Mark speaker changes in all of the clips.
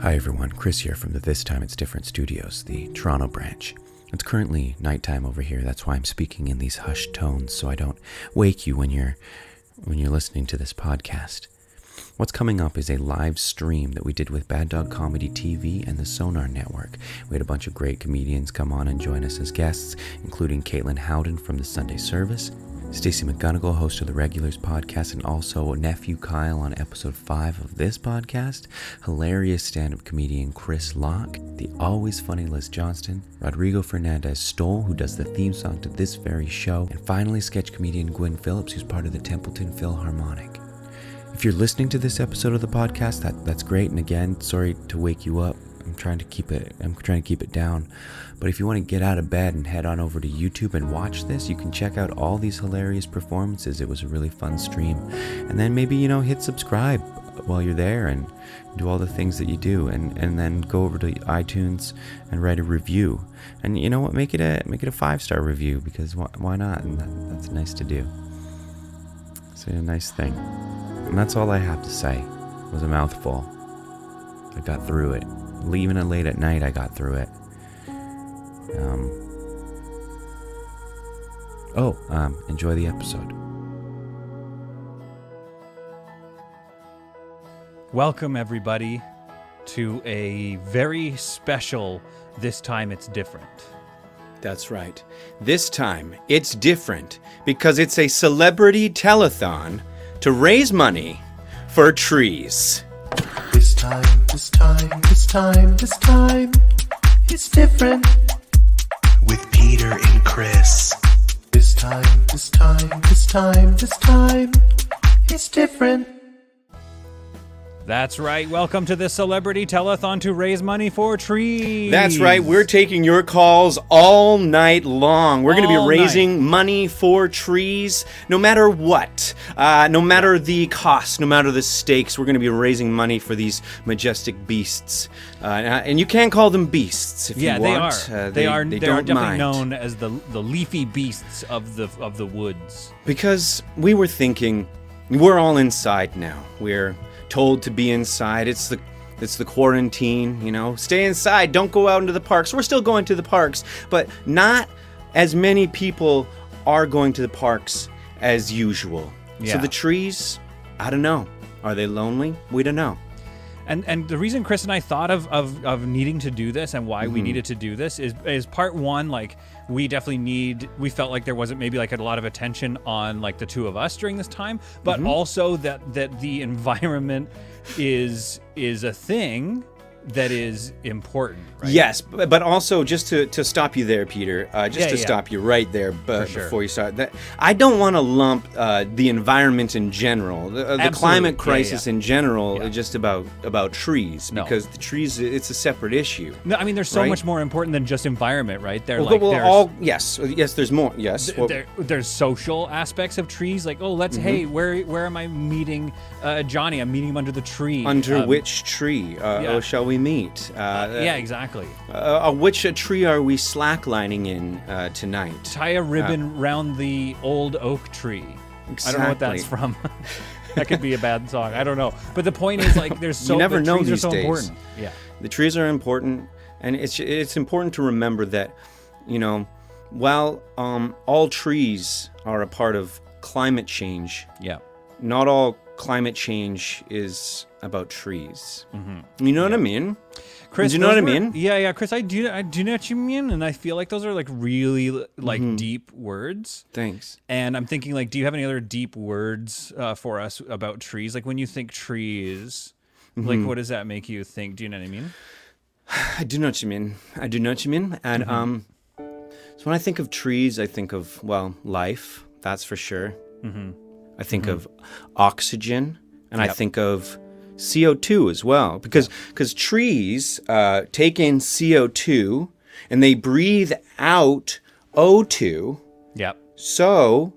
Speaker 1: Hi everyone, Chris here from the This Time It's Different Studios, the Toronto branch. It's currently nighttime over here, that's why I'm speaking in these hushed tones so I don't wake you when you're when you're listening to this podcast. What's coming up is a live stream that we did with Bad Dog Comedy TV and the Sonar Network. We had a bunch of great comedians come on and join us as guests, including Caitlin Howden from the Sunday Service, Stacey McGonigal, host of the Regulars podcast, and also nephew Kyle on episode 5 of this podcast, hilarious stand up comedian Chris Locke, the always funny Liz Johnston, Rodrigo Fernandez Stoll, who does the theme song to this very show, and finally sketch comedian Gwen Phillips, who's part of the Templeton Philharmonic. If you're listening to this episode of the podcast, that, that's great. And again, sorry to wake you up. I'm trying to keep it. I'm trying to keep it down. But if you want to get out of bed and head on over to YouTube and watch this, you can check out all these hilarious performances. It was a really fun stream. And then maybe you know hit subscribe while you're there and do all the things that you do and, and then go over to iTunes and write a review. And you know what? Make it a make it a five star review because why, why not? And that, that's nice to do. It's a nice thing. And that's all I have to say. It was a mouthful. I got through it. Leaving it late at night, I got through it. Um, oh, um, enjoy the episode.
Speaker 2: Welcome, everybody, to a very special This Time It's Different.
Speaker 3: That's right. This time, it's different because it's a celebrity telethon to raise money for trees.
Speaker 4: This time, this time, this time, this time, it's different. With Peter and Chris. This time, this time, this time, this time, it's different.
Speaker 2: That's right. Welcome to the celebrity telethon to raise money for trees.
Speaker 3: That's right. We're taking your calls all night long. We're going to be
Speaker 2: All
Speaker 3: raising money for trees, no matter what, uh, no matter the cost, no matter the stakes. We're going to be raising money for these majestic beasts, uh, and you can call them beasts if
Speaker 2: yeah,
Speaker 3: you
Speaker 2: they are.
Speaker 3: want. Uh,
Speaker 2: they, are.
Speaker 3: They,
Speaker 2: They, are
Speaker 3: don't
Speaker 2: definitely
Speaker 3: mind.
Speaker 2: known as the the leafy beasts of the of the woods.
Speaker 3: Because we were thinking, we're all inside now. We're told to be inside. It's the it's the quarantine, you know. Stay inside. Don't go out into the parks. We're still going to the parks, but not as many people are going to the parks as usual.
Speaker 2: Yeah.
Speaker 3: So the trees, I don't know. Are they lonely? We don't know.
Speaker 2: And and the reason Chris and I thought of of, of needing to do this and why we
Speaker 3: Mm-hmm.
Speaker 2: needed to do this is is part one like we definitely need we felt like there wasn't maybe like a lot of attention on like the two of us during this time, but
Speaker 3: Mm-hmm.
Speaker 2: also that that the environment is is a thing that is important. Right?
Speaker 3: Yes, b- but also just to, to stop you there, Peter, uh, just
Speaker 2: Yeah,
Speaker 3: to
Speaker 2: yeah.
Speaker 3: stop you right there, but
Speaker 2: For sure.
Speaker 3: before you start that, I don't want to lump uh, the environment in general, the, uh, the
Speaker 2: Absolutely.
Speaker 3: climate
Speaker 2: Yeah,
Speaker 3: crisis
Speaker 2: yeah.
Speaker 3: in general,
Speaker 2: Yeah.
Speaker 3: uh, just about about trees
Speaker 2: No.
Speaker 3: because the trees it's a separate issue.
Speaker 2: No, I mean there's so
Speaker 3: Right?
Speaker 2: much more important than just environment, right? They're
Speaker 3: Well,
Speaker 2: like
Speaker 3: well,
Speaker 2: there's,
Speaker 3: all yes, uh, yes. There's more. Yes.
Speaker 2: th-
Speaker 3: well,
Speaker 2: there, there's social aspects of trees, like oh let's
Speaker 3: Mm-hmm.
Speaker 2: hey where where am I meeting uh, Johnny? I'm meeting him under the tree.
Speaker 3: under
Speaker 2: Um,
Speaker 3: which tree uh,
Speaker 2: yeah.
Speaker 3: oh, shall we meet? Uh,
Speaker 2: Yeah, exactly.
Speaker 3: Uh, uh, which uh, tree are we slacklining in uh, tonight?
Speaker 2: Tie a ribbon round the old oak tree. I don't know what that's
Speaker 3: Exactly.
Speaker 2: from. that could be a bad song. I don't know. But the point is, like, there's so
Speaker 3: never
Speaker 2: the
Speaker 3: know
Speaker 2: trees are
Speaker 3: these
Speaker 2: so
Speaker 3: days.
Speaker 2: important. Yeah.
Speaker 3: the trees are important and it's it's important to remember that you know while um, all trees are a part of climate change
Speaker 2: Yeah.
Speaker 3: not all climate change is about trees you know what i mean
Speaker 2: Mm-hmm. Chris,
Speaker 3: Do you know
Speaker 2: those
Speaker 3: what I
Speaker 2: were-
Speaker 3: mean?
Speaker 2: Yeah, yeah, Chris, I do, I do know what you mean, and I feel like those are like really like deep words.
Speaker 3: Mm-hmm. thanks
Speaker 2: And I'm thinking, like, do you have any other deep words uh, for us about trees? Like, when you think trees,
Speaker 3: Mm-hmm.
Speaker 2: like, what does that make you think? Do you know what I mean?
Speaker 3: i do know what you mean i do know what you mean and
Speaker 2: Mm-hmm.
Speaker 3: um so when i think of trees i think of well life that's for sure
Speaker 2: mm-hmm.
Speaker 3: i think of oxygen and i
Speaker 2: Hmm. Yep.
Speaker 3: think of CO2 as well because because trees uh, take in CO2 and they breathe out O2.
Speaker 2: Yep.
Speaker 3: So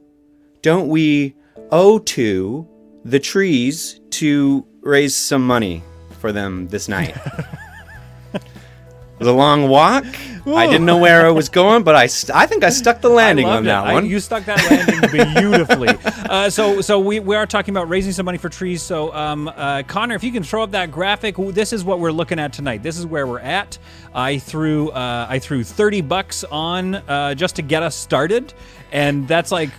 Speaker 3: don't we owe to the trees to raise some money for them this night? It was a long walk. I didn't know where I was going, but I st- I think I stuck the landing
Speaker 2: I loved
Speaker 3: on
Speaker 2: it.
Speaker 3: that
Speaker 2: I-
Speaker 3: one.
Speaker 2: you stuck that landing beautifully. uh, so, so we, we are talking about raising some money for trees. So, um, uh, Connor, if you can throw up that graphic, w- this is what we're looking at tonight. This is where we're at. I threw uh, I threw thirty bucks on uh, just to get us started, and that's like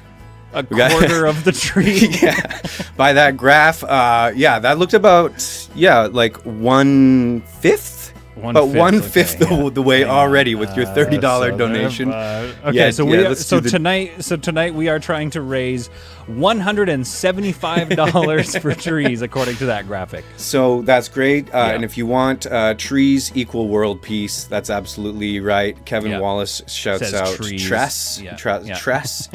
Speaker 2: a
Speaker 3: got-
Speaker 2: quarter of the tree.
Speaker 3: yeah. By that graph, uh, yeah, that looked about yeah, like one fifth. But
Speaker 2: One-fifth,
Speaker 3: one fifth
Speaker 2: okay,
Speaker 3: the,
Speaker 2: yeah.
Speaker 3: the way already with your
Speaker 2: Uh,
Speaker 3: thirty dollar
Speaker 2: so there-
Speaker 3: donation.
Speaker 2: uh, okay,
Speaker 3: Yeah,
Speaker 2: so
Speaker 3: yeah,
Speaker 2: we
Speaker 3: let's
Speaker 2: so
Speaker 3: do the-
Speaker 2: tonight so tonight we are trying to raise one hundred and seventy five dollars for trees, according to that graphic.
Speaker 3: So that's great. Uh,
Speaker 2: Yeah.
Speaker 3: And if you want uh, trees equal world peace, that's absolutely right. Kevin
Speaker 2: Yeah.
Speaker 3: Wallace shouts
Speaker 2: Says
Speaker 3: out
Speaker 2: trees.
Speaker 3: Tress.
Speaker 2: Yeah,
Speaker 3: Tre-
Speaker 2: yeah.
Speaker 3: Tress.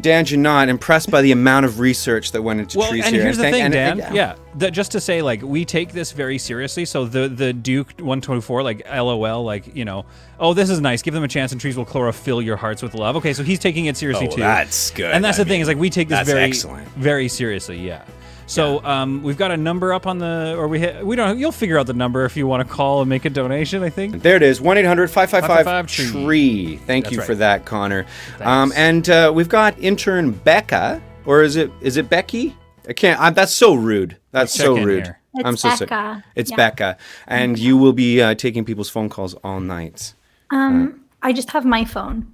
Speaker 3: Dan Janot, impressed by the amount of research that went into
Speaker 2: Well,
Speaker 3: trees
Speaker 2: and
Speaker 3: here.
Speaker 2: here's the
Speaker 3: thank-
Speaker 2: thing,
Speaker 3: and-
Speaker 2: Dan.
Speaker 3: and-
Speaker 2: yeah, that just to say, like, we take this very seriously. So the the Duke 124, like, LOL, like, you know, oh, this is nice. Give them a chance, and trees will chlorophyll your hearts with love. Okay, so he's taking it seriously
Speaker 3: Oh,
Speaker 2: too.
Speaker 3: that's good.
Speaker 2: And that's
Speaker 3: I
Speaker 2: the thing is, like, we take this
Speaker 3: that's
Speaker 2: very
Speaker 3: excellent.
Speaker 2: very seriously. Yeah. So um, we've got a number up on the, or we hit, we don't. You'll figure out the number if you want to call and make a donation. I think.
Speaker 3: There it is, 1 800 555
Speaker 2: 555
Speaker 3: tree. Thank
Speaker 2: That's
Speaker 3: you
Speaker 2: right.
Speaker 3: for that, Connor. Um, and uh, we've got intern Becca, or is it is it Becky? I can't. I, that's so rude. That's
Speaker 2: check
Speaker 3: so
Speaker 2: in
Speaker 3: rude.
Speaker 2: here.
Speaker 5: It's
Speaker 3: I'm so sick.
Speaker 5: Becca.
Speaker 3: It's
Speaker 5: Yeah.
Speaker 3: Becca, and you will be uh, taking people's phone calls all night.
Speaker 5: Um, I just have my phone.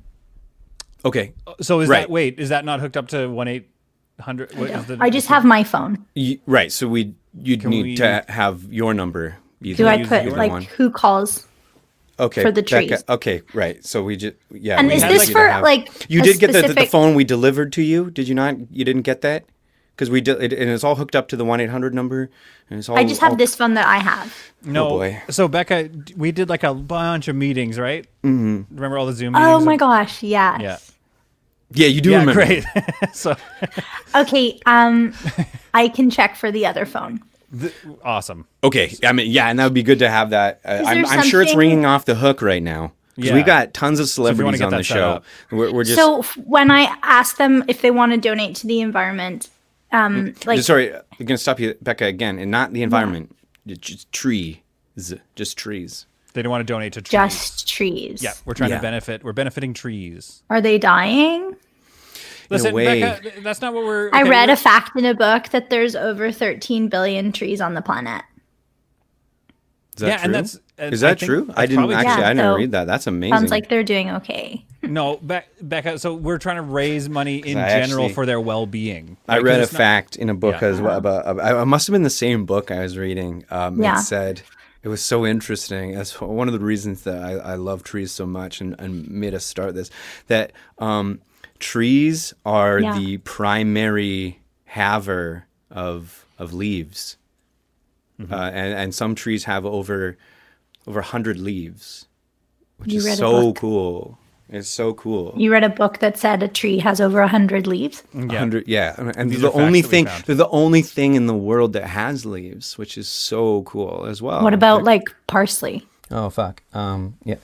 Speaker 3: Okay, uh,
Speaker 2: So is
Speaker 3: Right.
Speaker 2: that wait? Is that not hooked up to one eight hundred? What is the?
Speaker 5: I just have my phone.
Speaker 3: Y- right. So we you'd need
Speaker 2: we-
Speaker 3: to have your number. Be
Speaker 5: Do
Speaker 3: the-
Speaker 5: I
Speaker 3: use
Speaker 5: put
Speaker 3: your
Speaker 5: like
Speaker 3: one.
Speaker 5: who calls?
Speaker 3: okay
Speaker 5: for the
Speaker 3: Becca-
Speaker 5: trees?
Speaker 3: okay, right. So we just yeah.
Speaker 5: And
Speaker 3: we
Speaker 5: is
Speaker 3: need
Speaker 2: this
Speaker 3: you to
Speaker 5: for,
Speaker 3: have-
Speaker 5: like,
Speaker 3: you
Speaker 5: a
Speaker 3: did get the, the, the
Speaker 5: specific-
Speaker 3: phone we delivered to you? Did you not? You didn't get that because we did, it, and it's all hooked up to the one eight hundred number. And it's all
Speaker 5: I just have
Speaker 3: all-
Speaker 5: this phone that I have.
Speaker 2: No.
Speaker 3: Oh, boy.
Speaker 2: So Becca, d- we did like a bunch of meetings, right? Mm-hmm. Remember all the Zoom meetings?
Speaker 5: Oh my gosh, yes.
Speaker 2: Yeah.
Speaker 3: Yeah, you do
Speaker 2: Yeah,
Speaker 3: remember.
Speaker 2: great. so
Speaker 5: Okay, um I can check for the other phone.
Speaker 2: awesome.
Speaker 3: Okay, I mean, yeah, and that would be good to have that. Uh, I'm,
Speaker 5: there
Speaker 3: I'm sure it's
Speaker 5: something-
Speaker 3: ringing off the hook right now. 'Cause
Speaker 2: Yeah.
Speaker 3: We got tons of celebrities
Speaker 2: get
Speaker 3: on
Speaker 2: that
Speaker 3: the
Speaker 2: set
Speaker 3: show.
Speaker 2: up.
Speaker 3: We're, we're just
Speaker 5: so f- when I ask them if they want to donate to the environment, um like
Speaker 3: Mm, sorry. I'm gonna stop you, Becca, again, and not the environment. Just trees, just trees.
Speaker 2: They don't want to donate to trees.
Speaker 5: just trees.
Speaker 2: yeah, we're trying
Speaker 3: Yeah.
Speaker 2: to benefit. We're benefiting trees.
Speaker 5: Are they dying?
Speaker 2: Listen,
Speaker 3: way.
Speaker 2: Becca, th- that's not what we're.
Speaker 5: I
Speaker 2: okay,
Speaker 5: read
Speaker 2: we're-
Speaker 5: a fact in a book that there's over 13 billion trees on the planet.
Speaker 3: Is that
Speaker 2: Yeah,
Speaker 3: true?
Speaker 2: and that's- and
Speaker 3: Is
Speaker 2: I
Speaker 3: that
Speaker 2: think
Speaker 3: true? I
Speaker 2: that's
Speaker 3: didn't
Speaker 2: probably
Speaker 3: actually.
Speaker 5: true.
Speaker 3: I didn't
Speaker 5: So,
Speaker 3: read that. That's amazing.
Speaker 5: Sounds like they're doing okay.
Speaker 2: no, Be- Becca. So we're trying to raise money in
Speaker 3: I
Speaker 2: general
Speaker 3: actually-
Speaker 2: for their well-being.
Speaker 3: I
Speaker 2: Like,
Speaker 3: read a
Speaker 2: it's not-
Speaker 3: fact in a book
Speaker 2: Yeah.
Speaker 3: as well. About, about, I must have been the same book I was reading. Um,
Speaker 5: Yeah.
Speaker 3: It said it was so interesting. That's one of the reasons that I, I love trees so much and, and made us start this. That um, trees are
Speaker 5: Yeah.
Speaker 3: the primary haver of of leaves,
Speaker 2: Mm-hmm.
Speaker 3: uh, and and some trees have over over hundred leaves, which
Speaker 5: You read
Speaker 3: is
Speaker 5: a
Speaker 3: so
Speaker 5: book.
Speaker 3: cool. It's so cool.
Speaker 5: You read a book that said a tree has over 100 leaves?
Speaker 2: Yeah.
Speaker 3: 100 yeah and- and
Speaker 2: These
Speaker 3: the
Speaker 2: are facts
Speaker 3: only
Speaker 2: that we
Speaker 3: thing
Speaker 2: found.
Speaker 3: they're the only thing in the world that has leaves which is so cool as well
Speaker 5: What about like parsley?
Speaker 1: Oh, fuck. Um, yeah.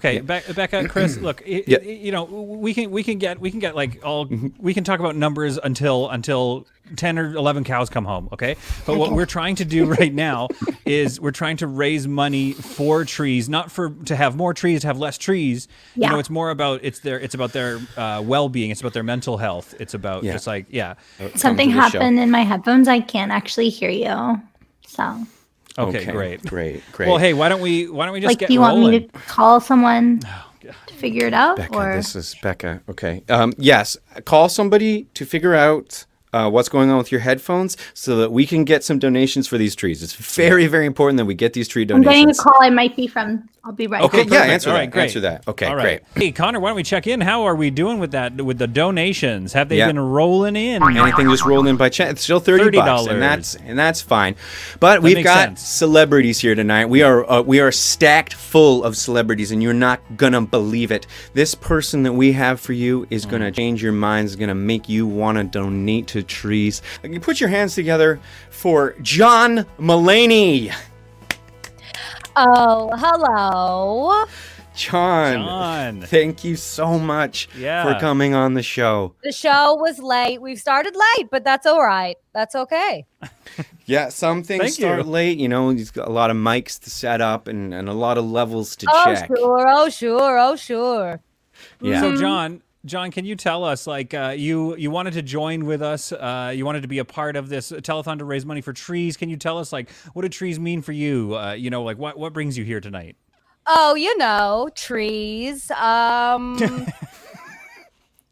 Speaker 2: Okay, Be- Becca, Chris, look, i
Speaker 3: Yeah. Mm-hmm.
Speaker 2: i you know, we can we can get we can get like all we can talk about numbers until until ten or eleven cows come home. Okay, but what we're trying to do right now is we're trying to raise money for trees, not for to have more trees, to have less trees. You know,
Speaker 5: Yeah.
Speaker 2: it's more about it's their it's about their uh, well being, it's about their mental health, it's about
Speaker 3: Yeah.
Speaker 2: just like yeah,
Speaker 5: Something
Speaker 3: to the show.
Speaker 5: happened in my headphones. I can't actually hear you. So,
Speaker 2: okay, great.
Speaker 3: great great
Speaker 2: Well, hey, why don't we why don't we just
Speaker 5: like,
Speaker 2: get
Speaker 5: do you want me
Speaker 2: rolling? Oh,
Speaker 5: to call someone to figure it out?
Speaker 3: Becca,
Speaker 5: or
Speaker 3: this is Becca. Okay. Um, yes, call somebody to figure out uh, what's going on with your headphones so that we can get some donations for these trees. It's very, very important that we get these tree
Speaker 5: I'm getting a
Speaker 3: donations.
Speaker 5: call. I might be from, I'll be right
Speaker 3: Okay,
Speaker 5: back.
Speaker 3: yeah,
Speaker 2: Oh, Perfect.
Speaker 3: answer
Speaker 2: All
Speaker 3: that.
Speaker 2: right, great.
Speaker 3: Answer that. Okay,
Speaker 2: All
Speaker 3: great.
Speaker 2: right. Hey, Connor, why don't we check in? How are we doing with that? With the donations, have they
Speaker 3: Yeah.
Speaker 2: been rolling in?
Speaker 3: Anything just rolled in by chance. It's still thirty bucks,
Speaker 2: $30.
Speaker 3: and that's and that's fine. But we've
Speaker 2: makes
Speaker 3: got
Speaker 2: sense.
Speaker 3: celebrities here tonight. We are uh, we are stacked full of celebrities, and you're not gonna believe it. This person that we have for you
Speaker 2: Mm.
Speaker 3: is gonna change your minds. Is gonna make you wanna donate to trees. Like, You put your hands together for John Mulaney.
Speaker 6: Oh, hello.
Speaker 3: John.
Speaker 2: John.
Speaker 3: Thank you so much
Speaker 2: Yeah.
Speaker 3: for coming on the show.
Speaker 6: The show was late. We've started late, but that's all right. That's okay.
Speaker 3: Yeah, some things
Speaker 2: Thank
Speaker 3: start
Speaker 2: you.
Speaker 3: late. You know, you've got a lot of mics to set up and, and a lot of levels to
Speaker 6: Oh
Speaker 3: check.
Speaker 6: sure, Mm-hmm. oh sure, oh sure.
Speaker 3: Yeah.
Speaker 2: So John, John, can you tell us like uh, you you wanted to join with us? Uh, you wanted to be a part of this telethon to raise money for trees. Can you tell us like what do trees mean for you? Uh, you know, like what what brings you here tonight?
Speaker 6: Oh, you know, trees. Um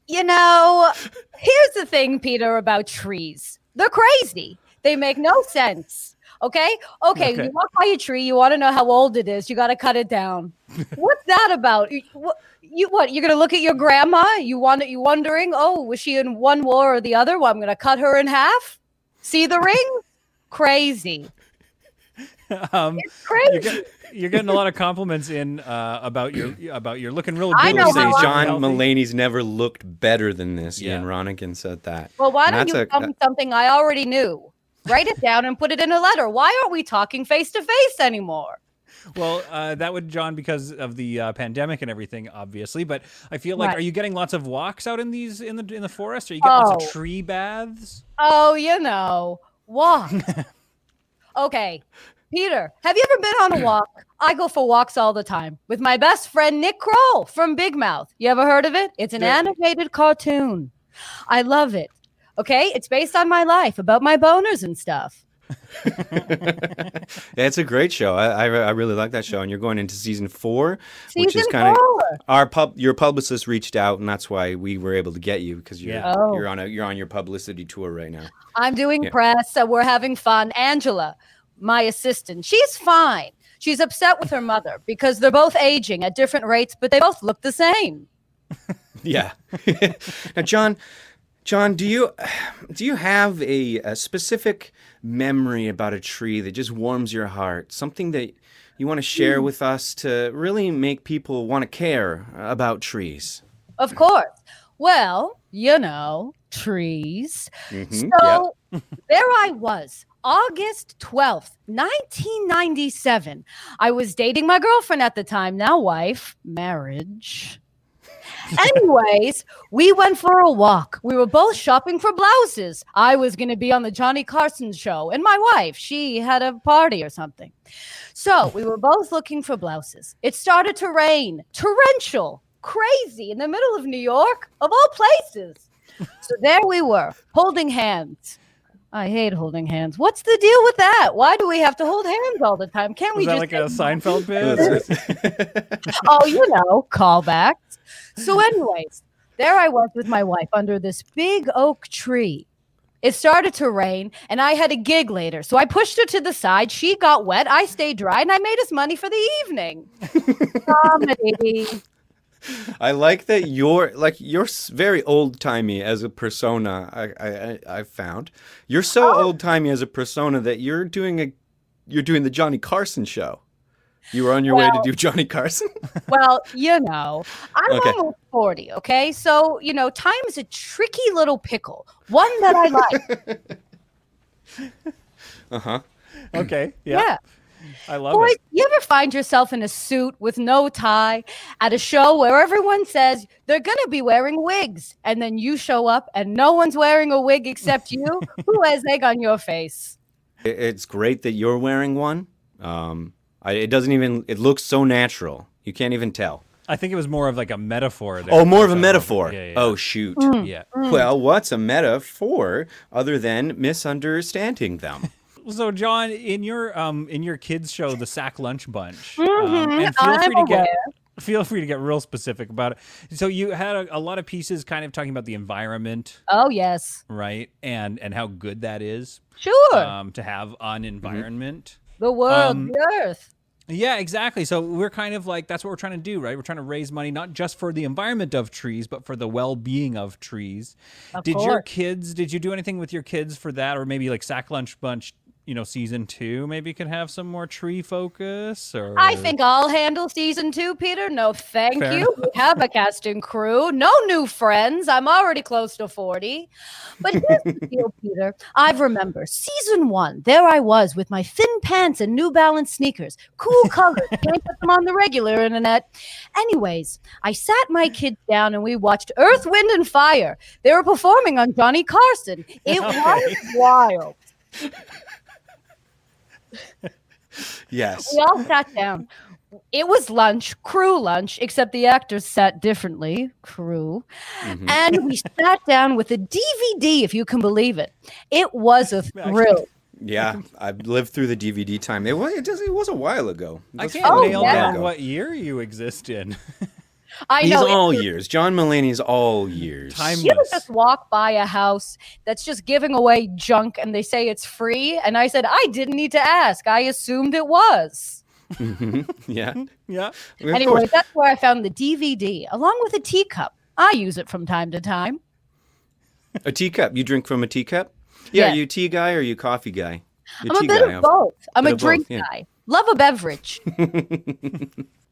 Speaker 6: You know, here's the thing, Peter, about trees. They're crazy. They make no sense. Okay? Okay,
Speaker 2: Okay.
Speaker 6: you walk by a tree, you want to know how old it is, you got to cut it down. What's that about? You what, you what you're going to look at your grandma, you want you wondering, "Oh, was she in one war or the other? Well, I'm going to cut her in half." See the ring? Crazy.
Speaker 2: Um,
Speaker 6: Crazy.
Speaker 2: you're, get- you're getting a lot of compliments in uh, about your about your looking real good.
Speaker 6: I know
Speaker 3: People
Speaker 6: how
Speaker 3: say
Speaker 6: I-
Speaker 3: John
Speaker 2: Healthy.
Speaker 3: Mulaney's never looked better than this.
Speaker 2: Yeah.
Speaker 3: Ian Ronikin said that.
Speaker 6: Well, why
Speaker 3: And
Speaker 6: don't
Speaker 3: that's
Speaker 6: you
Speaker 3: a- uh,
Speaker 6: tell me something I already knew? Write it down and put it in a letter. Why aren't we talking face to face anymore?
Speaker 2: Well, uh, that would John because of the uh, pandemic and everything, obviously. But I feel like,
Speaker 6: Right.
Speaker 2: are you getting lots of walks out in these in the in the forest? Are you getting lots
Speaker 6: Oh.
Speaker 2: of tree baths?
Speaker 6: Oh, you know, walk. okay, Peter, have you ever been on a walk? I go for walks all the time with my best friend Nick Kroll from Big Mouth. You ever heard of it? It's an
Speaker 2: Yeah.
Speaker 6: animated cartoon. I love it. Okay, it's based on my life about my boners and stuff.
Speaker 3: Yeah, it's a great show. I, I, I really like that show. And you're going into season four, which is
Speaker 6: Season
Speaker 3: kind of
Speaker 6: four.
Speaker 3: our pub. Your publicist reached out, and that's why we were able to get you because you're
Speaker 2: Yeah.
Speaker 6: Oh.
Speaker 3: you're on a you're on your publicity tour right now.
Speaker 6: I'm doing
Speaker 3: Yeah.
Speaker 6: press, so we're having fun. Angela, my assistant, she's fine. She's upset with her mother because they're both aging at different rates, but they both look the same.
Speaker 3: Yeah. now, John, John, do you do you have a, a specific memory about a tree that just warms your heart? Something that you want to share with us to really make people want to care about trees?
Speaker 6: Of course. Well, you know, trees.
Speaker 3: Mhm, yeah.
Speaker 6: So there I was, August 12th, 1997. I was dating my girlfriend at the time, now wife, marriage. Anyways, we went for a walk. We were both shopping for blouses. I was going to be on the Johnny Carson show, and my wife, she had a party or something. So we were both looking for blouses. It started to rain, torrential, crazy, in the middle of New York, of all places. So there we were, holding hands. I hate holding hands. What's the deal with that? Why do we have to hold hands all the time? Can't
Speaker 2: Was
Speaker 6: we
Speaker 2: that
Speaker 6: just
Speaker 2: like
Speaker 6: get
Speaker 2: a Seinfeld bit?
Speaker 3: That's it.
Speaker 6: oh, you know, callbacks. So, anyways, there I was with my wife under this big oak tree. It started to rain, and I had a gig later. So I pushed her to the side. She got wet. I stayed dry, and I made us money for the evening. Comedy.
Speaker 3: I like that you're like you're s- very old timey as a persona. I I I- I found you're so old timey as a persona that you're doing a you're doing the Johnny Carson show. You were on your way to do Johnny Carson.
Speaker 6: Well, you know, I'm
Speaker 3: Okay.
Speaker 6: almost 40, okay? So, you know, time is a tricky little pickle, one that I like.
Speaker 3: Uh huh.
Speaker 2: okay. Yeah.
Speaker 6: yeah.
Speaker 2: I love
Speaker 6: Boy,
Speaker 2: it.
Speaker 6: you ever find yourself in a suit with no tie at a show where everyone says they're going to be wearing wigs, and then you show up and no one's wearing a wig except you? Who has egg on your face?
Speaker 3: It- It's great that you're wearing one. Um, I, it doesn't even. It looks so natural. You can't even tell.
Speaker 2: I think it was more of like a metaphor. There
Speaker 3: Oh, more of a
Speaker 2: Yeah,
Speaker 3: metaphor.
Speaker 2: Yeah, yeah.
Speaker 3: Oh shoot.
Speaker 2: yeah.
Speaker 3: Well, what's a metaphor other than misunderstanding them?
Speaker 2: So, John, in your um in your kids show, the Sack Lunch Bunch, um,
Speaker 6: Mhm,
Speaker 2: and feel
Speaker 6: I'm
Speaker 2: free to get
Speaker 6: aware.
Speaker 2: feel free to get real specific about it. So, you had a, a lot of pieces kind of talking about the environment,
Speaker 6: Oh, yes.
Speaker 2: right, and and how good that is
Speaker 6: Sure.
Speaker 2: um, to have an
Speaker 3: Mm-hmm.
Speaker 2: environment.
Speaker 6: the world,
Speaker 2: um,
Speaker 6: the earth.
Speaker 2: Yeah, exactly. So we're kind of like that's what we're trying to do, right? We're trying to raise money not just for the environment of trees, but for the well-being of trees.
Speaker 6: Of
Speaker 2: did your
Speaker 6: course.
Speaker 2: kids? Did you do anything with your kids for that, or maybe like Sack Lunch Bunch? You know, season two maybe could have some more tree focus. Or
Speaker 6: I think I'll handle season two, Peter. No, thank
Speaker 2: Fair
Speaker 6: you. We have a cast and crew. No new friends. I'm already close to 40. But here's the deal, Peter. I remember season one. There I was with my thin pants and New Balance sneakers. Cool colors. Can't put them on the regular internet. Anyways, I sat my kids down and we watched Earth, Wind, and Fire. They were performing on Johnny Carson. It was wild.
Speaker 3: Yes.
Speaker 6: We all sat down. It was lunch, crew lunch, except the actors sat differently, crew.
Speaker 3: Mhm.
Speaker 6: And we sat down with a DVD, if you can believe it. It was a thrill.
Speaker 3: Yeah, I lived through the DVD time. It was it, does, it was a while ago. It
Speaker 2: I
Speaker 3: was
Speaker 2: can't
Speaker 3: a
Speaker 6: Oh,
Speaker 2: nail
Speaker 3: while
Speaker 6: yeah.
Speaker 2: down
Speaker 3: ago.
Speaker 2: what year you exist in.
Speaker 6: I
Speaker 3: He's
Speaker 6: know. it-
Speaker 3: all years. John Mulaney's all years.
Speaker 2: Time-
Speaker 6: you ever
Speaker 2: Yes.
Speaker 6: just walk by a house that's just giving away junk and they say it's free? And I said, I didn't need to ask. I assumed it was.
Speaker 3: Mhm. Yeah.
Speaker 2: yeah.
Speaker 3: Of
Speaker 6: anyway,
Speaker 3: course.
Speaker 6: that's where I found the DVD along with a teacup. I use it from time to time.
Speaker 3: a teacup. You drink from a teacup? Yeah.
Speaker 6: Yeah.
Speaker 3: Are you tea guy or are you coffee guy? You're
Speaker 6: I'm a
Speaker 3: tea
Speaker 6: bit
Speaker 3: guy,
Speaker 6: of
Speaker 3: of-
Speaker 6: both. I'm
Speaker 3: bit
Speaker 6: a
Speaker 3: of both,
Speaker 6: drink
Speaker 3: yeah.
Speaker 6: guy. Love a beverage.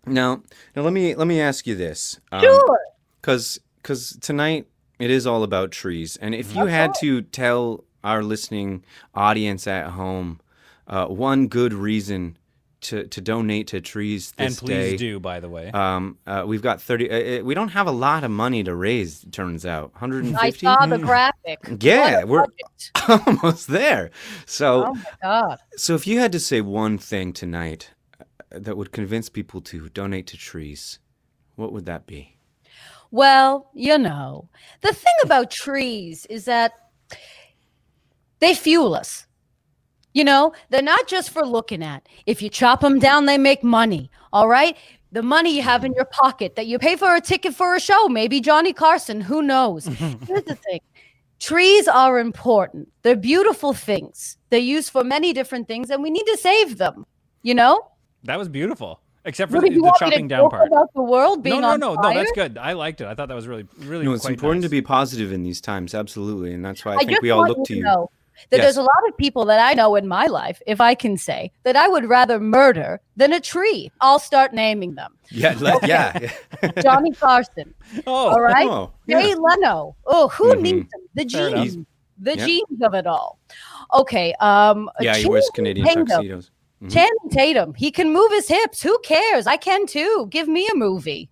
Speaker 3: Now, now let me let me ask you this. Um,
Speaker 6: Sure.
Speaker 3: Cause cause tonight it is all about trees. And if you had to tell our listening audience at home uh, one good reason to, to donate to trees
Speaker 2: And
Speaker 3: this
Speaker 2: please
Speaker 3: day,
Speaker 2: do, by the way.
Speaker 3: Um, uh, we've got 30. Uh, uh, we don't have a lot of money to raise, it turns out.
Speaker 6: I
Speaker 3: 150?
Speaker 6: saw the graphic.
Speaker 3: Hmm. Yeah, we're
Speaker 6: Budget.
Speaker 3: almost there. So,
Speaker 6: Oh my god.
Speaker 3: so if you had to say one thing tonight uh, that would convince people to donate to trees, what would that be?
Speaker 6: Well, you know, the thing about trees is that they fuel us. You know, they're not just for looking at. If you chop them down, they make money. All right. The money you have in your pocket that you pay for a ticket for a show, maybe Johnny Carson, who knows? Here's the thing trees are important. They're beautiful things, they're used for many different things, and we need to save them. You know?
Speaker 2: That was beautiful, except for
Speaker 6: What
Speaker 2: the,
Speaker 6: if you
Speaker 2: the
Speaker 6: want me to
Speaker 2: chopping down
Speaker 6: joke
Speaker 2: part.
Speaker 6: about the world
Speaker 2: no,
Speaker 6: being
Speaker 2: no,
Speaker 6: on
Speaker 2: no,
Speaker 6: fire?
Speaker 2: no. That's good. I liked it. I thought that was really, really.
Speaker 3: No, it's
Speaker 2: quite
Speaker 3: important
Speaker 2: nice.
Speaker 3: to be positive in these times, absolutely, and that's why I,
Speaker 6: I
Speaker 3: think
Speaker 6: just
Speaker 3: we all
Speaker 6: want
Speaker 3: look to you.
Speaker 6: know that
Speaker 3: Yes.
Speaker 6: there's a lot of people that I know in my life, if I can say, that I would rather murder than a tree. I'll start naming them.
Speaker 3: Yeah, let, yeah.
Speaker 6: Johnny Carson.
Speaker 2: Oh,
Speaker 6: All right.
Speaker 3: Oh,
Speaker 6: Jay
Speaker 3: yeah.
Speaker 6: Leno. Oh, who
Speaker 3: Mhm.
Speaker 6: needs them? The
Speaker 2: Fair enough.
Speaker 6: genes. The
Speaker 3: Yep.
Speaker 6: genes of it all. Okay. Um
Speaker 3: yeah, he
Speaker 6: Channing
Speaker 3: wears Canadian
Speaker 6: Tatum.
Speaker 3: tuxedos. Mhm.
Speaker 6: Channing Tatum. He can move his hips. Who cares? I can too. Give me a movie.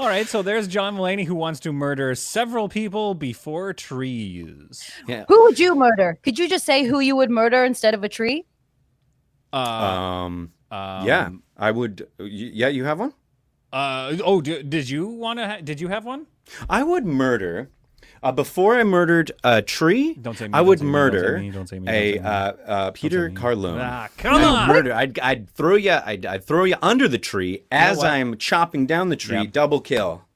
Speaker 2: all right. So there's John Mulaney who wants to murder several people before trees.
Speaker 3: Yeah.
Speaker 6: Who would you murder? Could you just say who you would murder instead of a tree?
Speaker 2: Uh,
Speaker 3: Um,
Speaker 2: um,
Speaker 3: yeah, I would. y- Yeah, you have one.
Speaker 2: Uh, oh, d- did you want to? Ha- did you have one?
Speaker 3: I would murder. Uh, before I murdered a tree,
Speaker 2: Don't say me.
Speaker 3: I
Speaker 2: don't
Speaker 3: would
Speaker 2: say me,
Speaker 3: murder
Speaker 2: Don't say me, don't say me, don't say
Speaker 3: a
Speaker 2: me.
Speaker 3: uh, uh, Peter Carlone.
Speaker 2: Ah, come
Speaker 3: I'd
Speaker 2: on.
Speaker 3: murder. I'd, I'd throw you. I'd, I'd throw you under the tree as
Speaker 2: what?
Speaker 3: I'm chopping down the tree.
Speaker 2: Yep.
Speaker 3: Double kill.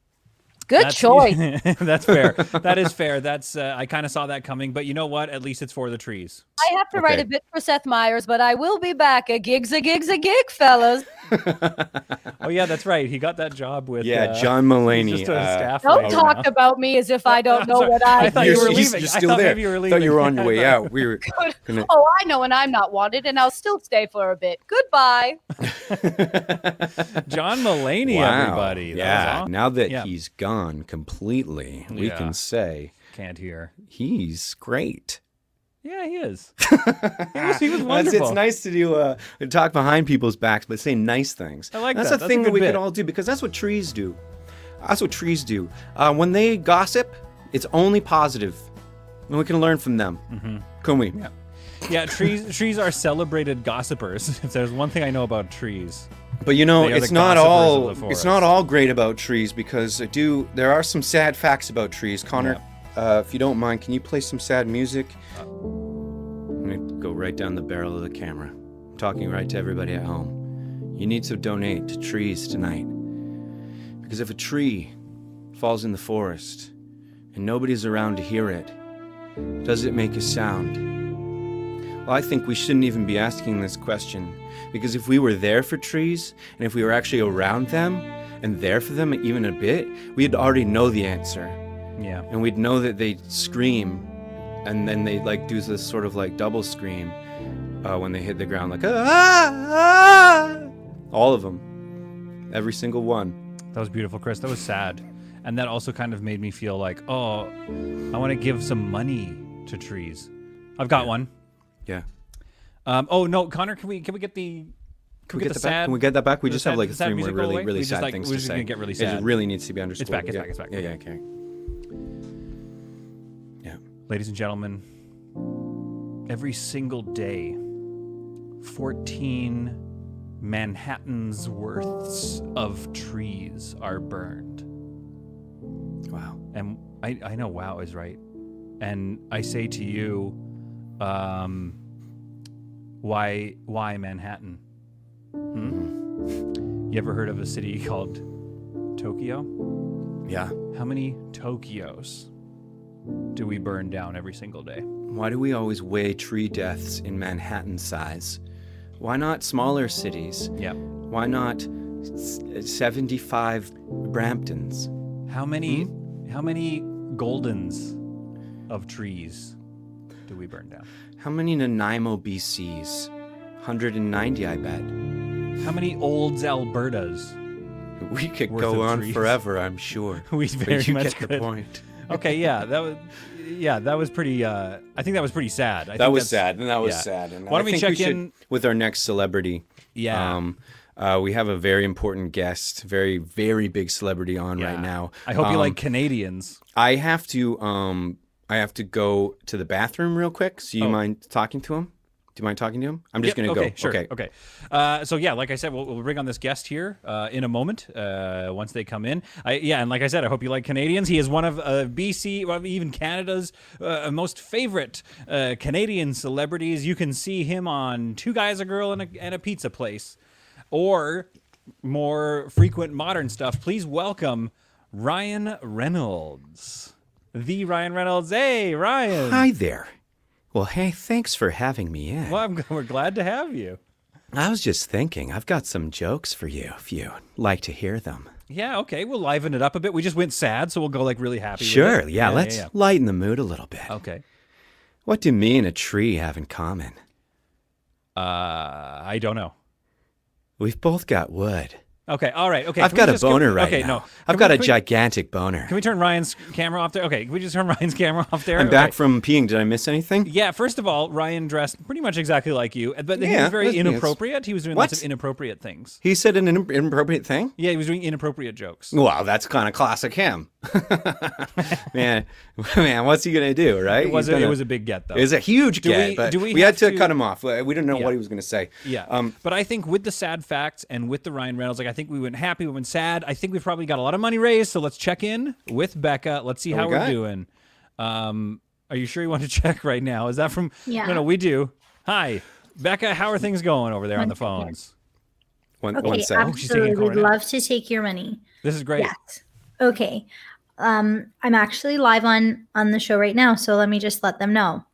Speaker 6: Good choice.
Speaker 2: that's fair. That is fair. That's uh, I kind of saw that coming, but you know what? At least it's for the trees.
Speaker 6: I have to write
Speaker 3: Okay.
Speaker 6: a bit for Seth Meyers, but I will be back. A gigs, a gigs, a gig, fellas.
Speaker 2: Oh yeah, that's right. He got that job with
Speaker 3: Yeah,
Speaker 2: uh,
Speaker 3: John
Speaker 2: he's
Speaker 3: Mulaney.
Speaker 2: just a
Speaker 3: uh,
Speaker 2: staff
Speaker 6: Don't
Speaker 2: right
Speaker 6: talk
Speaker 2: now.
Speaker 6: about me as if I don't know
Speaker 2: Sorry.
Speaker 6: what I,
Speaker 2: I thought
Speaker 6: do.
Speaker 2: you were
Speaker 3: you're-
Speaker 2: leaving.
Speaker 3: You're
Speaker 2: I
Speaker 3: still
Speaker 2: thought
Speaker 3: there.
Speaker 2: maybe you were
Speaker 3: Thought you were
Speaker 2: leaving.
Speaker 3: on your way out. We were. gonna-
Speaker 6: Oh, I know when I'm not wanted, and I'll still stay for a bit. Goodbye.
Speaker 2: John Mulaney,
Speaker 3: wow.
Speaker 2: everybody. That was
Speaker 3: Yeah.
Speaker 2: aw-
Speaker 3: Now that
Speaker 2: Yeah.
Speaker 3: he's gone completely, we
Speaker 2: Yeah.
Speaker 3: can say
Speaker 2: can't hear.
Speaker 3: he's great.
Speaker 2: Yeah, he is. he was. He was
Speaker 3: That's-
Speaker 2: wonderful.
Speaker 3: It's nice to do uh, talk behind people's backs, but say nice things.
Speaker 2: I like
Speaker 3: that's
Speaker 2: that.
Speaker 3: a
Speaker 2: That's a
Speaker 3: thing that
Speaker 2: good
Speaker 3: we could
Speaker 2: bit.
Speaker 3: all do because that's what trees do. That's what trees do. Uh, when they gossip, it's only positive, and we can learn from them. Mm-hmm. Can we?
Speaker 2: Yeah, trees. trees are celebrated gossipers. If there's one thing I know about trees,
Speaker 3: But you know,
Speaker 2: They are the
Speaker 3: it's not
Speaker 2: gossipers
Speaker 3: all
Speaker 2: of the
Speaker 3: it's
Speaker 2: forest.
Speaker 3: not all great about trees because I do there are some sad facts about trees. Connor, uh, if you don't mind, can you play some sad music? I'm gonna go right down the barrel of the camera. I'm talking right to everybody at home. You need to donate to trees tonight. Because if a tree falls in the forest and nobody's around to hear it, does it make a sound? Well, I think we shouldn't even be asking this question because if we were there for trees and if we were actually around them and there for them even a bit, we'd already know the answer
Speaker 2: yeah.
Speaker 3: and we'd know that they scream and then they like do this sort of like double scream uh, when they hit the ground like ah, ah all of them every single one
Speaker 2: That was beautiful, Chris. That was sad. And that also kind of made me feel like, oh, I want to give some money to trees. I've got one.
Speaker 3: yeah
Speaker 2: Um, oh no, Connor, can we can we get the can we, get, the
Speaker 3: that back?
Speaker 2: sad?
Speaker 3: Can we get that back? We
Speaker 2: the
Speaker 3: just
Speaker 2: sad-
Speaker 3: have like
Speaker 2: the sad
Speaker 3: three more
Speaker 2: music go
Speaker 3: really,
Speaker 2: away?
Speaker 3: really
Speaker 2: We just,
Speaker 3: sad
Speaker 2: like-
Speaker 3: things
Speaker 2: we're
Speaker 3: to
Speaker 2: just
Speaker 3: say.
Speaker 2: gonna get really
Speaker 3: It just
Speaker 2: sad.
Speaker 3: really needs to be understood.
Speaker 2: back, it's
Speaker 3: yeah.
Speaker 2: back, it's back.
Speaker 3: Yeah, yeah, okay.
Speaker 2: Ladies and gentlemen, every single day 14 Manhattan's worths of trees are burned.
Speaker 3: Wow.
Speaker 2: And I, I know wow is right. And I say to you, um, why why Manhattan? Hmm? You ever heard of a city called Tokyo?
Speaker 3: Yeah.
Speaker 2: How many Tokyos do we burn down every single day?
Speaker 3: Why do we always weigh tree deaths in Manhattan size? Why not smaller cities?
Speaker 2: Yeah.
Speaker 3: Why not s- 75 Bramptons?
Speaker 2: How many
Speaker 3: Mm-hmm.
Speaker 2: how many goldens of trees do we burn down?
Speaker 3: How many Nanaimo BCs? 190, I bet.
Speaker 2: How many olds Albertas?
Speaker 3: We could
Speaker 2: Worth
Speaker 3: go
Speaker 2: of
Speaker 3: on
Speaker 2: trees.
Speaker 3: forever, I'm sure.
Speaker 2: We very
Speaker 3: but you
Speaker 2: much
Speaker 3: get the
Speaker 2: could.
Speaker 3: point.
Speaker 2: Okay, yeah, that was yeah, that was pretty uh I think that was pretty sad. I
Speaker 3: That
Speaker 2: think
Speaker 3: was
Speaker 2: that's-
Speaker 3: sad, and that was
Speaker 2: yeah.
Speaker 3: sad. And
Speaker 2: Why
Speaker 3: I
Speaker 2: don't we
Speaker 3: think
Speaker 2: check
Speaker 3: should-
Speaker 2: in-
Speaker 3: with our next celebrity?
Speaker 2: Yeah.
Speaker 3: Um, uh, we have a very important guest, very very big celebrity on right
Speaker 2: Yeah.
Speaker 3: now.
Speaker 2: I hope you
Speaker 3: Um,
Speaker 2: like Canadians.
Speaker 3: I have to um I have to go to the bathroom real quick. So you
Speaker 2: Oh.
Speaker 3: mind talking to him? Do you mind talking to him? I'm just
Speaker 2: Yep,
Speaker 3: gonna
Speaker 2: okay,
Speaker 3: go.
Speaker 2: Sure,
Speaker 3: Okay.
Speaker 2: Okay. Uh, so yeah, like I said, we'll, we'll bring on this guest here uh, in a moment uh, once they come in. I, yeah, and like I said, I hope you like Canadians. He is one of uh, BC, well, even Canada's uh, most favorite uh, Canadian celebrities. You can see him on Two Guys, a Girl, and a, and a Pizza Place, or more frequent modern stuff. Please welcome Ryan Reynolds. The Ryan Reynolds. Hey, Ryan.
Speaker 3: Hi there. Well, hey, thanks for having me in.
Speaker 2: Well, I'm, we're glad to have you.
Speaker 3: I was just thinking, I've got some jokes for you if you like to hear them.
Speaker 2: Yeah, okay. We'll liven it up a bit. We just went sad, so we'll go like really happy. with
Speaker 3: Sure,
Speaker 2: it.
Speaker 3: yeah, let's
Speaker 2: yeah.
Speaker 3: lighten the mood a little bit.
Speaker 2: Okay.
Speaker 3: What do me and a tree have in common?
Speaker 2: Uh, I don't know.
Speaker 3: We've both got wood.
Speaker 2: Okay. All right. Okay.
Speaker 3: I've
Speaker 2: can we
Speaker 3: got a
Speaker 2: just go-
Speaker 3: boner right
Speaker 2: okay,
Speaker 3: now.
Speaker 2: No.
Speaker 3: I've
Speaker 2: Can
Speaker 3: got
Speaker 2: we-
Speaker 3: a
Speaker 2: can we-
Speaker 3: gigantic boner.
Speaker 2: Can we turn Ryan's camera off there? Okay. Can we just turn Ryan's camera off there?
Speaker 3: I'm back
Speaker 2: Okay.
Speaker 3: from peeing. Did I miss anything?
Speaker 2: Yeah. First of all, Ryan dressed pretty much exactly like you, but he
Speaker 3: Yeah,
Speaker 2: was very
Speaker 3: that's- that's-
Speaker 2: inappropriate. He was doing lots
Speaker 3: What?
Speaker 2: of inappropriate things.
Speaker 3: He said an in- inappropriate thing.
Speaker 2: Yeah, he was doing inappropriate jokes.
Speaker 3: Wow, that's kind of classic him. man, man, what's he gonna do, right?
Speaker 2: It was
Speaker 3: He's
Speaker 2: a, it
Speaker 3: gonna-
Speaker 2: was a big get though.
Speaker 3: it was a huge
Speaker 2: Do
Speaker 3: get,
Speaker 2: we-
Speaker 3: but
Speaker 2: do we
Speaker 3: we had
Speaker 2: have
Speaker 3: to,
Speaker 2: to-
Speaker 3: cut him off. Uh, We didn't know
Speaker 2: Yeah.
Speaker 3: what he was gonna say.
Speaker 2: Yeah.
Speaker 3: Um,
Speaker 2: but I think with the sad facts and with the Ryan Reynolds, like I think we went happy, we went sad. I think we've probably got a lot of money raised. So let's check in with Becca. Let's see how
Speaker 3: we
Speaker 2: we are
Speaker 3: got?
Speaker 2: doing. Um, are you sure you want to check right now? Is that from?
Speaker 5: Yeah.
Speaker 2: No, no, we do. Hi, Becca. How are things going over there on the phones?
Speaker 3: one,
Speaker 5: Okay,
Speaker 3: one sec.
Speaker 2: Oh, she's taking a
Speaker 5: absolutely. Would
Speaker 2: corner.
Speaker 5: love to take your money.
Speaker 2: This is great.
Speaker 5: Yes. Okay. Um, I'm actually live on on the show right now, so let me just let them know.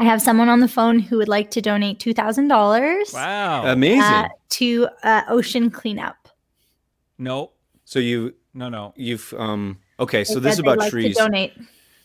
Speaker 5: I have someone on the phone who would like to donate two thousand dollars
Speaker 2: Wow.
Speaker 3: Amazing.
Speaker 5: to uh, ocean cleanup.
Speaker 2: no,
Speaker 3: so you,
Speaker 2: no, no.
Speaker 3: you've, um, okay.
Speaker 5: They
Speaker 3: So this is
Speaker 5: said they'd
Speaker 3: about
Speaker 5: like
Speaker 3: trees.
Speaker 5: To donate.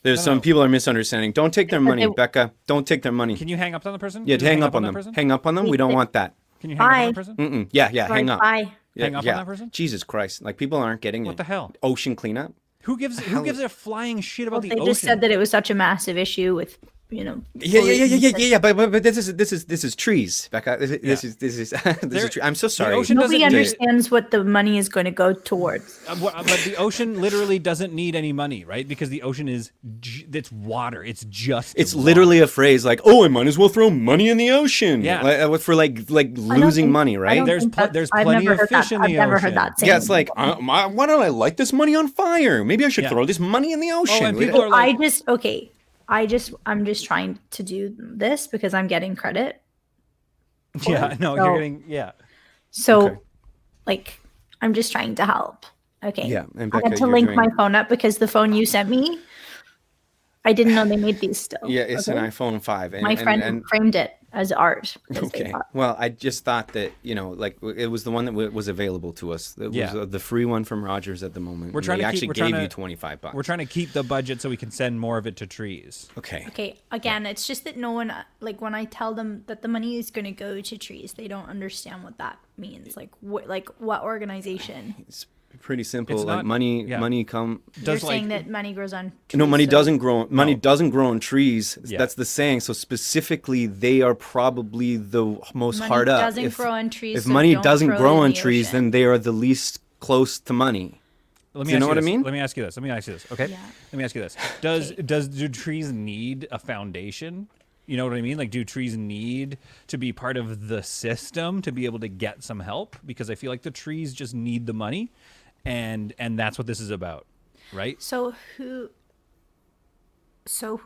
Speaker 3: There's some people are misunderstanding. Don't take their money,
Speaker 5: they-
Speaker 3: Becca. Don't take their money.
Speaker 2: Can you hang up on the person?
Speaker 3: yeah,
Speaker 2: Can you
Speaker 3: hang up on
Speaker 2: that
Speaker 3: them.
Speaker 2: person?
Speaker 3: Hang up on them. We don't want that.
Speaker 2: Can you hang up on
Speaker 5: Bye.
Speaker 2: the person?
Speaker 3: Mm-mm. Yeah, yeah.
Speaker 5: Sorry,
Speaker 3: Hang up.
Speaker 5: Bye.
Speaker 3: Yeah,
Speaker 2: Hang up on
Speaker 3: yeah.
Speaker 2: that person?
Speaker 3: Jesus Christ! Like people aren't getting
Speaker 2: What
Speaker 3: it.
Speaker 2: the hell?
Speaker 3: Ocean cleanup.
Speaker 2: Who gives who gives a flying shit about
Speaker 5: They
Speaker 2: the ocean?
Speaker 5: just said that it was such a massive issue with you know.
Speaker 3: Yeah, yeah, yeah, yeah, yeah,
Speaker 5: pollutants and-
Speaker 3: yeah, yeah. But, but but this is this is this is trees, Becca. This, this is this is this
Speaker 2: There-
Speaker 3: is tree. I'm so sorry.
Speaker 2: ocean does-
Speaker 5: Nobody
Speaker 2: doesn't-
Speaker 5: understands what the money is going to go towards.
Speaker 2: Uh, wha- but the ocean literally doesn't need any money, right? Because the ocean is j- it's water. It's just
Speaker 3: It's
Speaker 2: water.
Speaker 3: literally a phrase like, "Oh, I might as well throw money in the ocean."
Speaker 2: Yeah.
Speaker 3: Like, uh, for like
Speaker 5: I
Speaker 3: like
Speaker 5: don't
Speaker 3: losing
Speaker 5: think-
Speaker 3: money,
Speaker 5: I don't
Speaker 3: right?
Speaker 2: There's
Speaker 5: think
Speaker 2: pl-
Speaker 5: that's-
Speaker 2: there's
Speaker 5: I've
Speaker 2: plenty
Speaker 5: never
Speaker 2: of
Speaker 5: heard that.
Speaker 2: fish in the
Speaker 5: I've never
Speaker 2: ocean.
Speaker 5: heard that.
Speaker 3: Yeah,
Speaker 5: saying
Speaker 3: it's like, uh, my, why don't I light this money on fire? Maybe I should
Speaker 2: Yeah.
Speaker 3: throw this money in the
Speaker 2: Oh,
Speaker 3: ocean.
Speaker 2: and
Speaker 3: We-
Speaker 2: people are
Speaker 5: I
Speaker 2: like,
Speaker 5: just okay. I just I'm just trying to do this because I'm getting credit.
Speaker 2: yeah, no,
Speaker 5: so-
Speaker 2: you're getting yeah.
Speaker 5: So like I'm just trying to help. Okay.
Speaker 3: Yeah, and
Speaker 5: I
Speaker 3: Becca,
Speaker 5: had to
Speaker 3: you're
Speaker 5: link
Speaker 3: doing-
Speaker 5: my phone up because the phone you sent me I didn't know they made these still.
Speaker 3: yeah, it's
Speaker 5: okay?
Speaker 3: an iPhone five. And,
Speaker 5: My
Speaker 3: and-
Speaker 5: friend
Speaker 3: and-
Speaker 5: framed it as art. 'cause they
Speaker 3: okay.
Speaker 5: thought-
Speaker 3: Well, I just thought that you know, like w- it was the one that w- was available to us. It
Speaker 2: Yeah.
Speaker 3: was uh, the free one from Rogers at the moment.
Speaker 2: We're
Speaker 3: and
Speaker 2: trying
Speaker 3: they
Speaker 2: to keep-
Speaker 3: actually
Speaker 2: we're
Speaker 3: gave
Speaker 2: trying to-
Speaker 3: you twenty five bucks.
Speaker 2: We're trying to keep the budget so we can send more of it to trees.
Speaker 3: okay.
Speaker 5: Okay, again, it's just that no one uh, like when I tell them that the money is going to go to trees, they don't understand what that means. Like what like what organization?
Speaker 3: It's pretty simple.
Speaker 2: It's
Speaker 3: like
Speaker 2: not-
Speaker 3: money,
Speaker 2: yeah.
Speaker 3: money come.
Speaker 2: Does
Speaker 5: You're saying that money grows on trees.
Speaker 3: No, money
Speaker 5: so-
Speaker 3: doesn't grow. Money doesn't grow on trees.
Speaker 2: Oh. Yeah.
Speaker 3: That's the saying. So specifically, they are probably the most
Speaker 5: Money
Speaker 3: hard up.
Speaker 5: doesn't grow on trees,
Speaker 3: If
Speaker 5: so
Speaker 3: money
Speaker 5: don't
Speaker 3: doesn't
Speaker 5: throw it
Speaker 3: grow
Speaker 5: in
Speaker 3: on
Speaker 5: the
Speaker 3: trees,
Speaker 5: ocean.
Speaker 3: then they are the least close to money.
Speaker 2: Let me
Speaker 3: you
Speaker 2: ask
Speaker 3: know what I
Speaker 2: this.
Speaker 3: mean?
Speaker 2: Let me ask you this. Let me ask you this. Okay.
Speaker 5: Yeah.
Speaker 2: Let me ask you this. Does does do trees need a foundation? You know what I mean? Like, do trees need to be part of the system to be able to get some help? Because I feel like the trees just need the money, and and that's what this is about, right?
Speaker 5: So who? So,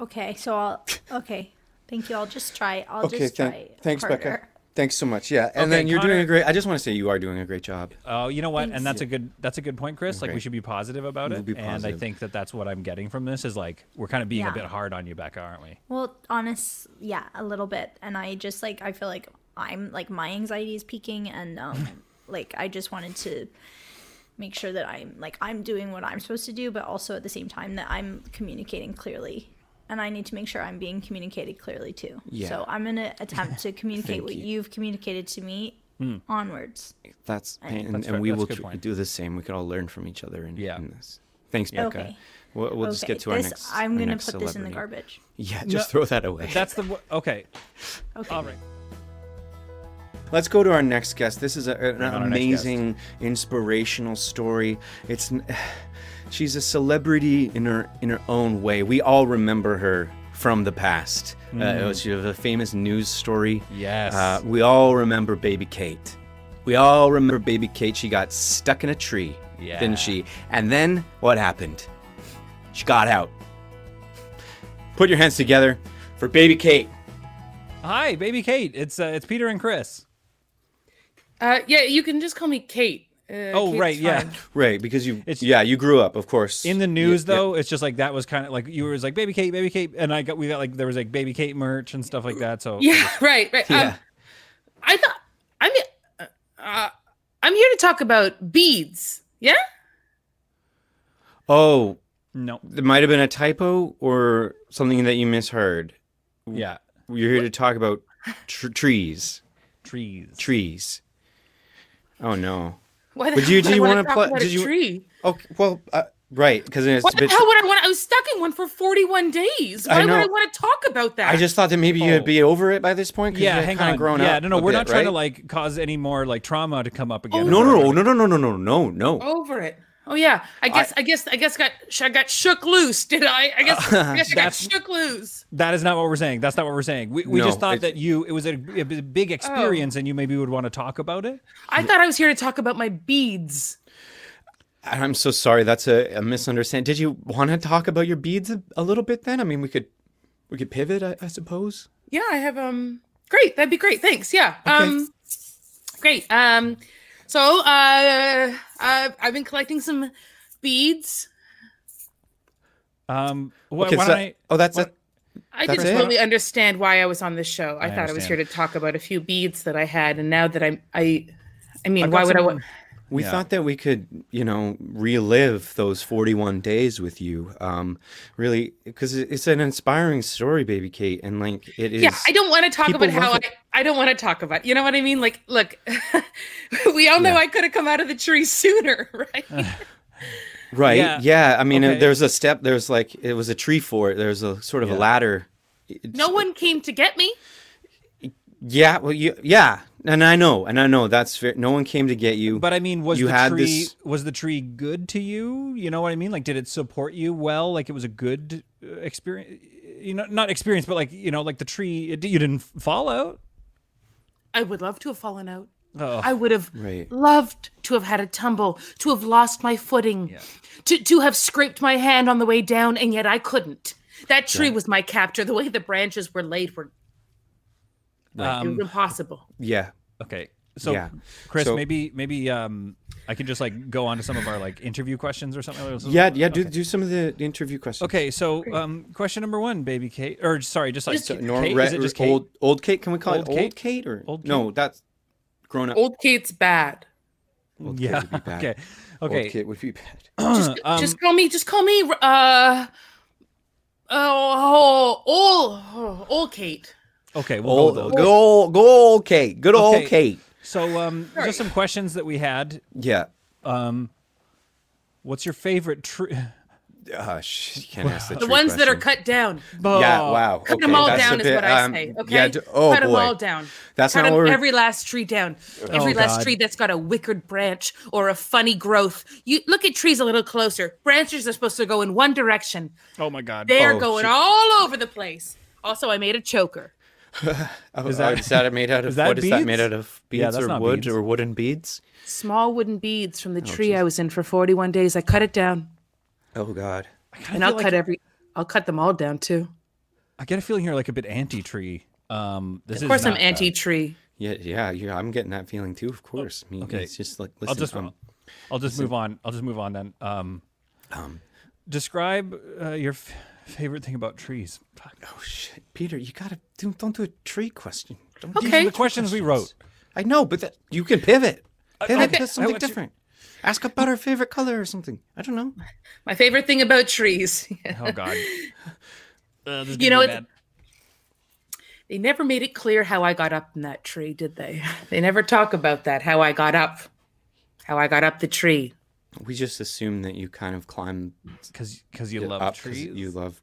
Speaker 5: okay. So I'll. Okay. Thank you. I'll just try. I'll
Speaker 3: Okay,
Speaker 5: just
Speaker 3: thank-
Speaker 5: try.
Speaker 3: thanks, Becca.
Speaker 5: harder.
Speaker 3: Thanks so much. Yeah, and
Speaker 2: Okay,
Speaker 3: then you're doing
Speaker 2: Connor.
Speaker 3: a great. I just want to say you are doing a great job.
Speaker 2: Oh, you know what? And that's a good that's a good point, Chris. Like
Speaker 3: Okay.
Speaker 2: we should be positive about
Speaker 3: We'll
Speaker 2: it.
Speaker 3: be
Speaker 2: And I
Speaker 3: positive.
Speaker 2: think that that's what I'm getting from this is like we're kind of being a
Speaker 5: Yeah.
Speaker 2: bit hard on you, Becca, aren't we?
Speaker 5: Well, honest, yeah, a little bit. And I just like I feel like I'm like my anxiety is peaking, and um, like I just wanted to make sure that I'm like I'm doing what I'm supposed to do, but also at the same time that I'm communicating clearly. And I need to make sure I'm being communicated clearly too.
Speaker 3: Yeah.
Speaker 5: So I'm gonna attempt to communicate what
Speaker 3: you. Hmm.
Speaker 5: you. have communicated to me onwards.
Speaker 3: That's and,
Speaker 2: That's fair.
Speaker 3: and we
Speaker 2: That's a
Speaker 3: will
Speaker 2: good
Speaker 3: tr-
Speaker 2: point.
Speaker 3: do the same. We could all learn from each other in,
Speaker 2: Yeah.
Speaker 3: in this. Thanks, Becca.
Speaker 5: Okay.
Speaker 3: We'll, we'll just get to our
Speaker 5: this,
Speaker 3: next.
Speaker 5: I'm
Speaker 3: our
Speaker 5: gonna put
Speaker 3: next
Speaker 5: this in the
Speaker 3: celebrity.
Speaker 5: garbage.
Speaker 3: Yeah, just
Speaker 2: No.
Speaker 3: throw that away.
Speaker 2: That's the w- okay.
Speaker 5: Okay.
Speaker 2: All right.
Speaker 3: Let's go to our next guest. This is a,
Speaker 2: on
Speaker 3: an
Speaker 2: our next
Speaker 3: amazing, inspirational story. It's n- she's a celebrity in her in her own way. We all remember her from the past. Uh, it was she was a famous news story.
Speaker 2: Mm. Yes.
Speaker 3: Uh, we all remember Baby Kate. We all remember Baby Kate. She got stuck in a tree,
Speaker 2: Yeah.
Speaker 3: didn't she? And then what happened? She got out. Put your hands together for Baby Kate.
Speaker 2: Hi, baby Kate. It's uh, it's Peter and Chris.
Speaker 7: Uh, yeah, you can just call me Kate. Uh,
Speaker 2: Oh,
Speaker 7: Kate's
Speaker 2: right, yeah.
Speaker 7: fine.
Speaker 3: Right, because you
Speaker 2: It's-
Speaker 3: yeah you grew up, of course.
Speaker 2: In the
Speaker 3: Yeah,
Speaker 2: news
Speaker 3: yeah.
Speaker 2: though, it's just like that was kind of like you were just like baby Kate, baby Kate, and I got we got like there was like baby Kate merch and stuff like that. So
Speaker 7: Yeah, right, right. Um,
Speaker 3: Yeah.
Speaker 7: I thought I'm uh, uh, I'm here to talk about beads. Yeah,
Speaker 3: Oh,
Speaker 2: no,
Speaker 3: there might have been a typo or something that you misheard.
Speaker 2: yeah,
Speaker 3: You're here to talk about tr- trees.
Speaker 2: trees.
Speaker 3: Trees. Oh no.
Speaker 7: why the
Speaker 3: Would
Speaker 7: hell
Speaker 3: you-
Speaker 7: would
Speaker 3: do
Speaker 7: I
Speaker 3: you
Speaker 7: wanna
Speaker 3: wanna
Speaker 7: talk
Speaker 3: pla-
Speaker 7: about
Speaker 3: did
Speaker 7: a
Speaker 3: you-
Speaker 7: tree?
Speaker 3: Okay. Well, uh, right, because it's
Speaker 7: What
Speaker 3: a
Speaker 7: the
Speaker 3: bit.
Speaker 7: hell would I want? I was stuck in one for 41 days.
Speaker 3: I
Speaker 7: Why would I
Speaker 3: know.
Speaker 7: want to talk about that?
Speaker 3: I just thought that maybe
Speaker 2: Oh.
Speaker 3: you'd be over it by this point. 'cause
Speaker 2: Yeah,
Speaker 3: you've
Speaker 2: hang
Speaker 3: kinda
Speaker 2: on.
Speaker 3: Grown
Speaker 2: yeah,
Speaker 3: up
Speaker 2: no, no,
Speaker 3: a
Speaker 2: we're
Speaker 3: bit,
Speaker 2: not trying to
Speaker 3: right?
Speaker 2: like cause any more like trauma to come up again.
Speaker 3: No, Oh, no, no, no, no, no, no, no, no, no.
Speaker 7: over it. Oh yeah, I guess I, guess I guess got sh- I got shook loose. Did I? I guess I, guess I got
Speaker 2: That's-
Speaker 7: shook loose.
Speaker 2: That is not what we're saying. That's not what we're saying. We, we
Speaker 3: No,
Speaker 2: just thought
Speaker 3: it's-
Speaker 2: that you it was a, a b- big experience and you maybe would want to talk about it.
Speaker 7: I thought I was here to talk about my beads.
Speaker 3: I'm so sorry. That's a, a misunderstanding. Did you want to talk about your beads a, a little bit then? I mean, we could, we could pivot, I, I suppose.
Speaker 7: Yeah, I have um great, that'd be great. Thanks. Yeah. Um great. Um so uh uh I've been collecting some beads.
Speaker 2: Um, wh-
Speaker 3: Okay,
Speaker 2: why
Speaker 3: so-
Speaker 2: don't I?
Speaker 3: oh, that's it.
Speaker 7: I
Speaker 3: That's
Speaker 7: didn't
Speaker 3: it?
Speaker 7: totally understand why I was on this show. I,
Speaker 2: I
Speaker 7: thought I was here
Speaker 2: understand.
Speaker 7: to talk about a few beads that I had and now that I'm I I mean,
Speaker 2: I've got
Speaker 7: why would I want
Speaker 2: some-
Speaker 3: We
Speaker 2: Yeah.
Speaker 3: thought that we could, you know, relive those 41 days with you. Um, really, because it's an inspiring story, baby Kate, and like it is.
Speaker 7: yeah, I don't want to talk
Speaker 3: people
Speaker 7: about how I,
Speaker 3: love
Speaker 7: I don't want to talk about. You know what I mean? Like, look, we all know
Speaker 3: Yeah.
Speaker 7: I could have come out of the tree sooner, right?
Speaker 3: Right?
Speaker 2: Yeah.
Speaker 3: Yeah. I mean, uh,
Speaker 2: Okay.
Speaker 3: there's a step. There's like it was a tree fort. There's a sort of a ladder.
Speaker 7: no one came to get me.
Speaker 3: Yeah. Well, you, yeah. And I know, and I know that's fair. No one came to get you.
Speaker 2: But I mean, was
Speaker 3: you
Speaker 2: the
Speaker 3: had
Speaker 2: tree
Speaker 3: this-
Speaker 2: was the tree good to you? You know what I mean? Like, did it support you well? Like, it was a good uh, experience. You know, not experience, but like you know, like the tree. It, you didn't fall out.
Speaker 7: I would love to have fallen out.
Speaker 2: Oh.
Speaker 7: I would have
Speaker 3: Right.
Speaker 7: loved to have had a tumble, to have lost my footing, to to have scraped my hand on the way down, and yet I couldn't. That tree was my capture. The way the branches were laid were it was
Speaker 2: Um,
Speaker 7: impossible.
Speaker 3: yeah.
Speaker 2: okay, so
Speaker 3: Yeah.
Speaker 2: Chris,
Speaker 3: So-
Speaker 2: maybe maybe um, I can just like go on to some of our like interview questions or something.
Speaker 3: Yeah. Yeah. Do do some of the interview questions.
Speaker 2: Okay, so um, question number one, baby Kate, or sorry, just like
Speaker 3: So,
Speaker 2: Kate,
Speaker 3: normal,
Speaker 2: is it just Kate?
Speaker 3: old old Kate? Can we call
Speaker 2: Old
Speaker 3: it
Speaker 2: Kate?
Speaker 3: old Kate or
Speaker 2: Old
Speaker 3: no? That's grown up.
Speaker 7: Old Kate's bad.
Speaker 3: Old Kate
Speaker 2: yeah.
Speaker 3: would be bad.
Speaker 2: Okay.
Speaker 3: Old
Speaker 2: Okay. Um,
Speaker 3: Kate would be bad.
Speaker 7: just,
Speaker 3: um,
Speaker 7: just call me. Just call me. Uh, oh, oh, oh, Kate.
Speaker 2: Okay. We'll go
Speaker 3: Old,
Speaker 2: with those.
Speaker 3: go, go, old Kate. Good
Speaker 2: Okay.
Speaker 3: old Kate.
Speaker 2: So, um, just some questions that we had. Um,
Speaker 3: Yeah.
Speaker 2: What's your favorite tree?
Speaker 3: Uh, sh- you can't ask the,
Speaker 7: The
Speaker 3: tree
Speaker 7: ones that are
Speaker 3: question.
Speaker 7: cut down.
Speaker 3: Yeah. Wow.
Speaker 7: Cut
Speaker 3: okay,
Speaker 7: them all
Speaker 3: that's a
Speaker 7: down is
Speaker 3: bit,
Speaker 7: what I
Speaker 3: um,
Speaker 7: say. Okay.
Speaker 3: Yeah. d- oh
Speaker 7: cut
Speaker 3: boy.
Speaker 7: them all down.
Speaker 3: That's
Speaker 7: cut
Speaker 3: not Oh,
Speaker 7: 'em-
Speaker 3: what we're-
Speaker 7: every last tree down. Every last
Speaker 2: God.
Speaker 7: tree that's got a wicked branch or a funny growth. You look at trees a little closer. Branches are supposed to go in one direction.
Speaker 2: Oh my God.
Speaker 7: They're
Speaker 3: Oh,
Speaker 7: going
Speaker 3: shit.
Speaker 7: all over the place. Also, I made a choker.
Speaker 3: Is
Speaker 2: that-
Speaker 3: that, Oh, is that made out of
Speaker 2: that
Speaker 3: what is that
Speaker 2: beads?
Speaker 3: made out of? Beads
Speaker 2: Yeah, that's
Speaker 3: or
Speaker 2: not
Speaker 3: wood
Speaker 2: beads.
Speaker 3: or wooden beads?
Speaker 7: Small wooden beads from the tree I was in for 41 days. I cut it down,
Speaker 3: Oh God.
Speaker 7: and I'll cut every. I'll cut them all down too.
Speaker 2: I get a feeling you're like a bit anti-tree. Um, this
Speaker 7: Of course,
Speaker 2: is
Speaker 7: I'm
Speaker 2: not- Oh,
Speaker 7: anti-tree.
Speaker 3: Yeah, yeah, yeah. I'm getting that feeling too. Of course. I mean,
Speaker 2: okay.
Speaker 3: It's just like
Speaker 2: I'll
Speaker 3: listen.
Speaker 2: just
Speaker 3: um,
Speaker 2: I'll just move on. I'll just move on then. Um,
Speaker 3: um,
Speaker 2: describe uh, your f- favorite thing about trees. Fuck.
Speaker 3: oh shit, Peter, you gotta do, don't do a tree question. Don't
Speaker 2: These
Speaker 3: do
Speaker 2: are
Speaker 7: Okay.
Speaker 2: the questions we wrote.
Speaker 3: I know, but that, you can pivot. Pivot
Speaker 2: okay.
Speaker 3: to something
Speaker 2: want you-
Speaker 3: different. Ask about her favorite color or something. I don't know.
Speaker 7: My favorite thing about trees.
Speaker 2: Oh God.
Speaker 7: you know, it's, they never made it clear how I got up in that tree, did they? They never talk about that. How I got up. How I got up the tree.
Speaker 3: We just assume that you kind of climb
Speaker 2: because because you
Speaker 3: it
Speaker 2: love
Speaker 3: up 'cause
Speaker 2: trees.
Speaker 3: You love,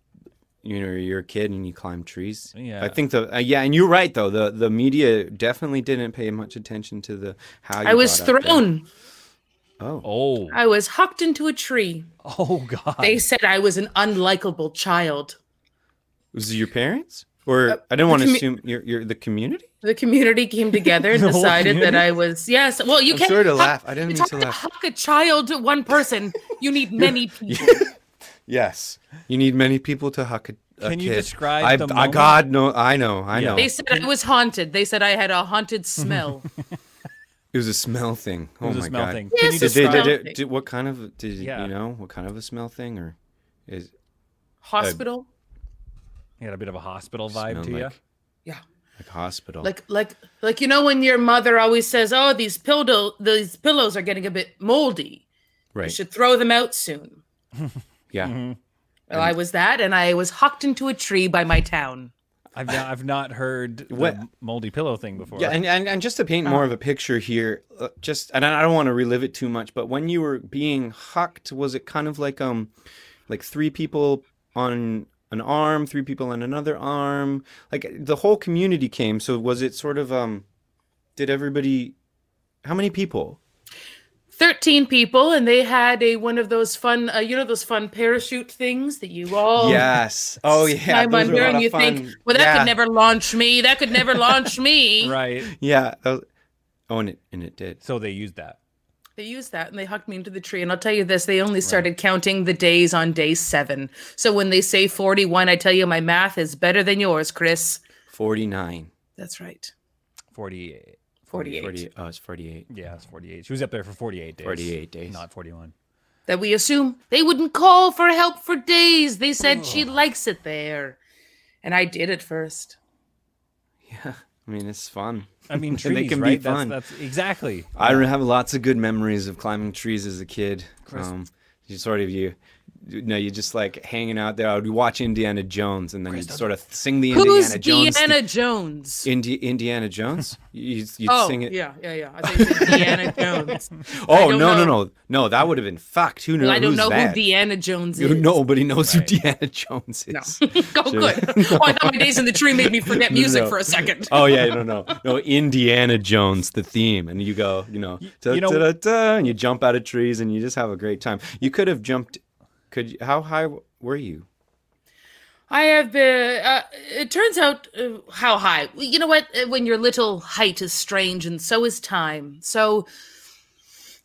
Speaker 3: you know, you're a kid and you climb trees.
Speaker 2: Yeah.
Speaker 3: I think the uh, yeah, and you're right though. The the media definitely didn't pay much attention to the how. You
Speaker 7: I was
Speaker 3: got up there.
Speaker 7: thrown.
Speaker 3: Oh,
Speaker 2: oh
Speaker 7: I was hucked into a tree.
Speaker 2: oh God.
Speaker 7: They said I was an unlikable child.
Speaker 3: was it your parents? Or I didn't want to
Speaker 7: Uh, commu-
Speaker 3: assume you're, you're the community.
Speaker 7: The community came together and
Speaker 2: The whole
Speaker 7: decided that
Speaker 2: community?
Speaker 7: I was yes. Well, you
Speaker 3: I'm
Speaker 7: can't
Speaker 3: sorry to
Speaker 7: huck-
Speaker 3: laugh. I didn't
Speaker 7: you
Speaker 3: mean
Speaker 7: talk
Speaker 3: to laugh.
Speaker 7: Huck a child to one person. You need many people.
Speaker 3: Yes, you need many people to huck a, a
Speaker 2: Can you
Speaker 3: kid.
Speaker 2: describe
Speaker 3: I,
Speaker 2: the
Speaker 3: I,
Speaker 2: moment?
Speaker 3: God, no, I know, I
Speaker 2: Yeah.
Speaker 3: know.
Speaker 7: They said I was haunted. They said I had a haunted smell.
Speaker 3: It was a smell thing. Oh
Speaker 2: was a
Speaker 3: my
Speaker 2: smell
Speaker 3: god.
Speaker 2: thing.
Speaker 7: Yes,
Speaker 2: Can you
Speaker 7: it
Speaker 3: Did, they-
Speaker 2: describe?
Speaker 3: did,
Speaker 7: smell
Speaker 3: it-
Speaker 7: thing.
Speaker 3: did- what kind of did
Speaker 2: Yeah.
Speaker 3: you know? What kind of a smell thing or is
Speaker 7: Hospital.
Speaker 2: You got a bit of a hospital vibe
Speaker 3: smelled
Speaker 2: to you.
Speaker 3: like-
Speaker 7: yeah.
Speaker 3: like hospital?
Speaker 7: Like like like you know when your mother always says, "Oh, these pillow these pillows are getting a bit moldy. You
Speaker 3: right?
Speaker 7: should throw them out soon."
Speaker 3: Yeah.
Speaker 2: Mm-hmm.
Speaker 7: Well, I was that, and I was hucked into a tree by my town.
Speaker 2: I've not, I've not heard the
Speaker 3: What-
Speaker 2: moldy pillow thing before.
Speaker 3: Yeah, and, and, and just to paint more of a picture here, uh, just and I I don't want to relive it too much, but when you were being hucked, was it kind of like um, like three people on an arm, three people on another arm, like the whole community came. So was it sort of um, did everybody? How many people?
Speaker 7: 13 people and they had a one of those fun uh, you know those fun parachute things that you all
Speaker 3: yes. Oh yeah.
Speaker 7: I'm
Speaker 3: those were a lot
Speaker 7: wondering
Speaker 3: of
Speaker 7: you think
Speaker 3: fun.
Speaker 7: well that
Speaker 3: yeah.
Speaker 7: could never launch me that could never launch me
Speaker 2: Right.
Speaker 3: Yeah. that was- oh, and it and it did.
Speaker 2: So they used that.
Speaker 7: they used that and they hucked me into the tree and I'll tell you this they only started counting the days on day 7 so when they say 41 I tell you my math is better than yours Chris
Speaker 3: Forty nine.
Speaker 7: that's right
Speaker 2: 48.
Speaker 7: 48
Speaker 3: Forty. Oh, it's forty eight.
Speaker 2: Yeah, it's 48. She was up there for 48 days.
Speaker 3: 48 days.
Speaker 2: Not 41.
Speaker 7: that we assume they wouldn't call for help for days they said she
Speaker 3: Oh.
Speaker 7: likes it there and I did at first
Speaker 3: Yeah. I mean, it's fun.
Speaker 2: I mean,
Speaker 3: They
Speaker 2: trees,
Speaker 3: can be
Speaker 2: right?
Speaker 3: fun.
Speaker 2: That's, e- that's exactly.
Speaker 3: I re- have lots of good memories of climbing trees as a kid. Um, you sort of you, you know, you just like hanging out there. I would watch Indiana Jones, and then you'd sort of sing the
Speaker 7: Who's
Speaker 3: Indiana Jones.
Speaker 7: Deanna
Speaker 3: theme-
Speaker 7: Jones?
Speaker 3: Indi- Indiana Jones? You'd, you'd
Speaker 7: oh,
Speaker 3: sing it.
Speaker 7: yeah, yeah, yeah. I think it's Deanna Jones.
Speaker 3: Oh
Speaker 7: don't
Speaker 3: no, no,
Speaker 7: know.
Speaker 3: no, no! That would have been fucked. Who knows?
Speaker 7: I don't
Speaker 3: who's
Speaker 7: know
Speaker 3: that?
Speaker 7: who Deanna Jones
Speaker 3: You-
Speaker 7: is.
Speaker 3: Nobody knows who Deanna Jones
Speaker 7: No.
Speaker 3: is.
Speaker 7: oh, good. Oh, I thought my days in the tree made me forget
Speaker 3: No, no,
Speaker 7: music
Speaker 3: no.
Speaker 7: for a second.
Speaker 3: Oh yeah, no, no, no. Indiana Jones, the theme, and you go, you know, da,
Speaker 2: you know-
Speaker 3: da, da, da, and you jump out of trees, and you just have a great time. You could have jumped. Could you, how high were you?
Speaker 7: I have been. Uh, it turns out uh, how high. You know what? Uh, When your little height is strange, and so is time. So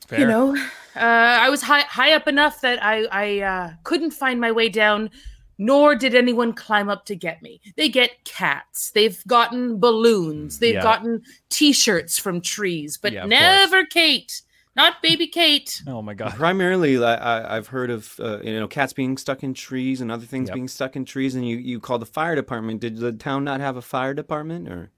Speaker 2: Fair.
Speaker 7: you know, uh, I was high high up enough that I I uh, couldn't find my way down. Nor did anyone climb up to get me. They get cats. They've gotten balloons. They've
Speaker 2: Yeah.
Speaker 7: gotten T-shirts from trees, but
Speaker 2: Yeah, of course.
Speaker 7: never Kate. Not baby Kate.
Speaker 2: Oh my God.
Speaker 3: Primarily, I, I, I've heard of uh, you know cats being stuck in trees and other things
Speaker 2: Yep.
Speaker 3: being stuck in trees, and you you call the fire department. Did the town not have a fire department or?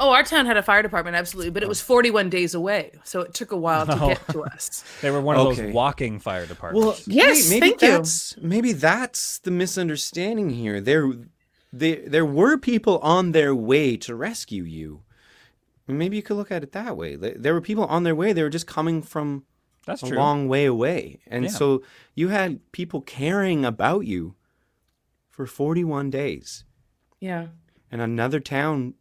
Speaker 7: Oh, our town had a fire department, absolutely, but it was 41 days away, so it took a while
Speaker 2: Oh.
Speaker 7: to get to us.
Speaker 2: They were one of
Speaker 3: Okay.
Speaker 2: those walking fire departments.
Speaker 3: Well,
Speaker 7: Yes,
Speaker 3: maybe
Speaker 7: thank you.
Speaker 3: that's, you. Maybe that's the misunderstanding here. There, there, there were people on their way to rescue you. Maybe you could look at it that way. There there were people on their way. They were just coming from
Speaker 2: that's
Speaker 3: a
Speaker 2: true.
Speaker 3: long way away, and
Speaker 2: Yeah.
Speaker 3: so you had people caring about you for forty-one days.
Speaker 7: Yeah.
Speaker 3: And another town,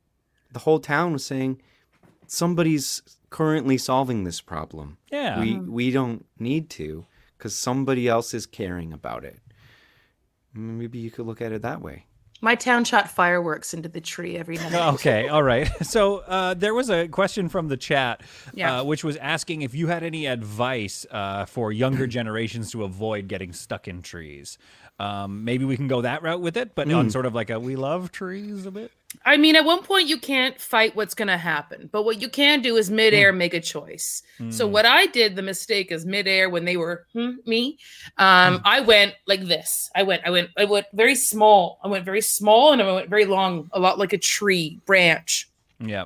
Speaker 3: the whole town was saying, somebody's currently solving this problem.
Speaker 2: yeah.
Speaker 3: We
Speaker 7: Uh-huh.
Speaker 3: we don't need to because somebody else is caring about it. Maybe you could look at it that way.
Speaker 7: My town shot fireworks into the tree every night.
Speaker 2: Oh, okay, all right. So uh, there was a question from the chat,
Speaker 7: Yeah.
Speaker 2: uh, which was asking if you had any advice uh, for younger generations to avoid getting stuck in trees. Um, maybe we can go that route with it, but on sort of like a we love trees a bit.
Speaker 7: I mean, at one point you can't fight what's going to happen, but what you can do is midair make a choice. So what I did, the mistake is midair when they were hmm, me. Um, I went like this. I went, I went, I went very small. I went very small, and I went very long, a lot like a tree branch.
Speaker 8: Um,
Speaker 2: Yeah.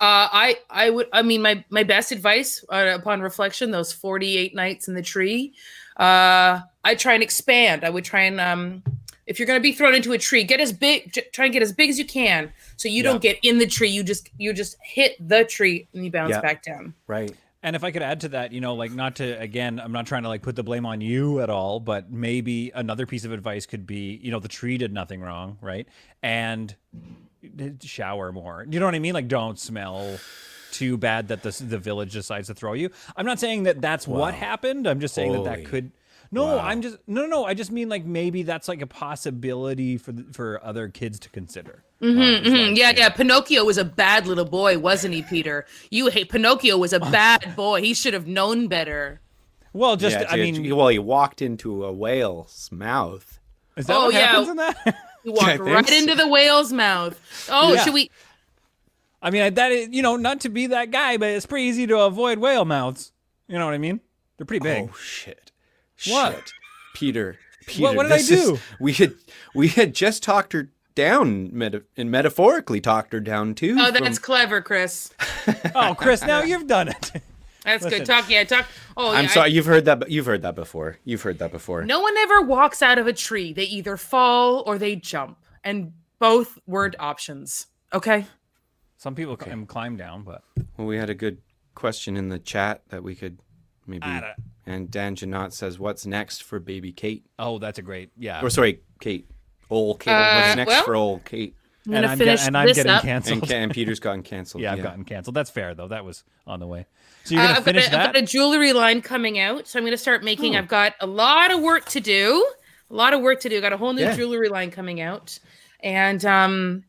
Speaker 7: Uh, I I would I mean my my best advice uh, upon reflection those 48 nights in the tree uh I try and expand I would try and um if you're going to be thrown into a tree get as big j- try and get as big as you can so you don't get in the tree you just you just hit the tree and you bounce
Speaker 3: Yeah.
Speaker 7: back down
Speaker 3: Right.
Speaker 2: And if I could add to that, you know, like not to again, I'm not trying to like put the blame on you at all, but maybe another piece of advice could be, you know, the tree did nothing wrong, right? And shower more. You know what I mean? Like don't smell too bad that the the village decides to throw you. I'm not saying that that's what happened. I'm just saying that
Speaker 3: Holy.
Speaker 2: that could no, I'm just no, no, no. I just mean like maybe that's like a possibility for the, for other kids to consider.
Speaker 7: Mhm, yeah, yeah. Pinocchio was a bad little boy, wasn't he, Peter? You hate Pinocchio was a bad boy. He should have known better.
Speaker 2: Oh. Well, just
Speaker 3: yeah,
Speaker 2: I
Speaker 3: dude,
Speaker 2: mean,
Speaker 3: well, he walked into a whale's mouth.
Speaker 2: is that
Speaker 7: Oh,
Speaker 2: what
Speaker 7: yeah.
Speaker 2: happens in that?
Speaker 7: He
Speaker 3: I
Speaker 7: walked
Speaker 3: think
Speaker 7: right
Speaker 3: so.
Speaker 7: into the whale's mouth. Oh,
Speaker 2: Yeah.
Speaker 7: should we?
Speaker 2: I mean, I- that is, you know, not to be that guy, but it's pretty easy to avoid whale mouths. You know what I mean? They're pretty big.
Speaker 3: Oh shit!
Speaker 2: What?
Speaker 3: Shit. Peter? Peter,
Speaker 2: What- what did I
Speaker 3: this is-
Speaker 2: do?
Speaker 3: we had we had just talked her down, meta- and metaphorically talked her down too.
Speaker 7: Oh,
Speaker 3: from-
Speaker 7: that's clever, Chris.
Speaker 2: Oh, Chris, now you've done it.
Speaker 7: That's
Speaker 2: Listen.
Speaker 7: good talk. Yeah, talk. Oh,
Speaker 3: I'm
Speaker 7: yeah, I-
Speaker 3: sorry, you've heard that. You've heard that before. You've heard that before.
Speaker 7: no one ever walks out of a tree. They either fall or they jump, and both weren't options. Okay.
Speaker 2: Some people can climb down, but
Speaker 3: Well, we had a good question in the chat that we could maybe.
Speaker 2: don't-
Speaker 3: And Dan Janot says, "What's next for baby Kate?"
Speaker 2: oh, that's a great yeah.
Speaker 3: Or sorry, Kate. Old Kate. What's
Speaker 7: Uh,
Speaker 3: next
Speaker 7: well-
Speaker 3: for old Kate?
Speaker 7: I'm
Speaker 2: and
Speaker 7: gonna
Speaker 2: I'm,
Speaker 7: finish
Speaker 2: and I'm
Speaker 7: this
Speaker 2: getting
Speaker 7: up.
Speaker 2: canceled.
Speaker 3: And, Ka- and Peter's gotten canceled.
Speaker 2: yeah, I've gotten canceled. That's fair though. That was on the way. So you're
Speaker 7: Uh,
Speaker 2: gonna
Speaker 7: I've, got
Speaker 2: finish
Speaker 7: a, I've
Speaker 2: that. Oh.
Speaker 7: got a jewelry line coming out, so I'm gonna start making. I've got a lot of work to do. A lot of work to do. got a whole new
Speaker 3: Yeah.
Speaker 7: jewelry line coming out, and um,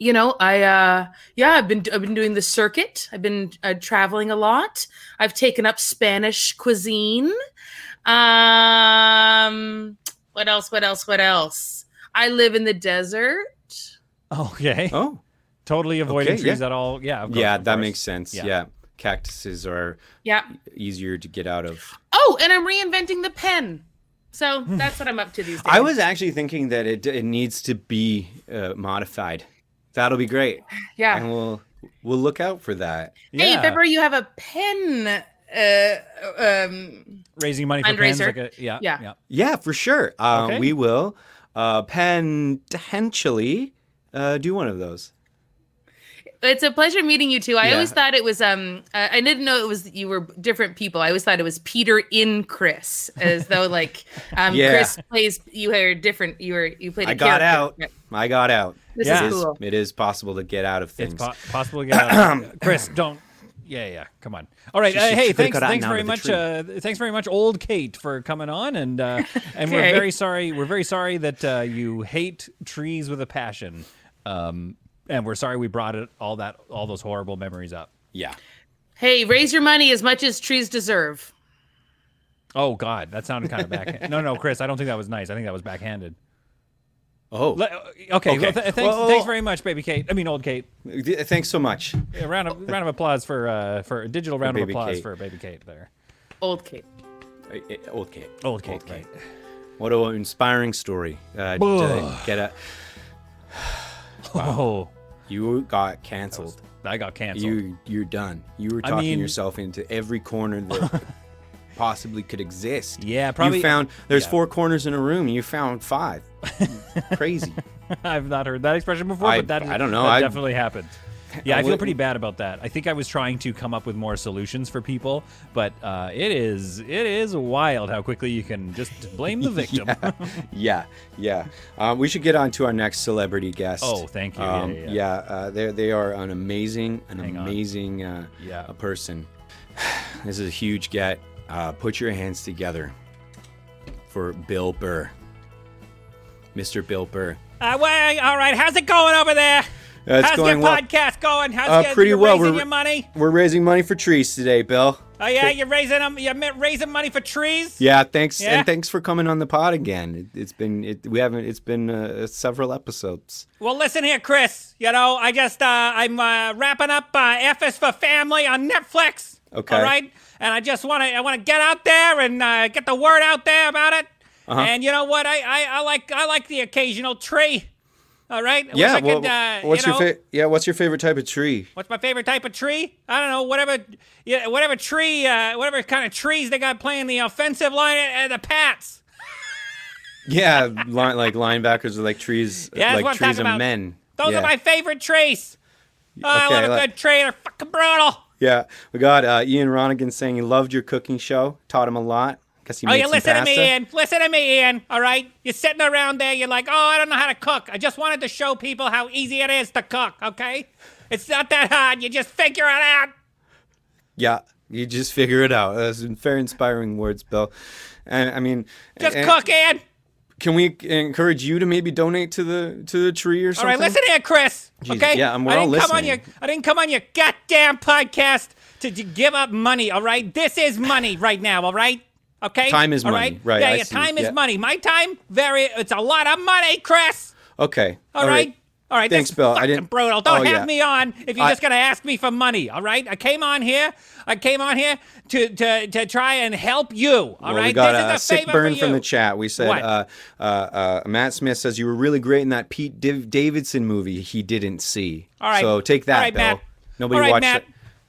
Speaker 7: you know, I uh, yeah, I've been I've been doing the circuit. I've been uh, traveling a lot. I've taken up Spanish cuisine. Um, what else? What else? What else? I live in the desert.
Speaker 2: okay,
Speaker 3: Oh.
Speaker 2: totally avoiding
Speaker 3: Okay, yeah.
Speaker 2: trees at all. Yeah, of course,
Speaker 3: Yeah,
Speaker 2: of
Speaker 3: that
Speaker 2: course.
Speaker 3: makes sense.
Speaker 2: Yeah.
Speaker 3: Yeah. Cactuses are
Speaker 7: Yeah.
Speaker 3: easier to get out of.
Speaker 7: Oh, and I'm reinventing the pen. So
Speaker 2: Hmm.
Speaker 7: that's what I'm up to these days.
Speaker 3: I was actually thinking that it, it needs to be uh, modified. That'll be great.
Speaker 7: yeah.
Speaker 3: And we'll we'll look out for that.
Speaker 7: Hey,
Speaker 2: Yeah,
Speaker 7: if ever you have a pen, uh, um,
Speaker 2: raising money for pens.
Speaker 7: fundraiser.
Speaker 2: Like a, yeah,
Speaker 7: Yeah.
Speaker 2: yeah.
Speaker 3: Yeah, for sure. Um,
Speaker 2: Okay.
Speaker 3: We will uh, potentially uh, do one of those.
Speaker 7: it's a pleasure meeting you two. I
Speaker 3: Yeah.
Speaker 7: always thought it was um, uh, I didn't know it was you were different people. I always thought it was Peter in Chris, as though like um,
Speaker 3: Yeah.
Speaker 7: Chris plays you are different. You were you played. a
Speaker 3: I got
Speaker 7: character.
Speaker 3: I got out.
Speaker 7: This
Speaker 2: Yeah.
Speaker 7: is
Speaker 3: It is-
Speaker 7: cool.
Speaker 3: It is possible to get out of
Speaker 2: It's
Speaker 3: things.
Speaker 2: po- possible to get out. of- Chris, don't. Yeah, yeah. Come on. All right.
Speaker 3: She-
Speaker 2: uh,
Speaker 3: she- she
Speaker 2: hey,
Speaker 3: could've
Speaker 2: thanks.
Speaker 3: got out
Speaker 2: Thanks
Speaker 3: and out
Speaker 2: very
Speaker 3: of the
Speaker 2: much.
Speaker 3: tree.
Speaker 2: Uh, thanks very much, old Kate, for coming on, and uh, and we're
Speaker 7: Okay.
Speaker 2: very sorry. We're very sorry that uh, you hate trees with a passion, um, and we're sorry we brought it all that all those horrible memories up.
Speaker 3: yeah.
Speaker 7: hey, raise your money as much as trees deserve.
Speaker 2: Oh God, that sounded kind of backhand. no, no, Chris, I don't think that was nice. I think that was backhanded.
Speaker 3: Oh,
Speaker 2: Le- uh, okay. Well, th- thanks.
Speaker 3: Well-
Speaker 2: thanks very much, baby Kate. I mean, old Kate.
Speaker 3: th- thanks so much.
Speaker 2: A round of round of applause for uh, for a digital round of
Speaker 3: baby
Speaker 2: applause
Speaker 3: Kate.
Speaker 2: for baby Kate there.
Speaker 7: Old Kate.
Speaker 3: Uh, uh, Old Kate.
Speaker 2: Old Kate. right.
Speaker 3: What an inspiring story. Uh, to
Speaker 2: Ugh.
Speaker 3: get out.
Speaker 2: Oh.
Speaker 3: You got canceled.
Speaker 2: I got canceled.
Speaker 3: You you're done. You were
Speaker 2: I
Speaker 3: talking
Speaker 2: mean-
Speaker 3: yourself into every corner that possibly could exist.
Speaker 2: Yeah, probably- uh,
Speaker 3: You found there's four corners in a room. You found five. Crazy.
Speaker 2: I've not heard that expression before,
Speaker 3: I-
Speaker 2: but that
Speaker 3: I don't know.
Speaker 2: That
Speaker 3: I-
Speaker 2: definitely happened. Yeah, I feel
Speaker 3: would-
Speaker 2: pretty bad about that. I think I was trying to come up with more solutions for people, but uh, it is it is wild how quickly you can just blame the victim.
Speaker 3: yeah, yeah. Um, we should get on to our next celebrity guest.
Speaker 2: Oh, thank you. Yeah,
Speaker 3: Um,
Speaker 2: yeah, yeah.
Speaker 3: uh, they they are an amazing, an
Speaker 2: Hang on.
Speaker 3: amazing uh,
Speaker 2: Yeah.
Speaker 3: a person. this is a huge get. Uh, put your hands together for Bill Burr, Mr. Bill Burr.
Speaker 8: Uh, well, all right, how's it going over there?
Speaker 3: Uh, it's
Speaker 8: how's
Speaker 3: going
Speaker 8: your
Speaker 3: well.
Speaker 8: podcast going? How's
Speaker 3: Uh,
Speaker 8: your,
Speaker 3: pretty
Speaker 8: you're
Speaker 3: well.
Speaker 8: raising
Speaker 3: We're-
Speaker 8: your money?
Speaker 3: We're raising money for trees today, Bill.
Speaker 8: Oh yeah, you're raising them. You're ma- raising money for trees.
Speaker 3: Yeah, thanks
Speaker 8: Yeah.
Speaker 3: and thanks for coming on the pod again. It, it's been it, we haven't it's been uh, several episodes.
Speaker 8: Well, listen here, Chris. You know, I just uh, I'm uh, wrapping up uh, F is for Family on Netflix.
Speaker 3: Okay.
Speaker 8: All right. And I just want to I want to get out there and uh, get the word out there about it.
Speaker 3: Uh-huh.
Speaker 8: And you know what? I, I I like I like the occasional tree. All right. I wish I
Speaker 3: well,
Speaker 8: could, uh,
Speaker 3: what's
Speaker 8: you know,
Speaker 3: your fa- yeah? What's your favorite type of tree?
Speaker 8: What's my favorite type of tree? I don't know. Whatever, yeah, whatever tree, uh, whatever kind of trees they got playing the offensive line at, at the Pats.
Speaker 3: Yeah, li- like linebackers are like trees,
Speaker 8: Yeah, that's what
Speaker 3: like
Speaker 8: I'm
Speaker 3: trees
Speaker 8: talking
Speaker 3: of
Speaker 8: about.
Speaker 3: men.
Speaker 8: Those
Speaker 3: yeah.
Speaker 8: are my favorite trees. Oh, I
Speaker 3: Okay,
Speaker 8: love a
Speaker 3: like-
Speaker 8: good tree. They're fucking brutal.
Speaker 3: Yeah, we got uh, Ian Ronigan saying he loved your cooking show, taught him a lot. Guess he
Speaker 8: Oh,
Speaker 3: made
Speaker 8: you
Speaker 3: some
Speaker 8: listen to
Speaker 3: pasta.
Speaker 8: me, Ian. Listen to me, Ian. All right. You're sitting around there. You're like, oh, I don't know how to cook. I just wanted to show people how easy it is to cook. Okay. It's not that hard. You just figure it out.
Speaker 3: Yeah, you just figure it out. That's some very inspiring words, Bill. And I mean,
Speaker 8: Just
Speaker 3: and-
Speaker 8: cook, Ian.
Speaker 3: Can we encourage you to maybe donate to the to the tree or
Speaker 8: All
Speaker 3: something?
Speaker 8: right, listen here, Chris.
Speaker 3: Jeez,
Speaker 8: okay,
Speaker 3: yeah, and we're
Speaker 8: I didn't
Speaker 3: all
Speaker 8: come on your,
Speaker 3: listening.
Speaker 8: I didn't come on your goddamn podcast to d- give up money. All right, this is money right now. All right, okay.
Speaker 3: Time is
Speaker 8: all
Speaker 3: money,
Speaker 8: right?
Speaker 3: right,
Speaker 8: Yeah,
Speaker 3: I
Speaker 8: yeah.
Speaker 3: see,
Speaker 8: Time is
Speaker 3: yeah.
Speaker 8: money. My time, very. It's a lot of money, Chris.
Speaker 3: Okay.
Speaker 8: all right. All right,
Speaker 3: Thanks,
Speaker 8: this is
Speaker 3: Bill. I
Speaker 8: fucking
Speaker 3: didn't-
Speaker 8: brutal. Don't
Speaker 3: Oh,
Speaker 8: have
Speaker 3: yeah.
Speaker 8: me on if you're
Speaker 3: I-
Speaker 8: just gonna ask me for money. All right, I came on here. I came on here to to, to try and help you. All right,
Speaker 3: Well, we got
Speaker 8: this
Speaker 3: a,
Speaker 8: is a
Speaker 3: sick
Speaker 8: favor
Speaker 3: burn
Speaker 8: for
Speaker 3: from
Speaker 8: you.
Speaker 3: the chat. We said
Speaker 8: What?
Speaker 3: uh, uh, uh, Matt Smith says you were really great in that Pete Div- Davidson movie he didn't see.
Speaker 8: All right.
Speaker 3: So take that,
Speaker 8: All right,
Speaker 3: Bill.
Speaker 8: Matt.
Speaker 3: Nobody
Speaker 8: All right,
Speaker 3: watched
Speaker 8: Matt.
Speaker 3: it.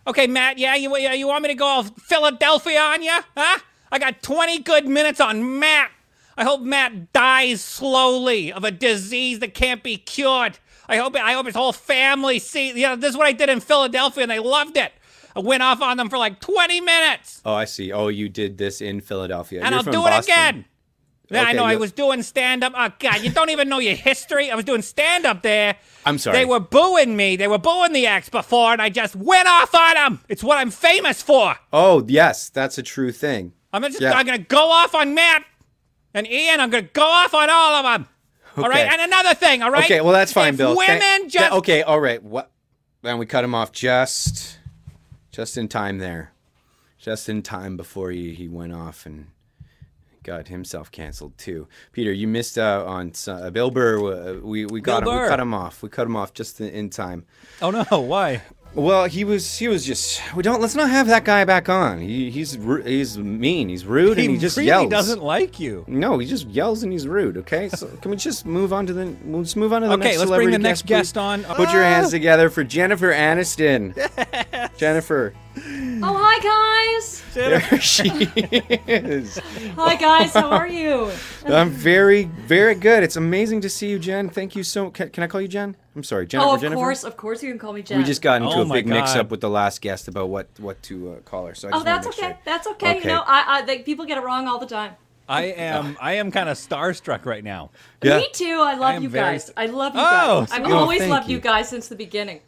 Speaker 8: Okay, Matt. Yeah, you yeah, you want me to go all Philadelphia on you? Huh? I got 20 good minutes on Matt. I hope Matt dies slowly of a disease that can't be cured. I hope I hope his whole family see. Yeah, this is what I did in Philadelphia, and they loved it. I went off on them for like 20 minutes,
Speaker 3: Oh, I see. Oh, you did this in Philadelphia.
Speaker 8: and
Speaker 3: You're
Speaker 8: I'll
Speaker 3: from
Speaker 8: do it
Speaker 3: Boston.
Speaker 8: again. Yeah, I
Speaker 3: Okay,
Speaker 8: know. I
Speaker 3: you'll-
Speaker 8: was doing stand up. Oh God, you don't even know your history. I was doing stand up there.
Speaker 3: I'm sorry.
Speaker 8: They were booing me. They were booing the acts before, and I just went off on them. It's what I'm famous for.
Speaker 3: Oh, yes, that's a true thing.
Speaker 8: I'm just.
Speaker 3: Yeah.
Speaker 8: I'm gonna go off on Matt and Ian. I'm gonna go off on all of them. All right.
Speaker 3: Okay.
Speaker 8: And another thing. All right.
Speaker 3: Okay, well that's fine,
Speaker 8: If
Speaker 3: Bill.
Speaker 8: Women
Speaker 3: Thank- that-
Speaker 8: just.
Speaker 3: okay, all right. What? And we cut him off just, just in time there, just in time before he, he went off and got himself canceled too. Peter, you missed out on so- uh, Bill Burr. uh, We we got
Speaker 8: Bill
Speaker 3: him.
Speaker 8: Burr.
Speaker 3: We cut him off. We cut him off just in, in time.
Speaker 8: Oh no. Why?
Speaker 3: Well, he was he was just. We don't let's not have that guy back on. He he's ru- he's mean. He's rude and he just yells.
Speaker 8: like you.
Speaker 3: No, he just yells and he's rude. Okay, so can we just move on to the let's move on to the
Speaker 8: Okay,
Speaker 3: next
Speaker 8: let's
Speaker 3: celebrity
Speaker 8: bring the next guest
Speaker 3: please?
Speaker 8: on. Ah!
Speaker 3: Put your hands together for Jennifer Aniston. Jennifer,
Speaker 9: Oh, hi guys!
Speaker 3: there she is.
Speaker 9: Hi guys, how are you?
Speaker 3: I'm very, very good. It's amazing to see you, Jen. Thank you so. Can, can I call you Jen? I'm sorry, Jen
Speaker 9: oh,
Speaker 3: or
Speaker 9: of
Speaker 3: Jennifer.
Speaker 9: course, of course you can call me Jen.
Speaker 3: We just got into
Speaker 8: Oh
Speaker 3: a
Speaker 8: my
Speaker 3: big mix-up
Speaker 8: God.
Speaker 3: with the last guest about what what to uh, call her. So I
Speaker 9: Oh,
Speaker 3: just wanna
Speaker 9: that's
Speaker 3: make
Speaker 9: okay.
Speaker 3: sure.
Speaker 9: That's okay.
Speaker 3: Okay.
Speaker 9: You know, I, I like, people get it wrong all the time.
Speaker 8: I am. I am kind of starstruck right now.
Speaker 3: Yeah.
Speaker 9: Me too. I
Speaker 8: I
Speaker 9: love
Speaker 8: am
Speaker 9: you
Speaker 8: very
Speaker 9: guys. I love you
Speaker 8: Oh,
Speaker 9: guys. I've
Speaker 3: oh,
Speaker 9: always
Speaker 3: thank
Speaker 9: loved you.
Speaker 3: you.
Speaker 9: guys since the beginning.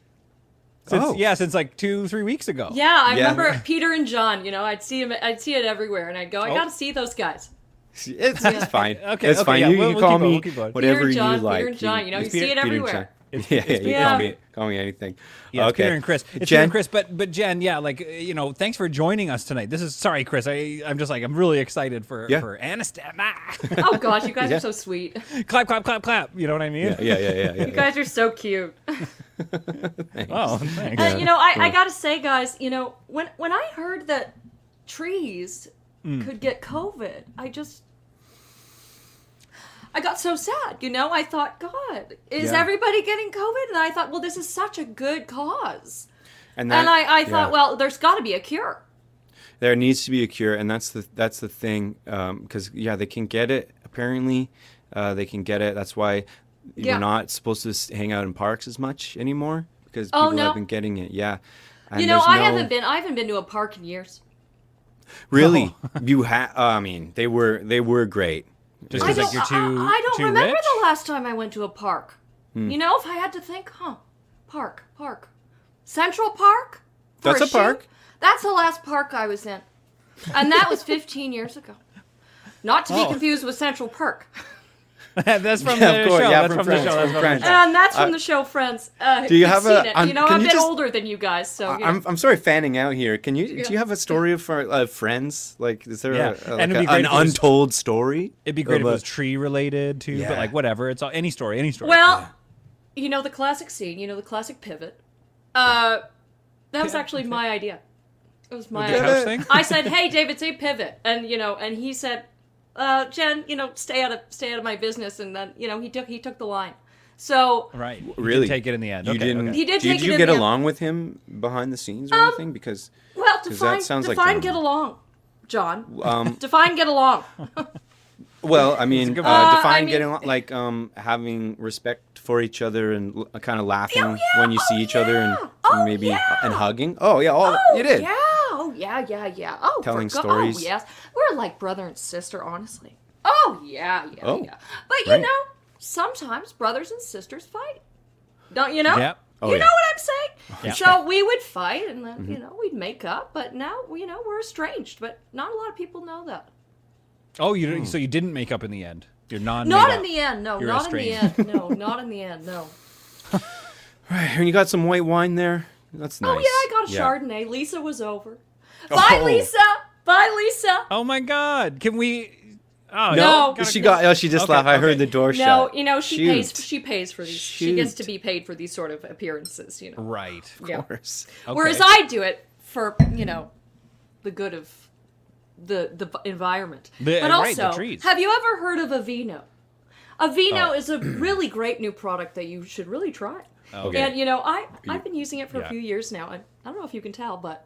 Speaker 8: Since,
Speaker 3: Oh.
Speaker 8: Yeah, since like two, three weeks ago.
Speaker 9: Yeah, I
Speaker 3: Yeah.
Speaker 9: remember Peter and John. You know, I'd see him. I'd see it everywhere, and I'd go, I
Speaker 3: Oh.
Speaker 9: gotta see those guys.
Speaker 3: It's, it's fine.
Speaker 8: Okay,
Speaker 3: it's
Speaker 8: okay,
Speaker 3: fine.
Speaker 8: yeah,
Speaker 3: you
Speaker 8: we'll-
Speaker 3: you
Speaker 8: we'll
Speaker 3: call
Speaker 8: keep on,
Speaker 3: me
Speaker 8: we'll keep on.
Speaker 3: whatever
Speaker 9: Peter and John,
Speaker 3: you
Speaker 9: Peter
Speaker 3: like.
Speaker 9: and John, you know, you see it
Speaker 3: Peter and
Speaker 9: everywhere.
Speaker 3: John.
Speaker 8: It's-
Speaker 3: yeah,
Speaker 8: it's
Speaker 9: Peter
Speaker 3: you call
Speaker 9: and
Speaker 3: me
Speaker 9: John.
Speaker 3: call me anything.
Speaker 8: Yeah, it's
Speaker 3: okay.
Speaker 8: Peter and Chris. It's Peter
Speaker 3: Jen,
Speaker 8: and Chris, but but Jen, yeah, like uh, you know, thanks for joining us tonight. This is sorry, Chris. I I'm just like I'm really excited for
Speaker 3: Yeah.
Speaker 8: for Aniston. Ah.
Speaker 9: Oh gosh, you guys are so sweet. You
Speaker 8: clap, clap, clap, clap. You know what I mean?
Speaker 3: Yeah, yeah, yeah, yeah.
Speaker 9: guys are so cute.
Speaker 8: Oh, thanks.
Speaker 9: And, Uh, you know, I, I gotta say, guys, you know, when when I heard that trees
Speaker 3: Mm.
Speaker 9: could get COVID, I just I got so sad. You know, I thought, God, is
Speaker 3: Yeah.
Speaker 9: everybody getting COVID? And I thought, well, this is such a good cause.
Speaker 3: And,
Speaker 9: and I, I
Speaker 3: yeah.
Speaker 9: thought, well, there's got to be a cure.
Speaker 3: there needs to be a cure, and that's the that's the thing, because yeah, they can get it. Apparently, uh, they can get it. That's why
Speaker 9: Yeah.
Speaker 3: you're not supposed to s- hang out in parks as much anymore because
Speaker 9: Oh,
Speaker 3: people
Speaker 9: no.
Speaker 3: have been getting it. Yeah, and
Speaker 9: you know,
Speaker 3: there's
Speaker 9: I
Speaker 3: no-
Speaker 9: haven't been I haven't been to a park in years.
Speaker 3: really. you ha I mean, they were they were great.
Speaker 8: Just
Speaker 9: I
Speaker 8: because
Speaker 9: don't,
Speaker 8: like you're too
Speaker 9: I, I don't
Speaker 8: too
Speaker 9: remember
Speaker 8: rich.
Speaker 9: the last time I went to a park.
Speaker 3: Hmm.
Speaker 9: You know, if I had to think, huh, park, park, Central Park. For
Speaker 3: That's a
Speaker 9: shoot?
Speaker 3: park.
Speaker 9: That's the last park I was in,
Speaker 3: Oh.
Speaker 9: and that was 15 years ago. Not to be confused with Central Park.
Speaker 2: that's from
Speaker 3: Yeah, of
Speaker 2: the
Speaker 3: course.
Speaker 2: show.
Speaker 3: Yeah,
Speaker 2: that's
Speaker 3: from
Speaker 2: from,
Speaker 3: Friends,
Speaker 2: the show.
Speaker 3: from
Speaker 2: That's from
Speaker 3: Friends.
Speaker 2: the show.
Speaker 9: And that's from the show Friends. Uh,
Speaker 3: do you
Speaker 9: you've
Speaker 3: have
Speaker 9: seen
Speaker 3: a-
Speaker 9: it.
Speaker 3: um,
Speaker 9: you know, I'm
Speaker 3: can
Speaker 9: a
Speaker 3: you
Speaker 9: bit
Speaker 3: just-
Speaker 9: older than you guys, so
Speaker 3: I-
Speaker 9: yeah.
Speaker 3: I'm, I'm sorry, fanning out here. Can you
Speaker 9: Yeah.
Speaker 3: do you have a story of fr- uh, friends? Like, is there
Speaker 2: Yeah.
Speaker 3: a- a,
Speaker 2: And it'd
Speaker 3: like
Speaker 2: be
Speaker 3: a-
Speaker 2: great
Speaker 3: an
Speaker 2: if it was-
Speaker 3: untold story?
Speaker 2: It'd be great if
Speaker 3: of
Speaker 2: it
Speaker 3: a-
Speaker 2: was tree related too, but
Speaker 3: Yeah.
Speaker 2: like whatever. It's all, any story, any story.
Speaker 9: Well, you know the classic scene. You know the classic pivot. Uh, that was actually my idea. It was my
Speaker 2: the
Speaker 9: idea.
Speaker 2: couch thing.
Speaker 9: I said, "Hey, David, say pivot," and you know, and he said, uh, "Jen, you know, stay out of stay out of my business." And then you know, he took he took the line. So
Speaker 2: right. You did
Speaker 3: really
Speaker 2: take it in the end.
Speaker 3: You
Speaker 2: okay,
Speaker 3: didn't.
Speaker 2: okay.
Speaker 9: He did
Speaker 3: Did
Speaker 9: take it
Speaker 3: you
Speaker 9: in
Speaker 3: get
Speaker 9: the end.
Speaker 3: along with him behind the scenes or
Speaker 9: Um,
Speaker 3: anything? Because
Speaker 9: well,
Speaker 3: 'Cause
Speaker 9: define
Speaker 3: that sounds like
Speaker 9: define
Speaker 3: drama.
Speaker 9: get along, John.
Speaker 3: um,
Speaker 9: Define get along.
Speaker 3: Well, I mean, uh,
Speaker 2: good one.
Speaker 9: Uh, I
Speaker 3: define
Speaker 9: mean-
Speaker 3: getting al- like um, having respect for each other and l- kind of laughing
Speaker 9: Oh, yeah.
Speaker 3: when you see
Speaker 9: Oh,
Speaker 3: each other and,
Speaker 9: yeah.
Speaker 3: and
Speaker 9: Oh,
Speaker 3: maybe
Speaker 9: yeah.
Speaker 3: and hugging. Oh yeah, all
Speaker 9: Oh,
Speaker 3: you did.
Speaker 9: Yeah. Oh, yeah, yeah, yeah. Oh, for
Speaker 3: Telling
Speaker 9: go-
Speaker 3: stories.
Speaker 9: Oh, yes. We're like brother and sister, honestly. Oh, yeah, yeah,
Speaker 3: Oh,
Speaker 9: yeah. But you
Speaker 3: right.
Speaker 9: know, sometimes brothers and sisters fight. Don't you know?
Speaker 2: Yep.
Speaker 3: Oh,
Speaker 9: you
Speaker 3: yeah. Mm-hmm.
Speaker 9: know what I'm saying?
Speaker 2: Yeah.
Speaker 9: So we would fight and then, you know, we'd make up, but now, you know, we're estranged, but not a lot of people know that.
Speaker 2: Oh, you
Speaker 3: Hmm.
Speaker 2: didn't- so you didn't make up in the end. You're non.
Speaker 9: Not
Speaker 2: made
Speaker 9: in
Speaker 2: up.
Speaker 9: the end, no.
Speaker 2: You're
Speaker 9: not in the
Speaker 2: estranged.
Speaker 9: end, no. Not in the end, no.
Speaker 3: Right, and you got some white wine there. That's nice.
Speaker 9: Oh, yeah, I got a Chardonnay. Lisa was over. Bye,
Speaker 3: Oh.
Speaker 9: Lisa. Bye, Lisa.
Speaker 2: Oh my God! Can we? Oh
Speaker 9: No.
Speaker 2: gotta
Speaker 3: she
Speaker 2: go.
Speaker 3: got. Oh, she just
Speaker 2: Okay,
Speaker 3: laughed. I
Speaker 2: okay.
Speaker 3: heard the door
Speaker 9: No,
Speaker 3: shut.
Speaker 9: you know she pays.
Speaker 3: Shoot.
Speaker 9: She pays for these. She gets to
Speaker 3: Shoot.
Speaker 9: be paid for these sort of appearances. You know.
Speaker 2: Right.
Speaker 9: yeah.
Speaker 3: Of course.
Speaker 9: Whereas
Speaker 2: Okay.
Speaker 9: I do it for you know, the good of the the v- environment.
Speaker 2: The-
Speaker 9: but
Speaker 2: right, the
Speaker 9: also,
Speaker 2: trees.
Speaker 9: have you ever heard of Aveeno? Aveeno
Speaker 3: Oh.
Speaker 9: is a really great new product that you should really try.
Speaker 3: Oh,
Speaker 2: Okay.
Speaker 9: And you know, I I've been using it for
Speaker 2: Yeah.
Speaker 9: a few years now, and I don't know if you can tell, but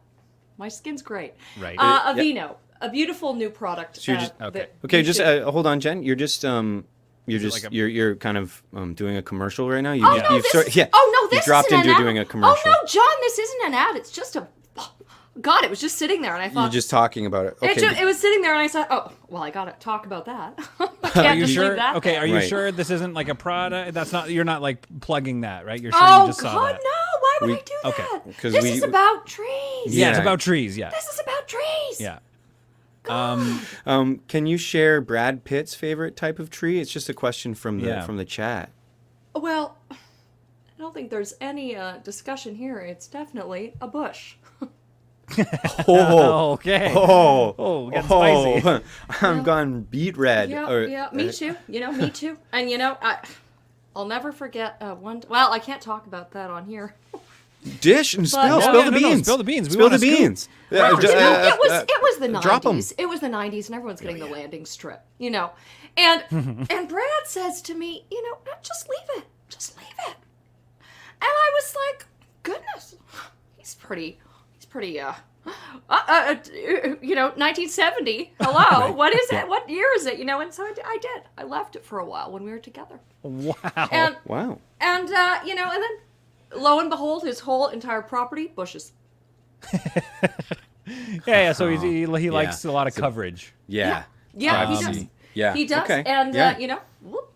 Speaker 9: my skin's great.
Speaker 2: Right.
Speaker 9: Uh,
Speaker 3: It-
Speaker 9: Aveeno, a beautiful new product.
Speaker 3: So you're
Speaker 9: uh,
Speaker 3: just-
Speaker 2: okay.
Speaker 9: that
Speaker 3: Okay,
Speaker 9: you
Speaker 3: just
Speaker 9: should-
Speaker 3: uh, hold on, Jen. You're just um, you're
Speaker 2: it
Speaker 3: just
Speaker 2: like a-
Speaker 3: you're you're kind of um doing a commercial right now. You,
Speaker 9: Oh
Speaker 3: you-
Speaker 9: no,
Speaker 3: you've
Speaker 9: this
Speaker 3: sort-
Speaker 9: is,
Speaker 3: yeah.
Speaker 9: Oh no, this
Speaker 3: you dropped
Speaker 9: isn't
Speaker 3: into
Speaker 9: an ad.
Speaker 3: doing a commercial.
Speaker 9: Oh no, John, this isn't an ad. It's just a. God, it was just sitting there, and I
Speaker 3: You're
Speaker 9: thought
Speaker 3: just talking about it. Okay.
Speaker 9: it, ju- it was sitting there, and I said, "Oh, well, I gotta talk about that." I
Speaker 2: Are
Speaker 9: can't
Speaker 2: you
Speaker 9: just leave
Speaker 2: sure?
Speaker 9: that
Speaker 2: Okay.
Speaker 9: there.
Speaker 2: Are you
Speaker 3: Right.
Speaker 2: sure this isn't like a product? That's not. You're not like plugging that, right? You're sure
Speaker 9: oh
Speaker 2: you just saw
Speaker 9: God,
Speaker 2: that.
Speaker 9: no! Why would
Speaker 3: We-
Speaker 9: I do
Speaker 2: okay,
Speaker 9: that?
Speaker 3: 'cause
Speaker 9: This
Speaker 3: we-
Speaker 9: is about trees.
Speaker 2: Yeah, it's
Speaker 3: Yeah.
Speaker 2: about trees. Yeah.
Speaker 9: This is about trees.
Speaker 2: Yeah. Um.
Speaker 3: Um, can you share Brad Pitt's favorite type of tree? It's just a question from the
Speaker 2: Yeah.
Speaker 3: from the chat.
Speaker 9: Well, I don't think there's any uh, discussion here. It's definitely a bush.
Speaker 3: Oh,
Speaker 2: Okay.
Speaker 3: oh,
Speaker 2: Oh, we got
Speaker 3: oh. I'm gone beat red.
Speaker 9: Yeah,
Speaker 3: or-
Speaker 9: yeah, me
Speaker 3: uh,
Speaker 9: too. You know, me too. And you know, I, I'll never forget uh, one. Well, I can't talk about that on here.
Speaker 3: Dish and spill,
Speaker 9: no,
Speaker 3: spill
Speaker 2: no,
Speaker 3: the
Speaker 2: no, no,
Speaker 3: beans.
Speaker 2: spill the beans. We
Speaker 3: Spill
Speaker 2: want
Speaker 3: the
Speaker 2: a scoop.
Speaker 3: beans.
Speaker 9: Well,
Speaker 3: Yeah,
Speaker 9: you
Speaker 3: ju-
Speaker 9: know,
Speaker 3: uh,
Speaker 9: it was
Speaker 3: uh,
Speaker 9: it was the
Speaker 3: drop 'em.
Speaker 9: nineties. It was the nineties, and everyone's getting the landing strip, you know. And and Brad says to me, you know, "Uh, just leave it, just leave it. And I was like, goodness, he's pretty, he's pretty. Uh, uh, uh, uh, you know, 1970. Hello, what is it? What year is it? You know, and so I d I I did. I left it for a while when we were together.
Speaker 2: Wow.
Speaker 9: And
Speaker 3: Wow.
Speaker 9: and uh, you know, and then lo and behold, his whole entire property bushes.
Speaker 2: Yeah, yeah. So he's, he, he
Speaker 3: Yeah.
Speaker 2: likes a lot of coverage.
Speaker 3: Yeah.
Speaker 9: Yeah,
Speaker 3: I
Speaker 9: he does.
Speaker 3: see. Um, Yeah.
Speaker 9: He does.
Speaker 3: Okay.
Speaker 9: And,
Speaker 3: yeah.
Speaker 9: uh, you know, whoop,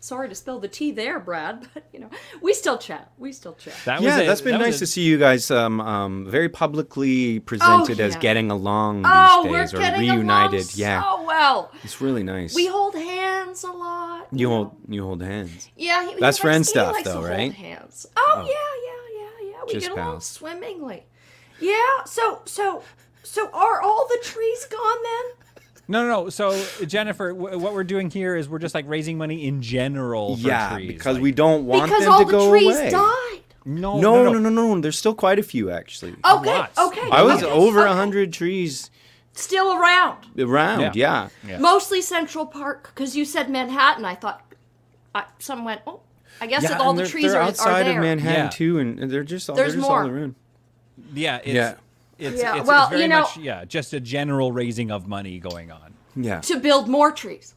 Speaker 9: sorry to spill the tea there, Brad, but, you know, we still chat. We still chat.
Speaker 2: That was
Speaker 3: yeah,
Speaker 2: it.
Speaker 3: that's been
Speaker 2: That was
Speaker 3: nice
Speaker 2: it.
Speaker 3: to see you guys um, um, very publicly presented
Speaker 9: Oh,
Speaker 3: as
Speaker 9: yeah.
Speaker 3: getting along these
Speaker 9: oh, we're
Speaker 3: days or
Speaker 9: getting
Speaker 3: reunited.
Speaker 9: along
Speaker 3: yeah,
Speaker 9: so well.
Speaker 3: it's really nice.
Speaker 9: We hold hands a lot.
Speaker 3: you hold you hold hands.
Speaker 9: Yeah, he, he
Speaker 3: That's friend
Speaker 9: likes, he
Speaker 3: stuff,
Speaker 9: likes to
Speaker 3: though,
Speaker 9: hold
Speaker 3: right?
Speaker 9: Hands. Oh, yeah, yeah, yeah, yeah. We
Speaker 3: Just
Speaker 9: get along
Speaker 3: pals.
Speaker 9: swimmingly. Yeah. So, so, so are all the trees gone then?
Speaker 2: No, no, no. So Jennifer, w- what we're doing here is we're just like raising money in general. For
Speaker 3: Yeah,
Speaker 2: trees.
Speaker 3: because
Speaker 2: like-
Speaker 3: we don't want
Speaker 9: because
Speaker 3: them
Speaker 9: all
Speaker 3: to
Speaker 9: the
Speaker 3: go
Speaker 9: trees
Speaker 3: away.
Speaker 9: died.
Speaker 2: No,
Speaker 3: No, no, no, no, no. There's still quite a few actually.
Speaker 9: Oh, good.
Speaker 2: Lots.
Speaker 9: Okay.
Speaker 3: I was
Speaker 9: okay,
Speaker 3: over a
Speaker 9: okay.
Speaker 3: hundred trees
Speaker 9: Still around.
Speaker 3: around.
Speaker 2: Yeah.
Speaker 3: Yeah.
Speaker 2: Yeah.
Speaker 9: Mostly Central Park, because you said Manhattan. I thought I, some went. Oh, I guess
Speaker 3: Yeah,
Speaker 9: all
Speaker 3: and
Speaker 9: the
Speaker 3: they're,
Speaker 9: trees
Speaker 3: they're
Speaker 9: are,
Speaker 3: outside
Speaker 9: are there.
Speaker 3: of Manhattan
Speaker 2: Yeah.
Speaker 3: too, and and they're just all,
Speaker 9: There's
Speaker 3: they're just all
Speaker 9: more.
Speaker 3: around.
Speaker 2: Yeah, it's,
Speaker 3: Yeah.
Speaker 2: It's,
Speaker 9: Yeah,
Speaker 2: it's,
Speaker 9: well,
Speaker 2: it's very
Speaker 9: you know-
Speaker 2: much yeah, just a general raising of money going on.
Speaker 3: Yeah,
Speaker 9: To build more trees.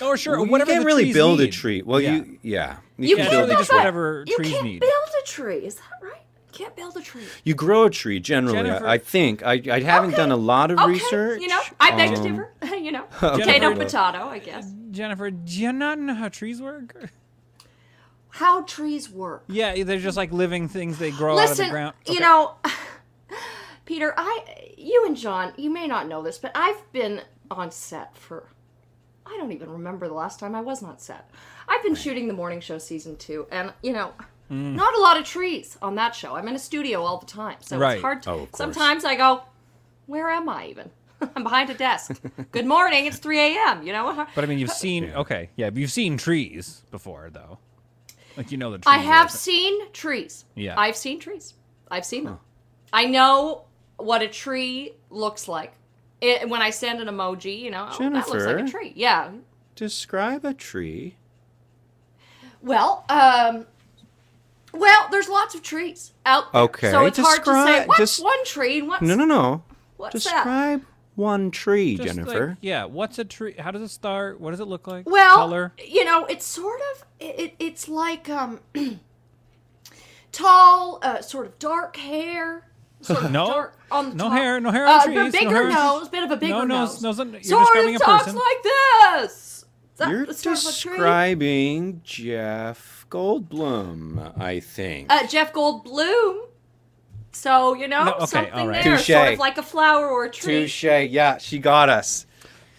Speaker 2: Oh, sure.
Speaker 3: Well, you
Speaker 2: whatever
Speaker 3: can't
Speaker 2: the
Speaker 3: really
Speaker 2: trees
Speaker 3: build a
Speaker 2: need.
Speaker 3: tree. Well,
Speaker 2: Yeah.
Speaker 3: you yeah,
Speaker 9: You
Speaker 3: can
Speaker 2: it's
Speaker 9: can't
Speaker 3: build
Speaker 2: really
Speaker 3: a
Speaker 9: build
Speaker 2: just
Speaker 9: a-
Speaker 3: tree.
Speaker 2: whatever
Speaker 9: you
Speaker 2: trees
Speaker 9: can't
Speaker 2: need.
Speaker 9: build a tree. Is that right? You can't build a tree.
Speaker 3: You grow a tree generally.
Speaker 2: Jennifer-
Speaker 3: I, I think I, I haven't
Speaker 9: Okay,
Speaker 3: done a lot of
Speaker 9: okay,
Speaker 3: research.
Speaker 9: You know, I beg to
Speaker 3: um,
Speaker 9: differ. you know,
Speaker 2: Jennifer-
Speaker 9: potato, potato. I guess.
Speaker 2: Jennifer, do you not know how trees work?
Speaker 9: How trees work.
Speaker 2: Yeah, they're just like living things. They grow out of the
Speaker 9: Listen,
Speaker 2: ground.
Speaker 9: you
Speaker 2: Okay.
Speaker 9: know, Peter, I, you and John, you may not know this, but I've been on set for I don't even remember the last time I was not sad. I've been shooting the morning show season two, and you know,
Speaker 2: Mm.
Speaker 9: not a lot of trees on that show. I'm in a studio all the time, so
Speaker 2: Right.
Speaker 9: it's hard. To,
Speaker 3: Oh, of course.
Speaker 9: Sometimes I go, where am I even? I'm behind a desk. Good morning. It's 3 a.m. You know.
Speaker 2: But I mean, you've seen okay, yeah, but you've seen trees before though. Like you know the trees.
Speaker 9: I have
Speaker 2: are-
Speaker 9: seen trees.
Speaker 2: Yeah.
Speaker 9: I've seen trees. I've seen them. I know what a tree looks like. It, when I send an emoji, you know, oh, that looks like a
Speaker 3: Jennifer.
Speaker 9: tree. Yeah.
Speaker 3: Describe a tree.
Speaker 9: Well, um, well, there's lots of trees out there.
Speaker 3: Okay,
Speaker 9: So it's hard to say
Speaker 3: describe-
Speaker 9: what's
Speaker 3: just-
Speaker 9: one tree and what's
Speaker 3: No, no, no.
Speaker 9: what's that.
Speaker 3: Describe one tree,
Speaker 2: Just like-
Speaker 3: Jennifer.
Speaker 2: yeah. What's a tree? How does it start? What does it look like?
Speaker 9: Well,
Speaker 2: color.
Speaker 9: you know, it's sort of it, it, it's like um, tall, uh, sort of dark hair. Sort of
Speaker 2: No.
Speaker 9: dark on the
Speaker 2: No
Speaker 9: top.
Speaker 2: hair, no hair on
Speaker 9: Uh,
Speaker 2: trees, no
Speaker 9: a bigger
Speaker 2: hair on-
Speaker 9: nose, bit of a bigger
Speaker 2: No nose,
Speaker 9: nose.
Speaker 2: nose on- you're
Speaker 9: sort
Speaker 2: describing a
Speaker 9: of talks
Speaker 2: person.
Speaker 9: like this. That-
Speaker 3: You're
Speaker 9: that's sort of a tree.
Speaker 3: describing Jeff Goldblum, I think.
Speaker 9: uh, Jeff Goldblum. So you know
Speaker 2: No, okay, all
Speaker 9: something
Speaker 2: right.
Speaker 9: there, sort
Speaker 3: Touche.
Speaker 9: of like a flower or a tree.
Speaker 3: Touche. Yeah, she got us.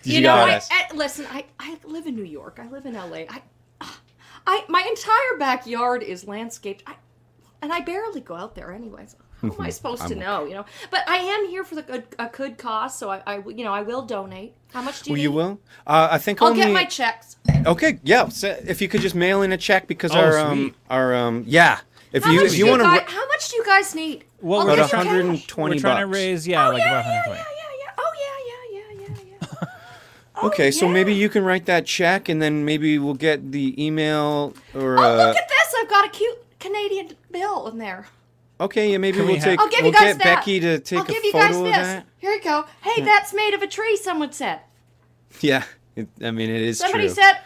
Speaker 3: She
Speaker 9: You know,
Speaker 3: got
Speaker 9: I,
Speaker 3: us.
Speaker 9: I, listen, I, I live in New York. I live in LA. I, I my entire backyard is landscaped. I, and I barely go out there anyways. How am I supposed to know? You know, but I am here for the good, a good cause, so I, I w- you know, I will donate. How much do you?
Speaker 3: Well, you
Speaker 9: need?
Speaker 3: will. Uh, I think
Speaker 9: I'll
Speaker 3: only.
Speaker 9: get my checks.
Speaker 3: okay, yeah. So if you could just mail in a check because
Speaker 2: Oh,
Speaker 3: our um
Speaker 2: sweet.
Speaker 3: our um yeah. If
Speaker 9: How
Speaker 3: you
Speaker 9: much
Speaker 3: if
Speaker 9: do
Speaker 3: you
Speaker 9: you
Speaker 3: want
Speaker 9: guys,
Speaker 3: to
Speaker 9: How much do you guys need?
Speaker 2: Well,
Speaker 9: I'll
Speaker 2: Oh, we're
Speaker 9: give
Speaker 3: about
Speaker 2: just
Speaker 9: you
Speaker 2: trying-
Speaker 9: cash.
Speaker 3: 120
Speaker 2: We're trying to
Speaker 3: bucks.
Speaker 2: raise yeah,
Speaker 9: Oh,
Speaker 2: like
Speaker 9: yeah,
Speaker 2: about
Speaker 9: yeah,
Speaker 2: 120.
Speaker 9: yeah, yeah, yeah. Oh yeah, yeah, yeah, yeah, yeah.
Speaker 3: Okay, so
Speaker 9: Oh, yeah.
Speaker 3: maybe you can write that check and then maybe we'll get the email or
Speaker 9: Oh,
Speaker 3: uh,
Speaker 9: look at this! I've got a cute Canadian bill in there.
Speaker 3: uh, okay, yeah, maybe
Speaker 2: Can we
Speaker 3: we'll
Speaker 2: have-
Speaker 3: take
Speaker 9: I'll give
Speaker 3: we'll
Speaker 9: you guys
Speaker 3: get
Speaker 9: that.
Speaker 3: Becky to take
Speaker 9: I'll give
Speaker 3: a
Speaker 9: you
Speaker 3: photo
Speaker 9: guys
Speaker 3: of
Speaker 9: this.
Speaker 3: that.
Speaker 9: Here you go. Hey, that's made of a tree. Someone said.
Speaker 3: Yeah. It, I mean, it is
Speaker 9: Somebody
Speaker 3: true.
Speaker 9: said.
Speaker 3: well,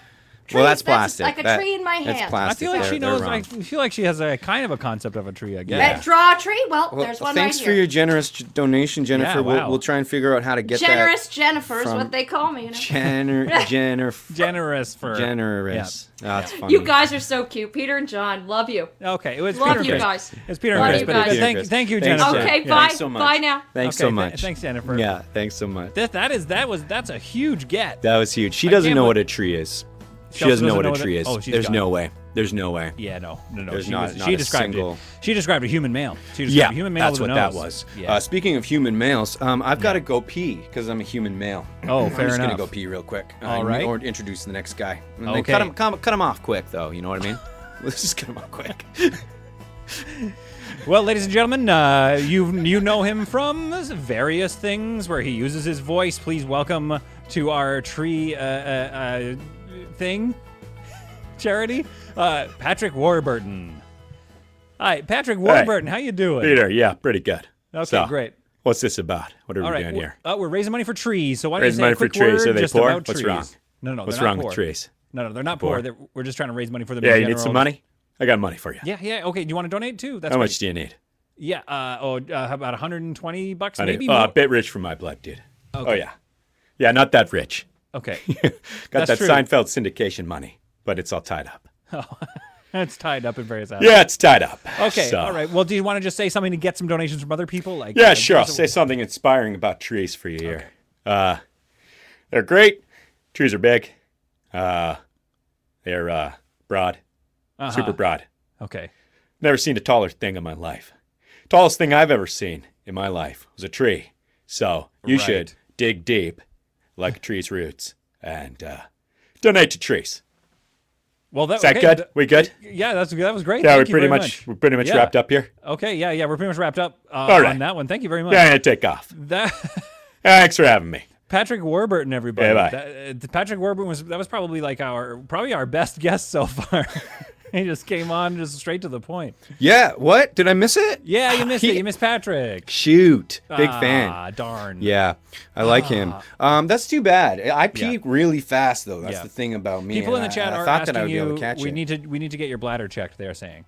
Speaker 9: "Trees,
Speaker 3: that's plastic.
Speaker 9: Like a
Speaker 3: That-
Speaker 9: tree in my hand.
Speaker 3: That's
Speaker 2: I
Speaker 3: plastic.
Speaker 2: feel like
Speaker 3: They're-
Speaker 2: she
Speaker 3: they're
Speaker 2: knows.
Speaker 3: wrong.
Speaker 2: I feel like she has a kind of a concept of a tree. I
Speaker 9: Hey,
Speaker 2: guess.
Speaker 3: Yeah.
Speaker 9: draw a tree. Well, "Oh, there's
Speaker 3: Well,
Speaker 9: one
Speaker 3: thanks
Speaker 9: right
Speaker 3: for your
Speaker 9: here.
Speaker 3: generous j- donation, Jennifer.
Speaker 2: wow.
Speaker 3: We'll, we'll try and figure out how to get
Speaker 9: generous
Speaker 3: that.
Speaker 9: Jennifer is
Speaker 3: from-
Speaker 9: what they call me. You, know?
Speaker 3: Gener- Jennifer.
Speaker 2: Generous for
Speaker 3: generous. Oh, that's funny.
Speaker 9: you guys are so cute. Peter and John, love you.
Speaker 2: Yeah. Okay, it was
Speaker 9: Love
Speaker 2: Peter
Speaker 9: you
Speaker 2: Chris.
Speaker 9: guys.
Speaker 2: It's Peter
Speaker 9: Love
Speaker 2: and Chris.
Speaker 9: you
Speaker 2: But
Speaker 9: guys.
Speaker 2: yeah, thank, thank you,
Speaker 3: Thanks,
Speaker 2: Jennifer.
Speaker 3: Jen.
Speaker 9: Okay,
Speaker 2: Yeah.
Speaker 9: bye.
Speaker 3: Thanks so much.
Speaker 9: Bye now.
Speaker 3: Thanks
Speaker 2: Okay,
Speaker 3: so
Speaker 2: th-
Speaker 3: much.
Speaker 2: thanks, Jennifer.
Speaker 3: Yeah, thanks so much.
Speaker 2: That that is that was that's a huge get.
Speaker 3: That was huge. She
Speaker 2: I
Speaker 3: doesn't
Speaker 2: can't
Speaker 3: know
Speaker 2: be-
Speaker 3: what a tree is. She,
Speaker 2: also
Speaker 3: doesn't know
Speaker 2: doesn't
Speaker 3: what
Speaker 2: know
Speaker 3: a
Speaker 2: what a-
Speaker 3: tree is.
Speaker 2: oh, she's
Speaker 3: There's
Speaker 2: got
Speaker 3: no way. There's no way.
Speaker 2: yeah, no, no, no.
Speaker 3: There's
Speaker 2: She,
Speaker 3: not-
Speaker 2: was,
Speaker 3: not
Speaker 2: she
Speaker 3: a
Speaker 2: described
Speaker 3: single-
Speaker 2: it. She described a human male. She described
Speaker 3: Yeah,
Speaker 2: a human male
Speaker 3: that's
Speaker 2: with
Speaker 3: what
Speaker 2: a nose.
Speaker 3: that was.
Speaker 2: Yeah.
Speaker 3: Uh, speaking of human males, um, I've got to go pee because I'm a human male.
Speaker 2: Oh,
Speaker 3: I'm
Speaker 2: fair
Speaker 3: just gonna
Speaker 2: enough.
Speaker 3: go pee real quick. Uh,
Speaker 2: All
Speaker 3: and-
Speaker 2: right.
Speaker 3: Or introduce the next guy. And then cut
Speaker 2: Okay.
Speaker 3: him, cut, him- cut him off quick, though. You know what I mean? Let's just cut him off quick.
Speaker 2: Well, ladies and gentlemen, uh, you you know him from various things where he uses his voice. Please welcome to our tree uh, uh, uh, thing charity, uh, Patrick Warburton. Hi, Patrick Warburton. How you doing?
Speaker 3: yeah, pretty good.
Speaker 2: Okay, great.
Speaker 3: What's this about? What are
Speaker 2: All right, we're, uh, we're raising money for trees. So why don't you
Speaker 3: Raising
Speaker 2: say
Speaker 3: money
Speaker 2: a
Speaker 3: for
Speaker 2: quick
Speaker 3: trees.
Speaker 2: word
Speaker 3: Are they
Speaker 2: just
Speaker 3: poor?
Speaker 2: about
Speaker 3: What's
Speaker 2: trees?
Speaker 3: wrong?
Speaker 2: No, no, no,
Speaker 3: What's
Speaker 2: they're not
Speaker 3: wrong with
Speaker 2: poor.
Speaker 3: trees?
Speaker 2: No, no, they're not
Speaker 3: Poor.
Speaker 2: poor. They're, we're just trying to raise money for them. in general.
Speaker 3: I got money for you.
Speaker 2: Yeah, yeah. Okay, do you want to donate too? That's great.
Speaker 3: do you need?
Speaker 2: Yeah. Uh, oh, uh, about 120 bucks,
Speaker 10: I
Speaker 2: maybe.
Speaker 10: did- uh,
Speaker 2: more.
Speaker 10: a bit rich for my blood, dude. Oh yeah, yeah, not that rich.
Speaker 2: Okay,
Speaker 10: Got
Speaker 2: That's
Speaker 10: that
Speaker 2: true.
Speaker 10: Seinfeld syndication money, but it's all tied up.
Speaker 2: that's tied up in various. Aspects.
Speaker 10: Yeah, it's tied up.
Speaker 2: Okay.
Speaker 10: So-
Speaker 2: All right. Well, do you want to just say something to get some donations from other people? Like.
Speaker 10: Yeah,
Speaker 2: uh,
Speaker 10: sure. I'll
Speaker 2: so-
Speaker 10: say something inspiring about trees for you here. Uh, they're great. Trees are big. Uh, they're uh, broad,
Speaker 2: uh-huh.
Speaker 10: super broad.
Speaker 2: Okay.
Speaker 10: Never seen a taller thing in my life. Tallest thing I've ever seen in my life was a tree. So you
Speaker 2: Right.
Speaker 10: should dig deep, like a tree's roots, and uh, donate to trees.
Speaker 2: Well, that,
Speaker 10: Is that
Speaker 2: okay,
Speaker 10: good?
Speaker 2: th-
Speaker 10: We good?
Speaker 2: yeah, that's that was great.
Speaker 10: Yeah, we
Speaker 2: Thank you
Speaker 10: pretty
Speaker 2: very
Speaker 10: much, we're pretty much
Speaker 2: Yeah.
Speaker 10: wrapped up here.
Speaker 2: Okay. Yeah, yeah. We're pretty much wrapped up uh,
Speaker 10: All right.
Speaker 2: on that one. Thank you very much.
Speaker 10: Yeah, yeah, take off.
Speaker 2: That.
Speaker 10: Thanks for having me.
Speaker 2: Patrick Warburton, everybody.
Speaker 10: Yeah, bye.
Speaker 2: That- uh, Patrick Warburton was that was probably like our probably our best guest so far. he just came on just straight to the point.
Speaker 3: Yeah, what? Did I miss it?
Speaker 2: Yeah, you missed
Speaker 3: He-
Speaker 2: it. You missed Patrick.
Speaker 3: Shoot. Big
Speaker 2: Ah,
Speaker 3: fan.
Speaker 2: darn. Ah.
Speaker 3: Yeah, I like him. Um, that's too bad. I I pee
Speaker 2: Yeah.
Speaker 3: really fast though. That's
Speaker 2: Yeah.
Speaker 3: the thing about me.
Speaker 2: People in
Speaker 3: and
Speaker 2: the
Speaker 3: I-
Speaker 2: chat
Speaker 3: I,
Speaker 2: are
Speaker 3: thought
Speaker 2: asking
Speaker 3: that I would
Speaker 2: you.
Speaker 3: be able to catch
Speaker 2: we
Speaker 3: it.
Speaker 2: need to we need to get your bladder checked. They're saying.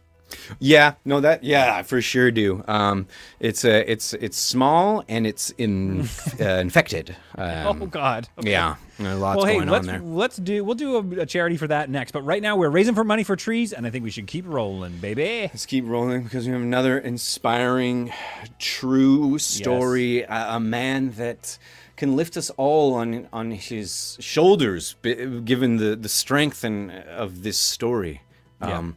Speaker 3: Yeah, no, that yeah, I for sure do. Um, it's a it's it's small and it's in, uh, infected. Um,
Speaker 2: oh God. Okay.
Speaker 3: Yeah, there's lots
Speaker 2: Well, hey,
Speaker 3: going
Speaker 2: let's
Speaker 3: on there.
Speaker 2: let's do we'll do a, a charity for that next. But right now we're raising for money for trees, and I think we should keep rolling, baby.
Speaker 3: Let's keep rolling because we have another inspiring, true story. A, a man that can lift us all on on his shoulders, b- given the the strength and of this story. Um,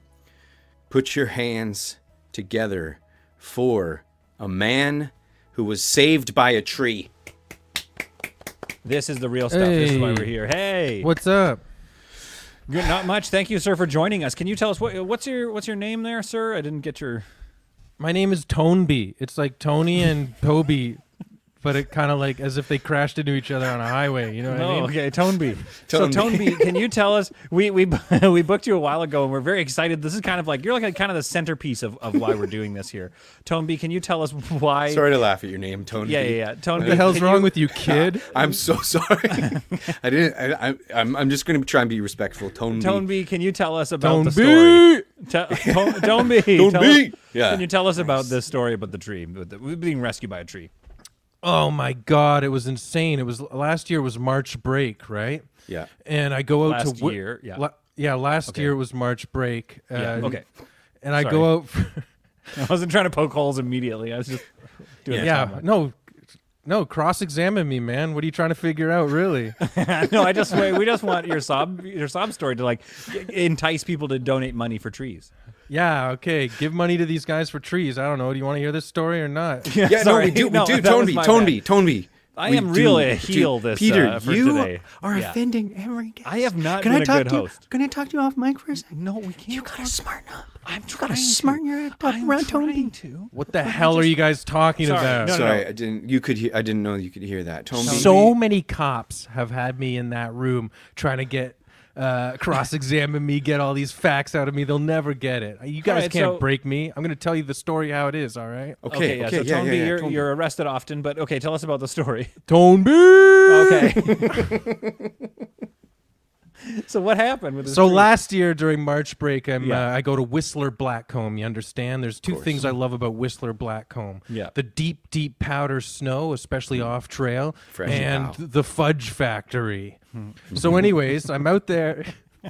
Speaker 3: put your hands together for a man who was saved by a tree.
Speaker 2: This is the real stuff. This is why we're
Speaker 11: Hey.
Speaker 2: here. Hey,
Speaker 11: What's up?
Speaker 2: Good, not much. Thank you, sir, for joining us. Can you tell us what what's your what's your name there, sir? I didn't get your.
Speaker 11: My name is Toneby. It's like Tony and Toby, but it kind of like as if they crashed into each other on a highway. You know what I
Speaker 2: Oh,
Speaker 11: mean?
Speaker 2: okay, Toneby. so
Speaker 3: Toneby.
Speaker 2: Toneby, can you tell us? We we we booked you a while ago, and we're very excited. This is kind of like you're like kind of the centerpiece of, of why we're doing this here. Toneby, can you tell us why?
Speaker 3: Sorry to laugh at your name, Tony.
Speaker 2: Yeah, yeah, yeah.
Speaker 11: What the
Speaker 2: Toneby,
Speaker 11: hell's wrong with you, kid?
Speaker 3: I'm so sorry. I didn't. I, I, I'm. I'm just going to try and be respectful. Tone. B.
Speaker 2: Toneby, can you tell us about the story?
Speaker 11: Toneby.
Speaker 2: Te- Ton- Toneby, tell us-
Speaker 3: Toneby! Yeah.
Speaker 2: Can you tell us about this story about the tree, with the- with being rescued by a tree?
Speaker 11: Oh my god, it was insane. It was last year was March break, right?
Speaker 3: Yeah.
Speaker 11: And I go out
Speaker 2: Last
Speaker 11: to wo-
Speaker 2: year, yeah.
Speaker 11: la- yeah, last year was March break. Uh,
Speaker 2: Yeah, okay.
Speaker 11: And I go out.
Speaker 2: I wasn't trying to poke holes immediately. I was just doing a
Speaker 11: yeah. No. No. Cross-examine me, man. What are you trying to figure out, really?
Speaker 2: no, I just wait. We just want your sob your sob story to like entice people to donate money for trees.
Speaker 11: yeah. Okay. Give money to these guys for trees. I don't know. Do you want to hear this story or not?
Speaker 2: Yeah,
Speaker 3: no, we do. We do. Tone B. Tone B. Tone B.
Speaker 2: I
Speaker 3: We
Speaker 2: am
Speaker 3: do,
Speaker 2: really a
Speaker 3: we do.
Speaker 2: heel this,
Speaker 3: Peter,
Speaker 2: uh, for
Speaker 3: you
Speaker 2: today.
Speaker 3: are
Speaker 2: Yeah.
Speaker 3: offending every guest.
Speaker 2: I have not
Speaker 3: Can
Speaker 2: been
Speaker 3: I
Speaker 2: a
Speaker 3: talk
Speaker 2: good
Speaker 3: to
Speaker 2: host.
Speaker 3: You, can I talk to you off mic for a second?
Speaker 2: No, we can't. You
Speaker 3: gotta smarten up.
Speaker 2: I'm
Speaker 3: You
Speaker 2: trying
Speaker 3: gotta
Speaker 2: to
Speaker 3: smarten your act up
Speaker 2: I'm
Speaker 3: around Tone
Speaker 2: trying
Speaker 3: B.
Speaker 2: to.
Speaker 11: What the hell are you guys talking
Speaker 2: Sorry,
Speaker 11: about?
Speaker 2: no, no,
Speaker 3: Sorry, I didn't. You could. Hear, I didn't know you could hear that. Tone B.
Speaker 11: so many cops have had me in that room trying to get uh, cross-examine me, get all these facts out of me. They'll never get it. You guys
Speaker 2: right,
Speaker 11: can't
Speaker 2: so-
Speaker 11: break me. I'm going to tell you the story how it is. All right,
Speaker 2: Okay,
Speaker 3: Okay. Okay.
Speaker 2: yeah.
Speaker 3: yeah,
Speaker 2: so
Speaker 3: yeah,
Speaker 2: Tone B,
Speaker 3: yeah,
Speaker 2: you're,
Speaker 3: Tone B.
Speaker 2: you're arrested often, but okay, tell us about the story.
Speaker 11: Tone B.
Speaker 2: Okay. so what happened with this?
Speaker 11: So
Speaker 2: tree?
Speaker 11: last year during March break, I'm
Speaker 2: Yeah.
Speaker 11: uh, I go to Whistler Blackcomb. You understand? There's two things I love about Whistler Blackcomb.
Speaker 2: Yeah. Mm-hmm.
Speaker 11: The deep, deep powder snow, especially off trail,
Speaker 3: Fresh
Speaker 11: and
Speaker 3: pow.
Speaker 11: the fudge factory.
Speaker 2: Hmm.
Speaker 11: So, anyways, I'm out there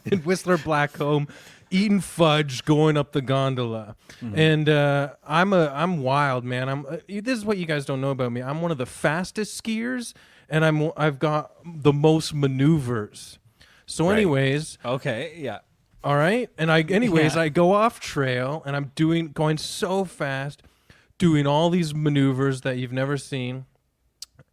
Speaker 11: in Whistler Blackcomb. Eating fudge, going up the gondola,
Speaker 2: Mm-hmm.
Speaker 11: and uh, I'm a I'm wild man. I'm uh, this is what you guys don't know about me. I'm one of the fastest skiers, and I'm I've got the most maneuvers. So, anyways,
Speaker 2: Okay, yeah.
Speaker 11: all right. And I, anyways,
Speaker 2: Yeah.
Speaker 11: I go off trail and I'm doing, going so fast, doing all these maneuvers that you've never seen.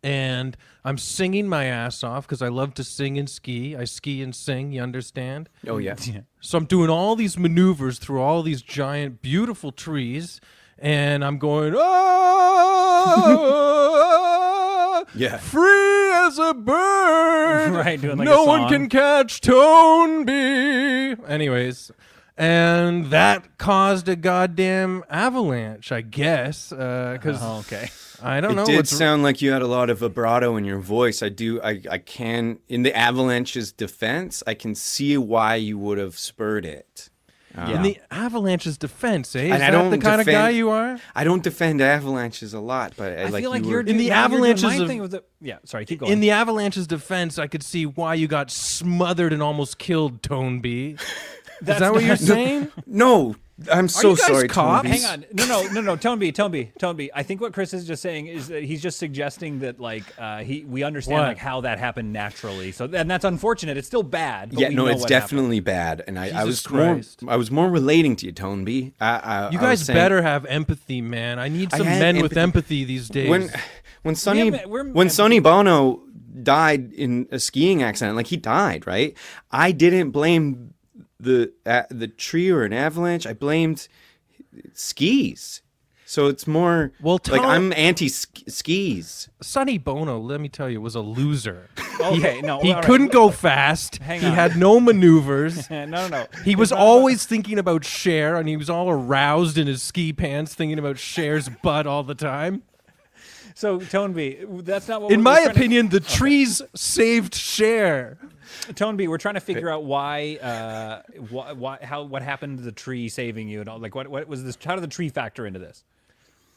Speaker 11: And I'm singing my ass off because I love to sing and ski. I ski and sing, you understand?
Speaker 3: Oh yeah.
Speaker 11: So I'm doing all these maneuvers through all these giant, beautiful trees, and I'm going, "Ah!" oh,
Speaker 3: Yeah.
Speaker 11: free as a bird.
Speaker 2: Right, doing like a
Speaker 11: no one
Speaker 2: song.
Speaker 11: can catch Toneby. Anyways, and that caused a goddamn avalanche, I guess, because
Speaker 2: Okay.
Speaker 11: I don't
Speaker 3: It
Speaker 11: know
Speaker 3: did
Speaker 11: what's
Speaker 3: sound like you had a lot of vibrato in your voice. I do. I, I can. In the avalanche's defense, I can see why you would have spurred it. Um,
Speaker 11: in the avalanche's defense. Eh? Is
Speaker 3: And I
Speaker 11: that
Speaker 3: don't
Speaker 11: the kind of guy
Speaker 3: defend-
Speaker 11: you are?
Speaker 3: I don't defend avalanches a lot, but
Speaker 2: I
Speaker 3: I, like
Speaker 2: feel like
Speaker 3: you
Speaker 2: you are
Speaker 3: were,
Speaker 11: In the avalanches of-
Speaker 2: thing with the, yeah. Sorry, keep going.
Speaker 11: In the Avalanche's defense, I could see why you got smothered and almost killed, Tone B. Is that what you're saying?
Speaker 3: No, I'm so
Speaker 11: you guys
Speaker 3: sorry.
Speaker 11: cops?
Speaker 3: Toby.
Speaker 2: Hang on. No, no, no, no. Tone B, Tone B, Tone B. I think what Chris is just saying is that he's just suggesting that like uh, he we understand
Speaker 11: What?
Speaker 2: like how that happened naturally. So and that's unfortunate. It's still bad. But
Speaker 3: Yeah,
Speaker 2: we
Speaker 3: no,
Speaker 2: know
Speaker 3: it's
Speaker 2: what happened.
Speaker 3: definitely bad, and I, I
Speaker 11: Jesus
Speaker 3: was
Speaker 11: Christ.
Speaker 3: more, I was more relating to you, Tone B. I, I,
Speaker 11: You
Speaker 3: I was
Speaker 11: guys
Speaker 3: saying-
Speaker 11: better have empathy, man. I need
Speaker 3: I
Speaker 11: some
Speaker 3: had
Speaker 11: men with
Speaker 3: empathy.
Speaker 11: empathy these days.
Speaker 3: when when Sonny
Speaker 2: but we're-
Speaker 3: when Sonny Bono died in a skiing accident, like he died, right? I didn't blame the uh, the tree or an avalanche. I blamed skis. So it's more
Speaker 11: Well,
Speaker 3: like
Speaker 11: tell-
Speaker 3: I'm anti skis.
Speaker 11: Sonny Bono, let me tell you, was a loser.
Speaker 2: Okay, no,
Speaker 11: He
Speaker 2: all right.
Speaker 11: couldn't go fast. he
Speaker 2: on.
Speaker 11: had no maneuvers.
Speaker 2: Yeah, no, no, no.
Speaker 11: He
Speaker 2: It's
Speaker 11: was
Speaker 2: not about-
Speaker 11: always thinking about Cher, and he was all aroused in his ski pants, thinking about Cher's butt all the time.
Speaker 2: so Tone B. That's not what.
Speaker 11: In
Speaker 2: we're
Speaker 11: my
Speaker 2: trying to-
Speaker 11: opinion, the trees saved Cher.
Speaker 2: Tone B, we're trying to figure out why, uh, why, why, how, what happened to the tree saving you and all. Like, what, what was this? How did the tree factor into this?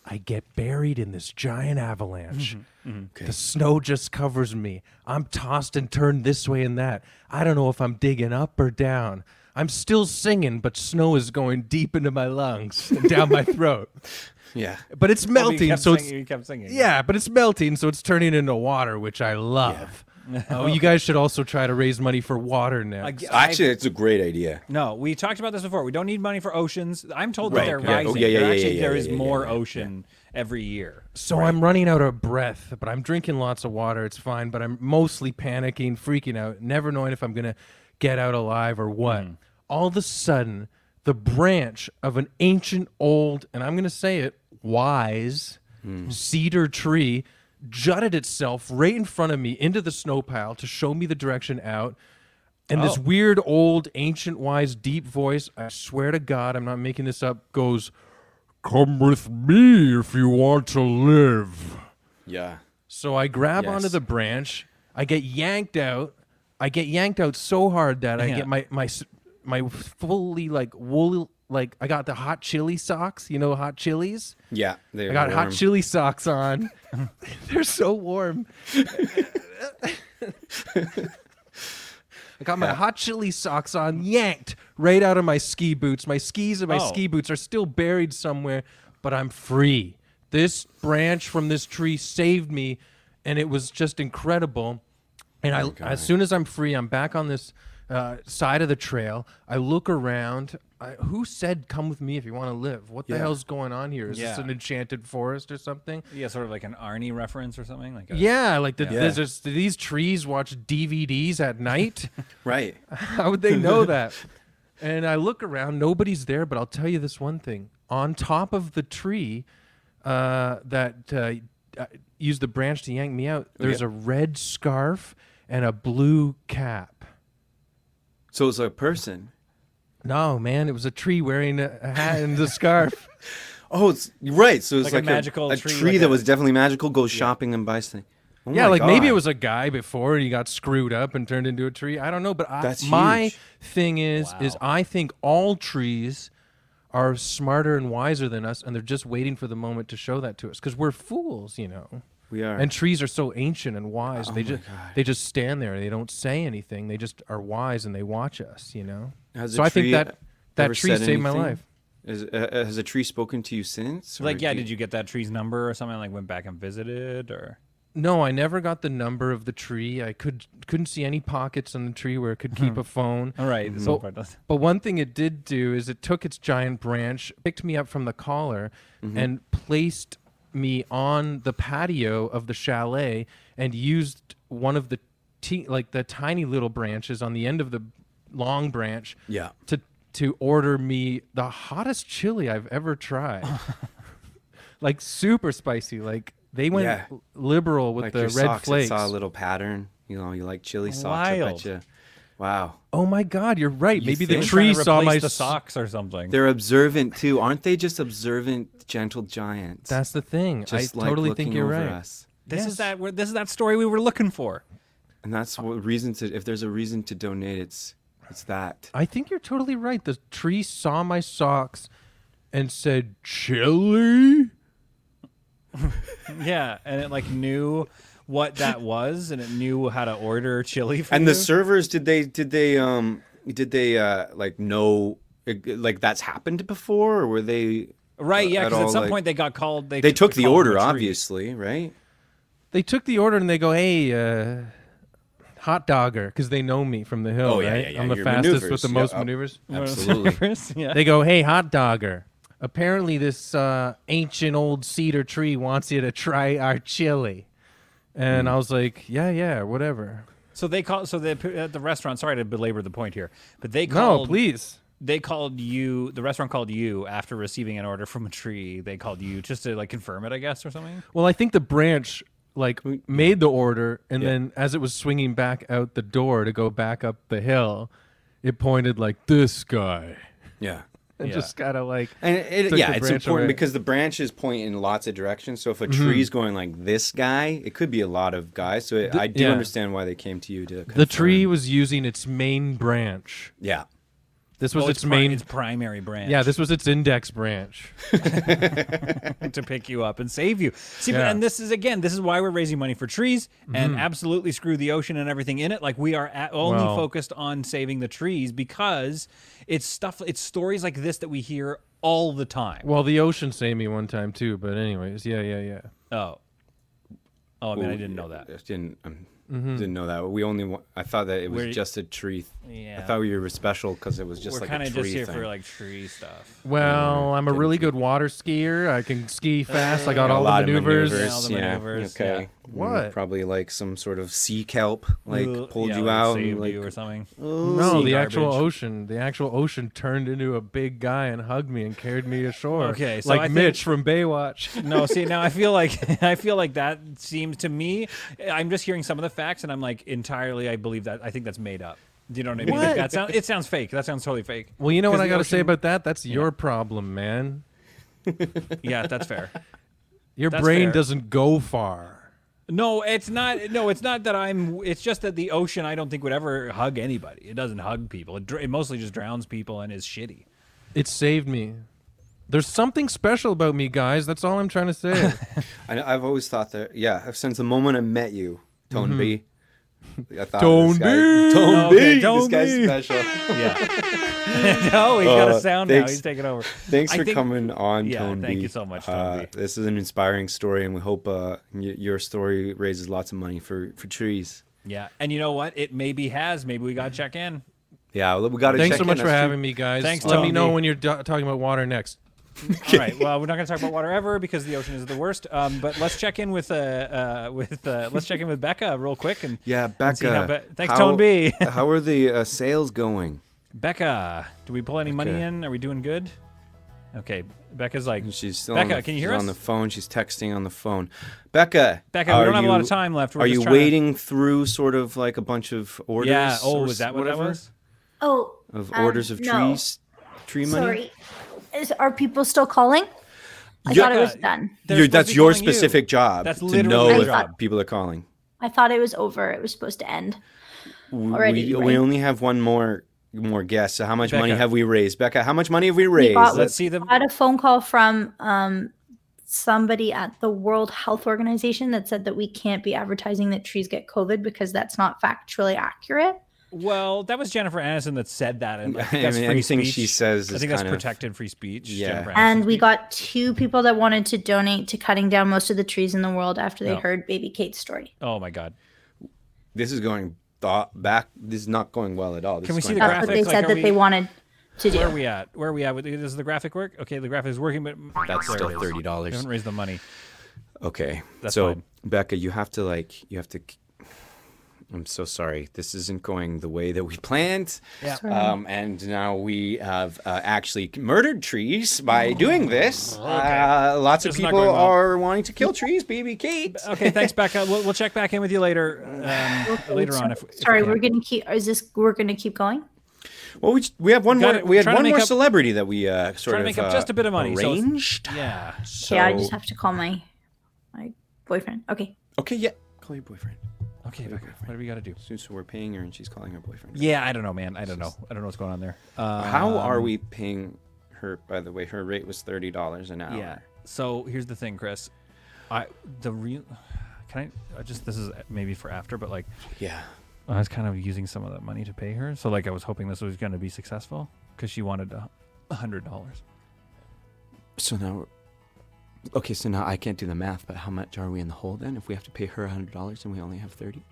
Speaker 11: I get buried in this giant avalanche.
Speaker 2: Mm-hmm,
Speaker 11: The snow just covers me. I'm tossed and turned this way and that. I don't know if I'm digging up or down. I'm still singing, but snow is going deep into my lungs and down my throat.
Speaker 3: Yeah.
Speaker 11: But it's
Speaker 2: Well, but Oh, you
Speaker 11: melting,
Speaker 2: kept
Speaker 11: so it's
Speaker 2: singing- you kept singing.
Speaker 11: yeah, but it's melting, so it's turning into water, which I love. oh, you guys should also try to raise money for water
Speaker 2: I-
Speaker 11: next.
Speaker 2: I-
Speaker 10: Actually, it's a great idea.
Speaker 2: No, we talked about this before. We don't need money for oceans. I'm told that
Speaker 10: Right,
Speaker 2: they're
Speaker 10: yeah. Oh,
Speaker 2: rising.
Speaker 10: yeah, yeah,
Speaker 2: They're
Speaker 10: yeah,
Speaker 2: actually,
Speaker 10: yeah,
Speaker 2: there
Speaker 10: yeah,
Speaker 2: is
Speaker 10: yeah,
Speaker 2: more
Speaker 10: yeah, yeah.
Speaker 2: ocean every year.
Speaker 11: So I'm running out of breath, but I'm drinking lots of water. It's fine, but I'm mostly panicking, freaking out, never knowing if I'm going to get out alive or what. All of a sudden, the branch of an ancient, old, and I'm going to say it, wise cedar tree jutted itself right in front of me into the snow pile to show me the direction out. And this weird, old, ancient, wise, deep voice, I swear to God, I'm not making this up, goes, Come with me if you want to live.
Speaker 10: Yeah.
Speaker 11: So I grab onto
Speaker 10: Yes.
Speaker 11: the branch. I get yanked out. I get yanked out so hard that I
Speaker 2: Yeah.
Speaker 11: get my my s- my fully like wool like I got the hot chili socks. You know hot chilies.
Speaker 10: Yeah. They
Speaker 11: I got
Speaker 10: warm.
Speaker 11: hot chili socks on. They're so warm. I got my hot chili socks on, yanked right out of my ski boots. My skis and my
Speaker 2: Oh.
Speaker 11: ski boots are still buried somewhere, but I'm free. This branch from this tree saved me, and it was just incredible. And I, as soon as I'm free, I'm back on this uh, side of the trail. I look around. I, who said, "Come with me if you want to live"? What the hell's going on here? Is this
Speaker 2: Yeah.
Speaker 11: an enchanted forest or something?
Speaker 2: Yeah, sort of like an Arnie reference or something. Like a,
Speaker 11: Yeah, like the, There's, just- these trees watch DVDs at night.
Speaker 3: Right.
Speaker 11: How would they know that? And I look around, nobody's there, but I'll tell you this one thing. On top of the tree uh, that uh, uh, used the branch to yank me
Speaker 3: Oh,
Speaker 11: out, there's a red scarf and a blue cap.
Speaker 3: So it's a person.
Speaker 11: No, man, it was a tree wearing a, a hat and the scarf.
Speaker 3: Oh, it's right. So it's
Speaker 2: Like
Speaker 3: like,
Speaker 2: a magical
Speaker 3: a
Speaker 2: tree,
Speaker 3: tree,
Speaker 2: like
Speaker 3: that
Speaker 2: a-
Speaker 3: was definitely magical. Goes shopping and buys things. Oh
Speaker 11: yeah,
Speaker 3: my
Speaker 11: like maybe it
Speaker 3: God.
Speaker 11: was a guy before and he got screwed up and turned into a tree. I don't know, but I,
Speaker 3: That's
Speaker 11: my
Speaker 3: huge.
Speaker 11: thing is is I think all trees are smarter and wiser than us, and they're just waiting for the moment to show that to us because we're fools, you know.
Speaker 3: We are. Oh
Speaker 11: And trees are so ancient and wise. they just they just stand there. They don't say anything. They just are wise and they watch us, you know.
Speaker 3: Has a
Speaker 11: so I think
Speaker 3: tree
Speaker 11: that that
Speaker 3: ever
Speaker 11: tree
Speaker 3: said
Speaker 11: saved my
Speaker 3: anything?
Speaker 11: life.
Speaker 3: Is, uh, uh, has a tree spoken to you since?
Speaker 2: Like, yeah, did you get that tree's number or something? Like, went back and visited or.
Speaker 11: No, I never got the number of the tree. I could couldn't see any pockets on the tree where it could keep a phone.
Speaker 2: All right, this
Speaker 11: So-
Speaker 2: part does-
Speaker 11: But one thing it did do is it took its giant branch, picked me up from the collar, and placed me on the patio of the chalet and used one of the te- like the tiny little branches on the end of the long branch
Speaker 10: Yeah.
Speaker 11: to to order me the hottest chili I've ever tried. like super spicy. Like they went
Speaker 3: Yeah.
Speaker 11: liberal with
Speaker 3: Like
Speaker 11: the
Speaker 3: your
Speaker 11: red
Speaker 3: socks, it
Speaker 11: flakes.
Speaker 3: saw a little pattern. You know, you like chili socks. I
Speaker 2: Wild.
Speaker 3: bet you. Wow.
Speaker 11: Oh my god, you're right. Maybe the
Speaker 2: They were
Speaker 11: tree
Speaker 2: trying to
Speaker 11: saw
Speaker 2: replace
Speaker 11: my
Speaker 2: the
Speaker 11: s-
Speaker 2: socks or something.
Speaker 3: They're observant too, aren't they? Just observant, gentle giants.
Speaker 11: That's the thing.
Speaker 3: just
Speaker 11: I
Speaker 3: like
Speaker 11: totally
Speaker 3: looking
Speaker 11: think you're
Speaker 3: over
Speaker 11: right.
Speaker 3: Us.
Speaker 2: This is that. we're- This is that story we were looking for.
Speaker 3: And that's what reason to. If there's a reason to donate, it's it's that.
Speaker 11: I think you're totally right. The tree saw my socks and said, "Chili."
Speaker 2: Yeah, and it like knew what that was, and it knew how to order chili. For
Speaker 10: And
Speaker 2: you.
Speaker 10: the
Speaker 3: servers did they did they um did they uh like know like that's happened before or were they
Speaker 2: right, yeah,
Speaker 3: at
Speaker 2: because at
Speaker 3: all,
Speaker 2: some
Speaker 3: like-
Speaker 2: point they got called. They,
Speaker 3: they took the
Speaker 2: called
Speaker 3: order
Speaker 2: tree.
Speaker 3: obviously right
Speaker 11: They took the order and they go, "Hey, uh, hot dogger," because they know me from the hill.
Speaker 10: Oh, yeah,
Speaker 11: right?
Speaker 10: yeah, yeah.
Speaker 11: I'm the
Speaker 10: Your
Speaker 11: fastest with
Speaker 10: maneuvers.
Speaker 11: the
Speaker 10: Yeah,
Speaker 11: most
Speaker 10: uh,
Speaker 11: maneuvers.
Speaker 10: Absolutely.
Speaker 2: yeah.
Speaker 11: They go, "Hey, hot dogger." Apparently, this uh, ancient old cedar tree wants you to try our chili.
Speaker 10: Hmm.
Speaker 11: And I was like, "Yeah, yeah, whatever."
Speaker 2: So they called. So they put- at the restaurant. Sorry to belabor the point here, but they
Speaker 11: No,
Speaker 2: called.
Speaker 11: please.
Speaker 2: They called you. The restaurant called you after receiving an order from a tree. They called you just to like confirm it, I guess, or something.
Speaker 11: Well, I think the branch like
Speaker 10: Mm,
Speaker 11: made the order, and then as it was swinging back out the door to go back up the hill, it pointed like this guy,
Speaker 10: Yeah.
Speaker 11: and
Speaker 2: Yeah.
Speaker 11: just kind of like
Speaker 10: And it,
Speaker 11: Took
Speaker 10: yeah,
Speaker 11: the
Speaker 10: it's
Speaker 11: branch
Speaker 10: important
Speaker 11: away.
Speaker 10: because the branches point in lots of directions. So if
Speaker 2: Mm-hmm.
Speaker 10: a tree's going like this guy, it could be a lot of guys. So it, I do
Speaker 11: yeah.
Speaker 10: understand why they came to you to.
Speaker 11: the tree was using its main branch
Speaker 10: Yeah.
Speaker 11: This was
Speaker 2: Oh,
Speaker 11: its,
Speaker 2: pri-
Speaker 11: main.
Speaker 2: its primary branch.
Speaker 11: yeah, this was its index branch.
Speaker 2: to pick you up and save you. See, but
Speaker 11: Yeah. Mm-hmm.
Speaker 2: and this is again, this is why we're raising money for trees and absolutely screw the ocean and everything in it. Like we are at, only
Speaker 11: Well-
Speaker 2: focused on saving the trees because it's stuff, it's stories like this that we hear all the time.
Speaker 11: Well, the ocean saved me one time too. But anyways, yeah, yeah, yeah.
Speaker 2: oh, oh, I mean, I didn't know that.
Speaker 3: I didn't um,
Speaker 11: Mm-hmm.
Speaker 3: didn't know that. We only wa- I thought that it was
Speaker 2: We're-
Speaker 3: just a tree. I
Speaker 2: Yeah.
Speaker 3: thought we were special because it was just
Speaker 2: we're
Speaker 3: like
Speaker 2: kind
Speaker 3: a
Speaker 2: of
Speaker 3: tree
Speaker 2: just here
Speaker 3: thing.
Speaker 2: for like tree stuff.
Speaker 11: Well,
Speaker 2: Mm,
Speaker 11: I'm a really good water skier. I can ski fast. I got
Speaker 3: A
Speaker 11: all
Speaker 3: lot
Speaker 11: the
Speaker 3: of
Speaker 11: maneuvers.
Speaker 2: maneuvers. Yeah, all the
Speaker 3: yeah.
Speaker 2: maneuvers,
Speaker 3: Okay. Mm,
Speaker 11: What?
Speaker 3: Probably like some sort of sea kelp, like
Speaker 2: Ugh,
Speaker 3: pulled
Speaker 2: yeah,
Speaker 3: you
Speaker 2: like
Speaker 3: out.
Speaker 2: saved
Speaker 3: And, like, Oh,
Speaker 2: you or something.
Speaker 11: No, the
Speaker 2: Sea
Speaker 11: actual
Speaker 2: garbage.
Speaker 11: ocean. The actual ocean turned into a big guy and hugged me and carried me ashore.
Speaker 2: Okay, so
Speaker 11: like
Speaker 2: I think-
Speaker 11: Mitch from Baywatch.
Speaker 2: No, see now I feel like I feel like that seems to me. I'm just hearing some of the facts, and I'm like entirely. I believe that. I think that's made up. Do you know what I mean? Like,
Speaker 11: What?
Speaker 2: that sound, it sounds fake. That sounds totally fake.
Speaker 11: Well, you know what
Speaker 2: 'Cause
Speaker 11: I
Speaker 2: the
Speaker 11: got to say
Speaker 2: ocean-
Speaker 11: about that? That's your problem, man.
Speaker 2: Yeah, that's fair.
Speaker 11: Your
Speaker 2: That's
Speaker 11: brain
Speaker 2: fair.
Speaker 11: doesn't go far.
Speaker 2: No, it's not. No, it's not that I'm. It's just that the ocean I don't think would ever hug anybody. It doesn't hug people. It, dr- it mostly just drowns people and is shitty.
Speaker 11: It saved me. There's something special about me, guys. That's all I'm trying to say.
Speaker 3: I, I've always thought that. Yeah, since the moment I met you, Tone B. I thought
Speaker 11: Tone
Speaker 3: this guy,
Speaker 11: B.
Speaker 3: Tone
Speaker 2: Mm-hmm. Okay,
Speaker 3: B.
Speaker 2: Tone
Speaker 3: this guy's
Speaker 2: B.
Speaker 3: special.
Speaker 2: Yeah. no, he's got a
Speaker 3: Uh,
Speaker 2: sound now.
Speaker 3: thanks-
Speaker 2: He's taking over.
Speaker 3: Thanks
Speaker 2: I
Speaker 3: for
Speaker 2: think-
Speaker 3: coming on,
Speaker 2: yeah,
Speaker 3: Tone B.
Speaker 2: thank you so much, Tone
Speaker 3: Uh,
Speaker 2: B.
Speaker 3: This is an inspiring story, and we hope uh, y- your story raises lots of money for, for trees.
Speaker 2: Yeah, and you know what? It maybe has. Maybe we
Speaker 3: Mm-hmm.
Speaker 2: got to check in.
Speaker 3: Yeah, we got to.
Speaker 11: Thanks so much for having me, guys.
Speaker 2: Thanks,
Speaker 11: Let
Speaker 2: Tony.
Speaker 11: me know when you're do- talking about water next.
Speaker 2: All right. Well, we're not going to talk about water ever because the ocean is the worst. Um, but let's check in with uh, uh with uh, let's check in with Becca real quick and
Speaker 3: Yeah,
Speaker 2: and see
Speaker 3: Becca.
Speaker 2: how Be- Thanks, Tone B.
Speaker 3: how are the uh, sales going?
Speaker 2: Becca, do we pull any money
Speaker 3: Becca.
Speaker 2: in? Are we doing good? Okay, Becca's like
Speaker 3: She's still
Speaker 2: Becca.
Speaker 3: on the,
Speaker 2: can you hear
Speaker 3: she's
Speaker 2: us?
Speaker 3: on the phone. She's texting on the phone. Becca.
Speaker 2: Becca, we don't
Speaker 3: are
Speaker 2: have a lot of
Speaker 3: you-
Speaker 2: time left. We're
Speaker 3: are
Speaker 2: just
Speaker 3: you
Speaker 2: trying to-
Speaker 3: waiting through sort of like a bunch of orders?
Speaker 2: yeah.
Speaker 3: or
Speaker 2: Oh, was
Speaker 3: s-
Speaker 2: that what that
Speaker 3: whatever?
Speaker 2: was?
Speaker 5: Oh,
Speaker 3: Of
Speaker 5: um,
Speaker 3: orders of
Speaker 5: no.
Speaker 3: trees, tree money.
Speaker 5: Sorry. Is, are people still calling? I thought it was
Speaker 2: Yeah.
Speaker 5: done.
Speaker 2: They're
Speaker 3: Your-
Speaker 2: supposed to
Speaker 3: that's
Speaker 2: be
Speaker 3: your
Speaker 2: calling you.
Speaker 3: specific job
Speaker 2: That's
Speaker 3: to
Speaker 2: literally
Speaker 5: my
Speaker 3: know if
Speaker 5: job.
Speaker 3: people are calling.
Speaker 5: I thought it was over. It was supposed to end.
Speaker 3: We-
Speaker 5: Already,
Speaker 3: we,
Speaker 5: right?
Speaker 3: we only have one more more guess. So how much money
Speaker 2: Becca.
Speaker 3: have we raised, Becca? How much money have we raised?
Speaker 5: bought-
Speaker 2: Let's see the
Speaker 5: I had a phone call from um, somebody at the World Health Organization that said that we can't be advertising that trees get COVID because that's not factually accurate.
Speaker 2: Well, that was Jennifer Aniston that said that, and like,
Speaker 3: I
Speaker 2: that's
Speaker 3: mean,
Speaker 2: free
Speaker 3: anything
Speaker 2: speech.
Speaker 3: she says
Speaker 2: I
Speaker 3: is
Speaker 2: think that's
Speaker 3: kind of-
Speaker 2: protected free speech.
Speaker 3: Yeah.
Speaker 2: Jennifer
Speaker 5: And
Speaker 2: Aniston's
Speaker 5: we
Speaker 2: speech.
Speaker 5: got two people that wanted to donate to cutting down most of the trees in the world after they
Speaker 2: No.
Speaker 5: heard baby Kate's story.
Speaker 2: Oh my God.
Speaker 3: This is going th- back. This is not going well at all. This
Speaker 2: Can we
Speaker 3: is
Speaker 2: see
Speaker 3: going
Speaker 2: the
Speaker 3: back.
Speaker 2: graph?
Speaker 5: That's what they
Speaker 2: graphics, like,
Speaker 5: said
Speaker 2: are
Speaker 5: that
Speaker 2: we-
Speaker 5: they wanted to do.
Speaker 2: Where are we at? Where are we at? With, does the graphic work? Okay, the graphic is working, but
Speaker 3: That's
Speaker 2: there
Speaker 3: still
Speaker 2: it is.
Speaker 3: thirty
Speaker 2: We
Speaker 3: dollars.
Speaker 2: haven't raised the money.
Speaker 3: Okay,
Speaker 2: That's
Speaker 3: so
Speaker 2: fine.
Speaker 3: Becca, you have to like you have to. I'm so sorry. This isn't going the way that we planned.
Speaker 2: Yeah.
Speaker 3: Um, and now we have uh, actually murdered trees
Speaker 2: Oh.
Speaker 3: by doing this. Uh, lots
Speaker 2: It's
Speaker 3: of
Speaker 2: not
Speaker 3: people
Speaker 2: going well.
Speaker 3: are wanting to kill trees, baby Kate.
Speaker 2: Okay, thanks, Becca. We'll, we'll check back in with you later. Um, later on, if, if
Speaker 5: Sorry,
Speaker 2: we
Speaker 5: we're
Speaker 2: can.
Speaker 5: gonna keep. Is this we're gonna keep going?
Speaker 3: Well, we, we have one
Speaker 2: Got
Speaker 3: more.
Speaker 2: it.
Speaker 3: We had
Speaker 2: Trying to
Speaker 3: one
Speaker 2: make
Speaker 3: more
Speaker 2: up-
Speaker 3: celebrity that we uh, sort
Speaker 2: trying
Speaker 3: of
Speaker 2: to make up
Speaker 3: uh,
Speaker 2: just a bit of money, so it's-
Speaker 3: Arranged.
Speaker 2: Yeah.
Speaker 3: So,
Speaker 5: Okay, I just have to call my my boyfriend. Okay.
Speaker 3: Okay, yeah.
Speaker 2: uh,
Speaker 3: Call your boyfriend.
Speaker 2: Okay, Becca. What do we got to do?
Speaker 3: So, so we're paying her, and she's calling her boyfriend.
Speaker 2: Yeah, I don't know, man. I don't know. I don't know what's going on there. Uh,
Speaker 3: How are we paying her? By the way, her rate was thirty dollars an hour.
Speaker 2: Yeah. So here's the thing, Chris. I the real. Can I, I just this is maybe for after, but like
Speaker 3: Yeah.
Speaker 2: I was kind of using some of that money to pay her, so like I was hoping this was going to be successful because she wanted a hundred dollars.
Speaker 3: So now, we're- okay. So now I can't do the math, but how much are we in the hole then? If we have to pay her hundred dollars and we only have thirty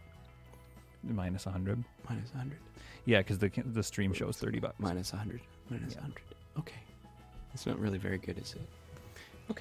Speaker 2: minus 100
Speaker 3: minus hundred
Speaker 2: yeah because the the stream shows 30 bucks
Speaker 3: minus hundred minus hundred. Okay. It's not really very good, is it?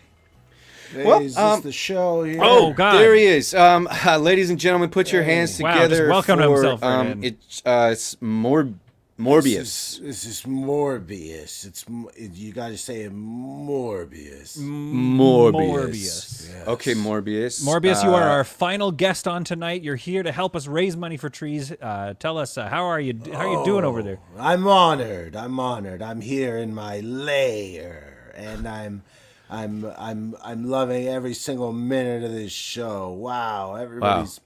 Speaker 3: Well,
Speaker 12: is
Speaker 3: um,
Speaker 12: this the show here?
Speaker 2: oh god
Speaker 3: There he is. Um, ladies and gentlemen, put your hands
Speaker 2: Wow,
Speaker 3: together.
Speaker 2: just welcomed
Speaker 3: for,
Speaker 2: himself right
Speaker 3: um,
Speaker 2: in.
Speaker 3: It's uh, it's Mor- Morbius.
Speaker 12: This is Morbius. It's m- you got to say it, Morbius.
Speaker 2: Morbius.
Speaker 3: Okay, Morbius.
Speaker 2: Morbius, you are
Speaker 3: Uh,
Speaker 2: our final guest on tonight. You're here to help us raise money for trees. Uh, tell us, uh, how are you? How are you doing over there?
Speaker 12: I'm honored. I'm honored. I'm here in my lair, and I'm, I'm, I'm, I'm loving every single minute of this show. Wow, everybody's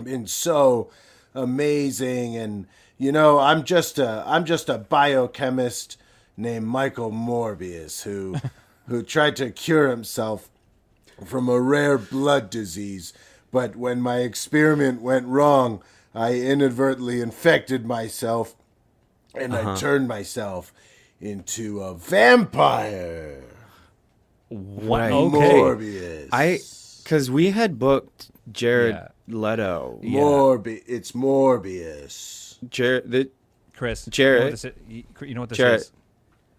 Speaker 12: been so amazing and you know i'm just a i'm just a biochemist named michael morbius who who tried to cure himself from a rare blood disease but when my experiment went wrong i inadvertently infected myself and i
Speaker 4: Uh-huh.
Speaker 12: turned myself into a vampire
Speaker 3: What?
Speaker 12: Right.
Speaker 3: Okay.
Speaker 12: Morbius.
Speaker 3: I because we had booked Jared Leto.
Speaker 12: Morbi. It's Morbius.
Speaker 3: Jared. The,
Speaker 2: Chris. You know what
Speaker 3: Jared.
Speaker 2: this is? You you know what this
Speaker 3: Jared.
Speaker 2: is?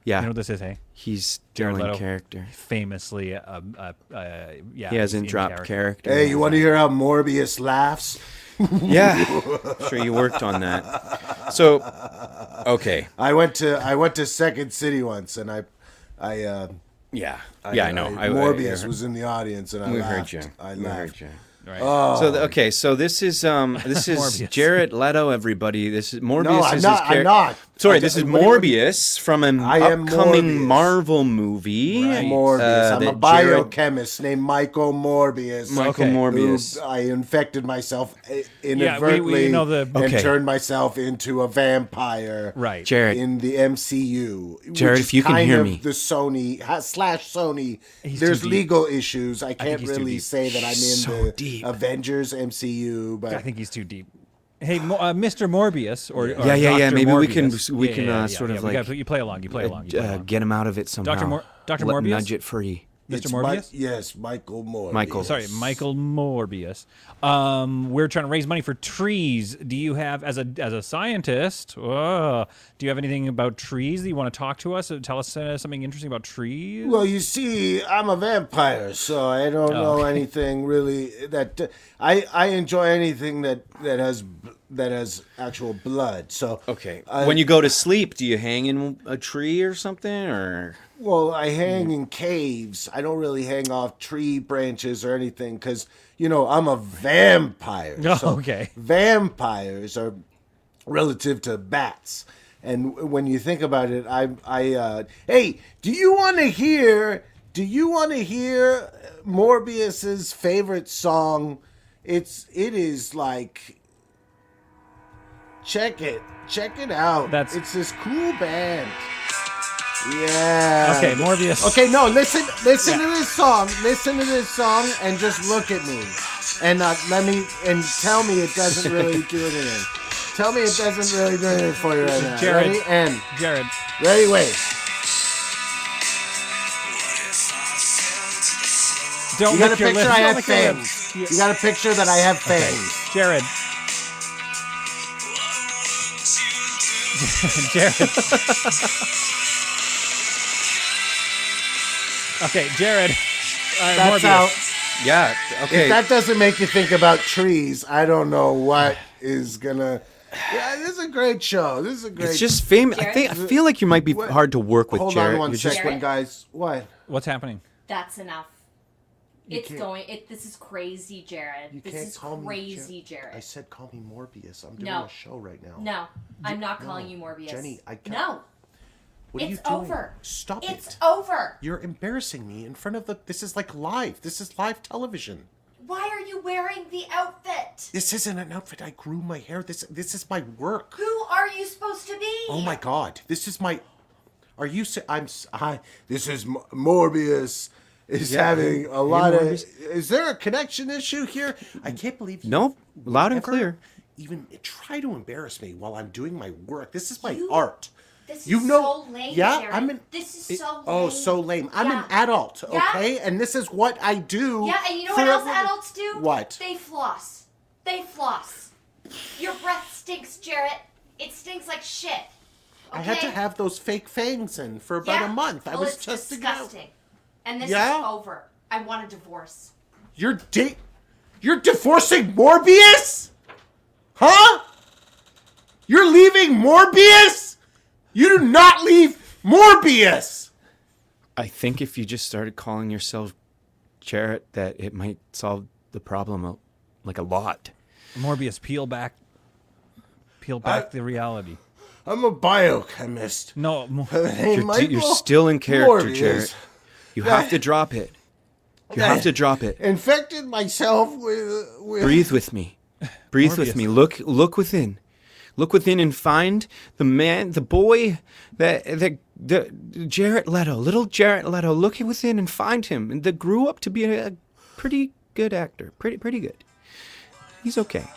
Speaker 3: Yeah.
Speaker 2: You know what this is, eh? hey?
Speaker 3: He's
Speaker 2: Jared
Speaker 3: doing
Speaker 2: Leto,
Speaker 3: character.
Speaker 2: Famously, uh, uh, uh, yeah.
Speaker 3: He hasn't
Speaker 2: he's in
Speaker 3: dropped character.
Speaker 12: Hey, you want to hear how Morbius laughs?
Speaker 3: Yeah. sure, you worked on that. So, okay.
Speaker 12: I went to I went to Second City once, and I, I. Uh,
Speaker 3: yeah, yeah, I know. I- I-
Speaker 12: Morbius
Speaker 3: I-
Speaker 12: was in the audience, and I
Speaker 3: we
Speaker 12: laughed.
Speaker 3: heard you.
Speaker 12: I
Speaker 3: we
Speaker 12: laughed.
Speaker 3: heard you.
Speaker 12: Oh,
Speaker 3: So the- okay, so this is um this is
Speaker 12: Morbius.
Speaker 3: Jared Leto, everybody. This is Morbius.
Speaker 12: I'm
Speaker 3: is
Speaker 12: not- I'm
Speaker 3: His charac-
Speaker 12: not.
Speaker 3: Sorry,
Speaker 12: I
Speaker 3: this
Speaker 12: d-
Speaker 3: is
Speaker 12: what do you-
Speaker 3: Morbius from an
Speaker 12: I am
Speaker 3: upcoming
Speaker 12: Morbius.
Speaker 3: Marvel movie.
Speaker 12: Morbius.
Speaker 3: uh,
Speaker 12: I'm a
Speaker 3: that Jared-
Speaker 12: biochemist named Michael Morbius.
Speaker 3: Michael Okay. Morbius.
Speaker 12: Who I infected myself i-
Speaker 2: we- we
Speaker 12: inadvertently
Speaker 2: know the-
Speaker 12: and
Speaker 3: Okay.
Speaker 12: turned myself into a vampire.
Speaker 2: Right.
Speaker 3: Jared.
Speaker 12: In the MCU. which
Speaker 3: Jared,
Speaker 12: is
Speaker 3: if you can
Speaker 12: kind
Speaker 3: hear
Speaker 12: of
Speaker 3: me.
Speaker 12: The Sony ha- slash Sony.
Speaker 2: He's
Speaker 12: There's
Speaker 2: too deep.
Speaker 12: legal issues. I
Speaker 2: think
Speaker 12: can't
Speaker 2: he's too
Speaker 12: really
Speaker 2: deep.
Speaker 12: say that I'm in
Speaker 2: He's so
Speaker 12: the Avengers MCU, but
Speaker 2: I think he's too deep. Hey, Mo- uh, Mr. Morbius, or, or
Speaker 3: Yeah, yeah, yeah,
Speaker 2: Dr.
Speaker 3: maybe we can-
Speaker 2: Morbius.
Speaker 3: we
Speaker 2: Yeah,
Speaker 3: can,
Speaker 2: yeah,
Speaker 3: uh,
Speaker 2: yeah,
Speaker 3: sort
Speaker 2: yeah,
Speaker 3: of
Speaker 2: we gotta-
Speaker 3: like,
Speaker 2: you play along. You play along. You play
Speaker 3: uh,
Speaker 2: along.
Speaker 3: get him out of it somehow.
Speaker 2: Dr. Mor- Dr.
Speaker 3: Let-
Speaker 2: Morbius?
Speaker 3: Nudge it free.
Speaker 2: Mr.
Speaker 12: it's Mi-
Speaker 2: Morbius.
Speaker 12: yes, Michael Morbius.
Speaker 3: Michael.
Speaker 2: Sorry, Michael Morbius. Um, we're trying to raise money for trees. Do you have, as a as a scientist, uh, do you have anything about trees that you want to talk to us? Uh, Tell us uh, something interesting about trees.
Speaker 12: Well, you see, I'm a vampire, so I don't
Speaker 2: Oh.
Speaker 12: know anything really that I I enjoy anything that that has b- that has actual blood. So
Speaker 3: Okay.
Speaker 12: I-
Speaker 3: when you go to sleep, do you hang in a tree or something, or
Speaker 12: well, I hang in caves. I don't really hang off tree branches or anything because you know I'm a vampire.
Speaker 2: Oh,
Speaker 12: so
Speaker 2: okay.
Speaker 12: Vampires are relative to bats. And w- when you think about it, I, I, uh, hey, do you want to hear? Do you want to hear Morbius's favorite song? It's it is like, check it, check it out. That's it's this cool band. Yeah.
Speaker 2: Okay, Morbius.
Speaker 12: Uh, Okay, no, listen, listen to this song. Listen to this song, and just look at me, and uh, let me and tell me it doesn't really do anything. Tell me it doesn't really do anything for you right now.
Speaker 2: Jared.
Speaker 12: Ready? And
Speaker 2: Jared.
Speaker 12: ready? Wait.
Speaker 2: Don't
Speaker 12: you got a
Speaker 2: lick your
Speaker 12: picture?
Speaker 2: lips. Don't
Speaker 12: I have
Speaker 2: lick your
Speaker 12: fangs.
Speaker 2: lips.
Speaker 12: You got a picture that I have
Speaker 2: Okay.
Speaker 12: fangs.
Speaker 2: Jared. Jared. okay, Jared. All right,
Speaker 12: That's
Speaker 2: Morbius.
Speaker 12: out.
Speaker 3: yeah? Okay.
Speaker 12: If that doesn't make you think about trees, I don't know what is gonna. Yeah, this is a great show. This is a great.
Speaker 3: it's just famous. I think I feel like you might be
Speaker 12: What-
Speaker 3: hard to work with,
Speaker 12: Hold
Speaker 3: Jared.
Speaker 12: on one
Speaker 3: You're
Speaker 12: second,
Speaker 3: just-
Speaker 12: guys. What?
Speaker 2: What's happening?
Speaker 13: That's enough.
Speaker 12: You
Speaker 13: it's
Speaker 12: can't-
Speaker 13: going. It. This is crazy, Jared.
Speaker 12: You
Speaker 13: this
Speaker 12: can't
Speaker 13: is
Speaker 12: call me Jar-
Speaker 13: crazy, Jared.
Speaker 12: I said call me Morbius. I'm doing
Speaker 13: No.
Speaker 12: a show right now.
Speaker 13: No, I'm not
Speaker 12: No,
Speaker 13: calling you Morbius.
Speaker 12: Jenny, I can't-
Speaker 13: No,
Speaker 12: What are
Speaker 13: it's
Speaker 12: you doing?
Speaker 13: over.
Speaker 12: Stop
Speaker 13: it's
Speaker 12: it.
Speaker 13: over.
Speaker 12: You're embarrassing me in front of the. This is like live. This is live television.
Speaker 13: Why are you wearing the outfit?
Speaker 12: This isn't an outfit. I grew my hair. This this is my work.
Speaker 13: Who are you supposed to be?
Speaker 12: Oh my god, this is my. Are you? se- I'm. s- I. This is M- Morbius. Is
Speaker 3: Yeah,
Speaker 12: having
Speaker 3: hey,
Speaker 12: a lot of.
Speaker 3: Morbius.
Speaker 12: Is there a connection issue here? I can't believe. you
Speaker 3: No, loud and
Speaker 12: ever
Speaker 3: clear.
Speaker 12: Even try to embarrass me while I'm doing my work. This is my
Speaker 13: You-
Speaker 12: art.
Speaker 13: This
Speaker 12: You
Speaker 13: is
Speaker 12: know-
Speaker 13: so lame,
Speaker 12: yeah,
Speaker 13: Jared.
Speaker 12: I'm an-
Speaker 13: This is
Speaker 12: It-
Speaker 13: so lame.
Speaker 12: Oh, so lame. I'm an
Speaker 13: Yeah.
Speaker 12: adult,
Speaker 13: Yeah.
Speaker 12: okay? And this is what I do.
Speaker 13: Yeah, and you know
Speaker 12: for
Speaker 13: what else
Speaker 12: everyone.
Speaker 13: adults do?
Speaker 12: What?
Speaker 13: They floss. They floss. Your breath stinks, Jarrett. It stinks like shit. Okay?
Speaker 12: I had to have those fake fangs in for about
Speaker 13: Yeah.
Speaker 12: a month. I
Speaker 13: Well,
Speaker 12: was
Speaker 13: it's
Speaker 12: just
Speaker 13: disgusting. And this
Speaker 12: Yeah?
Speaker 13: is over. I want a divorce.
Speaker 12: You're di- You're divorcing Morbius? Huh? You're leaving Morbius? You do not leave Morbius.
Speaker 3: I think if you just started calling yourself Jared, that it might solve the problem a, like a lot.
Speaker 2: Morbius, peel back, peel back the reality.
Speaker 12: I'm a biochemist.
Speaker 2: No, Mo-
Speaker 12: Hey,
Speaker 3: you're, d- you're
Speaker 12: Michael
Speaker 3: still in character,
Speaker 12: Morbius.
Speaker 3: Jared. You have to drop it. You have to drop it.
Speaker 12: Infected myself with with
Speaker 3: Breathe with me. Breathe with me. Look look within. Look within and find the man, the boy that that the Jarrett Leto, little Jarrett Leto. Look within and find him. And that grew up to be a, a pretty good actor. Pretty pretty good. He's okay.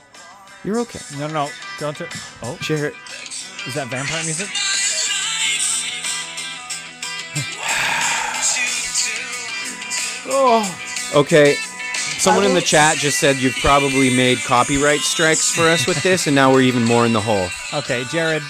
Speaker 3: You're okay.
Speaker 2: No, no, no. Don't. T- oh,
Speaker 3: Jarrett.
Speaker 2: Is that vampire music?
Speaker 3: Oh. Okay. Someone in the chat just said you've probably made copyright strikes for us with this, and now we're even more in the hole.
Speaker 2: Okay, Jared.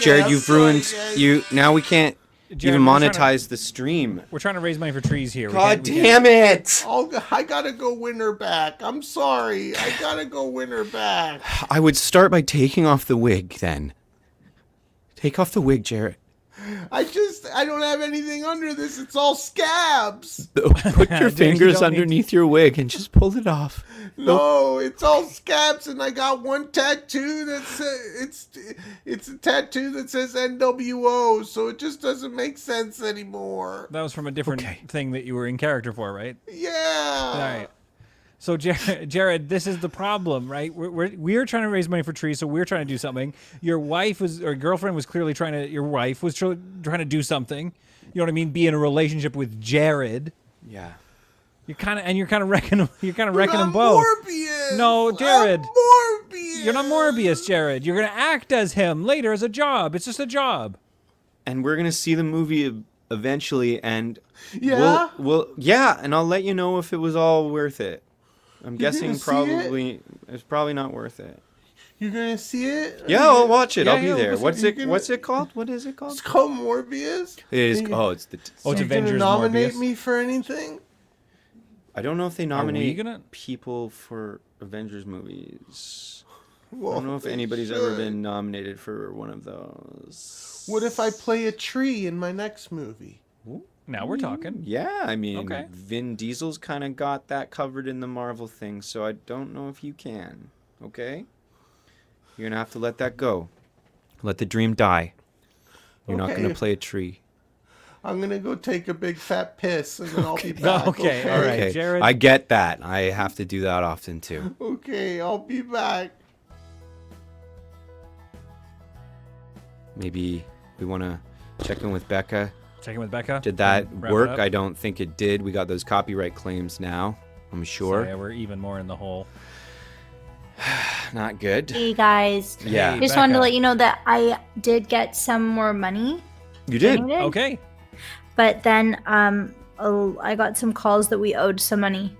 Speaker 3: Jared, you've ruined you. Now we can't even
Speaker 2: we're trying to-
Speaker 3: monetize the stream.
Speaker 2: We're trying to raise money for trees here. We
Speaker 3: God
Speaker 2: can't- we can't-
Speaker 3: damn it!
Speaker 12: Oh, I gotta go win her back. I'm sorry. I gotta go win her back.
Speaker 3: I would start by taking off the wig. Then take off the wig, Jared.
Speaker 12: I just, I don't have anything under this. It's all scabs.
Speaker 3: Put your
Speaker 12: Jared, you
Speaker 3: fingers
Speaker 12: don't need
Speaker 3: underneath your wig and just pull it off.
Speaker 12: No, it's all scabs, and I got one tattoo that's uh, it's it's a tattoo that says NWO, so it just doesn't make sense anymore.
Speaker 2: That was from a different thing that you were in character for, right?
Speaker 12: Yeah.
Speaker 2: All right. Uh, So Jared, Jared, this is the problem, right? We're, we're we're trying to raise money for trees, so we're trying to do something. Your wife was, or girlfriend was clearly trying to. Your wife was tr- trying to do something. You know what I mean? Be in a relationship with Jared.
Speaker 3: Yeah.
Speaker 2: You're kind of, and you're kind of wrecking. You're kind of wrecking them
Speaker 12: I'm
Speaker 2: both.
Speaker 12: Morbius.
Speaker 2: No, Jared.
Speaker 12: Morbius.
Speaker 2: You're not Morbius, Jared. You're gonna act as him later as a job. It's just a job.
Speaker 3: and we're gonna see the movie ev- eventually and
Speaker 12: Yeah?
Speaker 3: we'll, we'll yeah and i'll let you know if it was all worth it i'm
Speaker 12: You're gonna
Speaker 3: guessing
Speaker 12: see it?
Speaker 3: probably it's probably not worth it
Speaker 12: You're gonna see it?
Speaker 3: yeah i'll watch it i'll be there
Speaker 12: listen,
Speaker 3: what's
Speaker 12: you're
Speaker 3: it
Speaker 12: gonna-
Speaker 3: what's it called what is it called
Speaker 12: It's called Morbius.
Speaker 3: it is
Speaker 12: You're-
Speaker 3: oh it's the
Speaker 2: Oh, it's
Speaker 12: you're gonna
Speaker 2: Avengers
Speaker 12: nominate
Speaker 2: Morbius.
Speaker 12: me for anything?
Speaker 3: i don't know if they
Speaker 2: Are we
Speaker 3: nominate
Speaker 2: gonna-
Speaker 3: people for avengers movies i
Speaker 12: Well,
Speaker 3: don't know if
Speaker 12: they
Speaker 3: anybody's ever
Speaker 12: should.
Speaker 3: been nominated for one of those
Speaker 12: What if I play a tree in my next movie?
Speaker 2: Now we're talking.
Speaker 3: Mm, Yeah, I mean,
Speaker 2: Okay.
Speaker 3: Vin Diesel's kind of got that covered in the Marvel thing, so I don't know if you can. Okay? You're going to have to let that go. Let the dream die. You're not going
Speaker 12: Okay.
Speaker 3: to play a tree.
Speaker 12: I'm gonna go take a big fat piss and then I'll be back.
Speaker 2: Okay, all right,
Speaker 3: okay.
Speaker 2: Jared.
Speaker 3: I get that. I have to do that often too.
Speaker 12: Okay, I'll be back.
Speaker 3: Maybe we want to check in with Becca.
Speaker 2: Checking with Becca.
Speaker 3: Did that
Speaker 2: and wrap it
Speaker 3: work?
Speaker 2: up.
Speaker 3: I don't think it did. We got those copyright claims now, I'm
Speaker 2: So,
Speaker 3: sure.
Speaker 2: yeah, we're even more in the hole.
Speaker 3: Not good.
Speaker 5: Hey guys.
Speaker 3: Yeah.
Speaker 5: Just wanted to
Speaker 2: Becca.
Speaker 5: let you know that I did get some more money,
Speaker 3: You did.
Speaker 5: Dang it.
Speaker 2: Okay.
Speaker 5: but then um oh, I got some calls that we owed some money.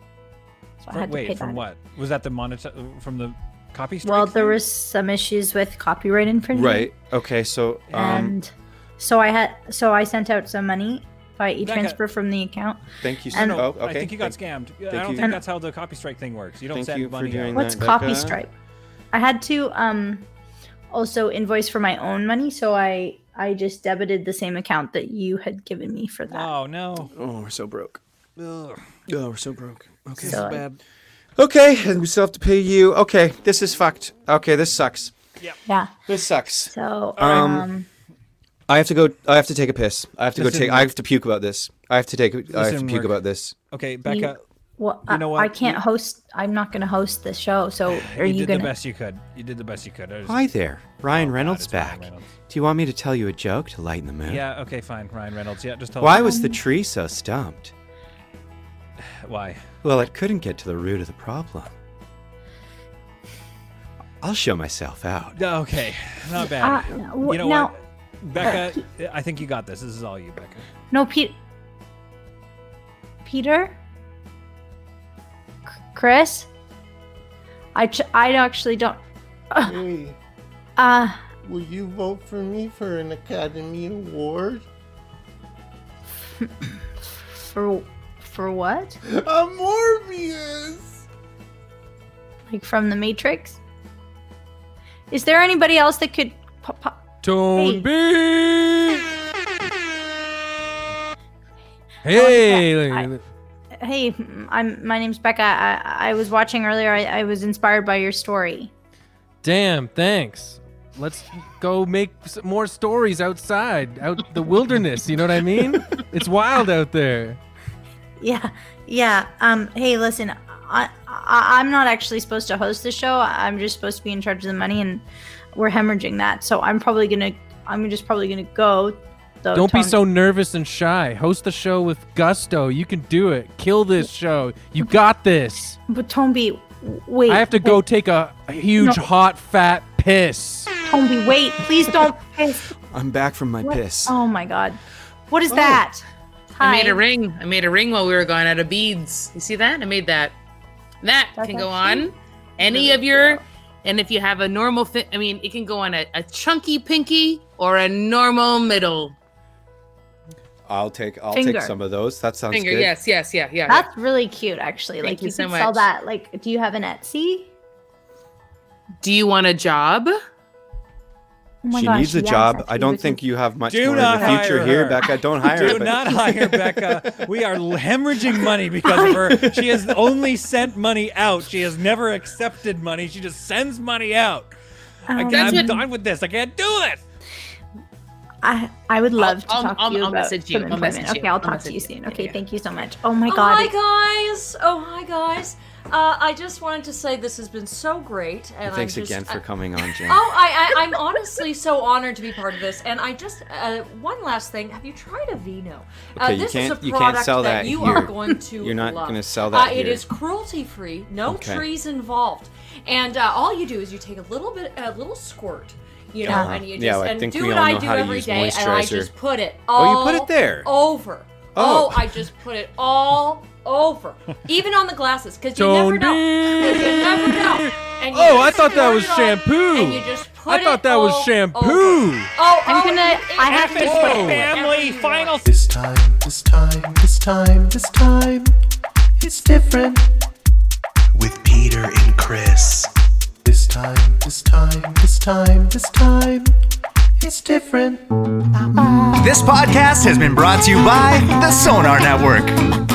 Speaker 5: So I
Speaker 2: From,
Speaker 5: had to pay
Speaker 2: wait, from
Speaker 5: that.
Speaker 2: what? Was that the monetize uh, from the copy strike?
Speaker 5: Well, there
Speaker 2: thing?
Speaker 5: was some issues with copyright infringement.
Speaker 3: Right. Okay, so um
Speaker 5: and so I had so I sent out some money by e-transfer
Speaker 2: Becca.
Speaker 5: from the account.
Speaker 3: thank you so
Speaker 5: And-
Speaker 3: oh, okay.
Speaker 2: I think you got
Speaker 3: thank-
Speaker 2: scammed. I
Speaker 3: thank
Speaker 2: don't
Speaker 3: you.
Speaker 2: think that's how the copy strike thing works. You don't
Speaker 3: Thank
Speaker 2: send
Speaker 3: you for
Speaker 2: money
Speaker 3: doing
Speaker 2: out.
Speaker 5: What's
Speaker 3: that.
Speaker 5: copy
Speaker 3: Becca?
Speaker 5: stripe? I had to um also invoice for my own money, so I I just debited the same account that you had given me for that.
Speaker 2: Oh no.
Speaker 3: Oh, we're so broke.
Speaker 2: Ugh.
Speaker 3: Oh, we're so broke. Okay.
Speaker 5: So I-
Speaker 3: Okay, and we still have to pay you. Okay, this is fucked. Okay, this sucks.
Speaker 5: yeah.
Speaker 3: This sucks.
Speaker 5: So
Speaker 3: Um,
Speaker 5: um
Speaker 3: I have to go. I have to take a piss. I have to
Speaker 2: Listen,
Speaker 3: go take. I have to puke about this. I have to take. I have to
Speaker 2: Listen,
Speaker 3: puke
Speaker 2: Mark.
Speaker 3: about this.
Speaker 2: Okay,
Speaker 5: You-
Speaker 2: Becca,
Speaker 5: well,
Speaker 2: you know
Speaker 5: I,
Speaker 2: what?
Speaker 5: I can't
Speaker 2: You-
Speaker 5: host. I'm not going to host the show. So are
Speaker 2: you,
Speaker 5: you,
Speaker 2: did
Speaker 5: going
Speaker 2: the
Speaker 5: to?
Speaker 2: best you could. You did the best you could. I just-
Speaker 3: Hi there, Ryan Reynolds
Speaker 2: Oh, it's Ryan
Speaker 3: back.
Speaker 2: Reynolds.
Speaker 3: Do you want me to tell you a joke to lighten the mood?
Speaker 2: Yeah. Okay. Fine. Ryan Reynolds. Yeah. Just tell.
Speaker 3: Why
Speaker 2: him.
Speaker 3: was the tree so stumped?
Speaker 2: Why?
Speaker 3: Well, it couldn't get to the root of the problem. I'll show myself out.
Speaker 2: Yeah, Okay. Not bad.
Speaker 5: Uh, no,
Speaker 2: you know
Speaker 5: now- uh,
Speaker 2: what, Becca? I think you got this. This is all you, Becca.
Speaker 5: No, Pete. Peter. C- Chris. I ch- I actually don't.
Speaker 12: Hey,
Speaker 5: Uh,
Speaker 12: will you vote for me for an Academy Award?
Speaker 5: for for what?
Speaker 12: A Morbius.
Speaker 5: Like from the Matrix? Is there anybody else that could? Po- po-
Speaker 11: Tone
Speaker 5: Hey.
Speaker 11: B.
Speaker 5: Hey,
Speaker 11: Hey,
Speaker 5: I- hey, I'm. My name's Becca. I, I was watching earlier. I, I was inspired by your story.
Speaker 11: damn, thanks. Let's go make s- more stories outside, out the wilderness. You know what I mean? It's wild out there.
Speaker 5: Yeah, yeah. Um, hey, listen, I, I I'm not actually supposed to host the show. I'm just supposed to be in charge of the money, and we're hemorrhaging that. So I'm probably gonna I'm just probably gonna go. Though
Speaker 11: Don't be
Speaker 5: Tom-
Speaker 11: so nervous and shy. Host the show with gusto. You can do it. Kill this show. You got this.
Speaker 5: But Tomby, wait.
Speaker 11: I have to go take a huge,
Speaker 5: No.
Speaker 11: hot, fat piss.
Speaker 5: Tomby, wait. Please don't piss.
Speaker 3: I'm back from my
Speaker 5: What-
Speaker 3: piss.
Speaker 5: Oh my god. What
Speaker 11: Oh.
Speaker 5: is that?
Speaker 7: I
Speaker 5: Hi.
Speaker 7: made a ring. I made a ring while we were going out of beads. You see that? I made that. That can go on any of your, and if you have a normal, fi- I mean, it can go on a, a chunky pinky or a normal middle
Speaker 3: I'll take I'll
Speaker 5: Finger.
Speaker 3: take some of those. That sounds
Speaker 7: finger.
Speaker 3: good.
Speaker 7: Yes, yes, yeah, yeah. yeah.
Speaker 5: That's really cute, actually.
Speaker 7: Thank
Speaker 5: like
Speaker 7: you
Speaker 5: you,
Speaker 7: so
Speaker 5: could sell
Speaker 7: much.
Speaker 5: that. Like, do you have an Etsy?
Speaker 7: Do you want a job?
Speaker 5: Oh my
Speaker 3: she
Speaker 5: gosh,
Speaker 3: needs a
Speaker 5: yes,
Speaker 3: job.
Speaker 5: actually,
Speaker 3: I
Speaker 5: we
Speaker 3: don't
Speaker 5: can-
Speaker 3: think you have much
Speaker 2: Do
Speaker 3: more in
Speaker 2: not
Speaker 3: the future
Speaker 2: hire
Speaker 3: here,
Speaker 2: her.
Speaker 3: Becca. Don't hire her.
Speaker 2: Do not hire Becca. We are hemorrhaging money because of her. She has only sent money out. She has never accepted money. She just sends money out. I,
Speaker 5: Um,
Speaker 2: I'm
Speaker 5: That's what-
Speaker 2: done with this. I can't do this.
Speaker 5: I I would love to
Speaker 7: I'll-
Speaker 5: talk
Speaker 7: I'll-
Speaker 5: to you
Speaker 7: I'll
Speaker 5: about
Speaker 7: message you.
Speaker 5: some
Speaker 7: I'll
Speaker 5: employment.
Speaker 7: message you.
Speaker 5: Okay, I'll
Speaker 7: I'll
Speaker 5: talk to
Speaker 7: message
Speaker 5: you
Speaker 7: you.
Speaker 5: soon. Okay, thank you so much. Oh my
Speaker 9: Oh
Speaker 5: god.
Speaker 9: hi guys! Oh hi guys! Uh, I just wanted to say this has been so great, and
Speaker 3: Thanks
Speaker 9: I'm just,
Speaker 3: again
Speaker 9: I-
Speaker 3: for coming on, Jen.
Speaker 9: Oh, I, I, I'm honestly so honored to be part of this. And I just, uh, one last thing. Have you tried a vino?
Speaker 3: Okay,
Speaker 9: uh,
Speaker 3: you
Speaker 9: this
Speaker 3: can't-
Speaker 9: is a
Speaker 3: you can't
Speaker 9: product
Speaker 3: sell
Speaker 9: that,
Speaker 3: that
Speaker 9: you
Speaker 3: here.
Speaker 9: are going to
Speaker 3: You're not
Speaker 9: love.
Speaker 3: gonna sell that
Speaker 9: Uh, It
Speaker 3: here.
Speaker 9: is cruelty free, no
Speaker 3: Okay.
Speaker 9: trees involved. And uh, all you do is you take a little bit, a little squirt. You know,
Speaker 3: Uh-huh.
Speaker 9: and you just
Speaker 3: Yeah, I
Speaker 9: and
Speaker 3: think
Speaker 9: do
Speaker 3: we
Speaker 9: what
Speaker 3: all
Speaker 9: I
Speaker 3: know
Speaker 9: do
Speaker 3: how to
Speaker 9: every
Speaker 3: use
Speaker 9: day, and I
Speaker 3: moisturizer.
Speaker 9: just put it all
Speaker 3: Oh, you put it there.
Speaker 9: over.
Speaker 3: Oh.
Speaker 9: Oh. I just put it all over, even on the glasses, because you never know. 'Cause you never know. And you
Speaker 11: Oh, I
Speaker 9: just
Speaker 11: thought that
Speaker 9: squirt
Speaker 11: was
Speaker 9: it on,
Speaker 11: shampoo.
Speaker 9: and you just
Speaker 11: I
Speaker 9: put
Speaker 11: thought
Speaker 9: it
Speaker 11: that was
Speaker 9: all
Speaker 11: shampoo.
Speaker 9: over. Oh,
Speaker 5: I'm
Speaker 9: oh,
Speaker 5: gonna-
Speaker 9: it-
Speaker 5: I have to
Speaker 9: it-
Speaker 5: put-
Speaker 9: it-
Speaker 2: Family final.
Speaker 4: This time, this time, this time, this time, it's different. With Peter and Chris. This time, this time, this time, this time, it's different.
Speaker 14: This podcast has been brought to you by the Sonar Network.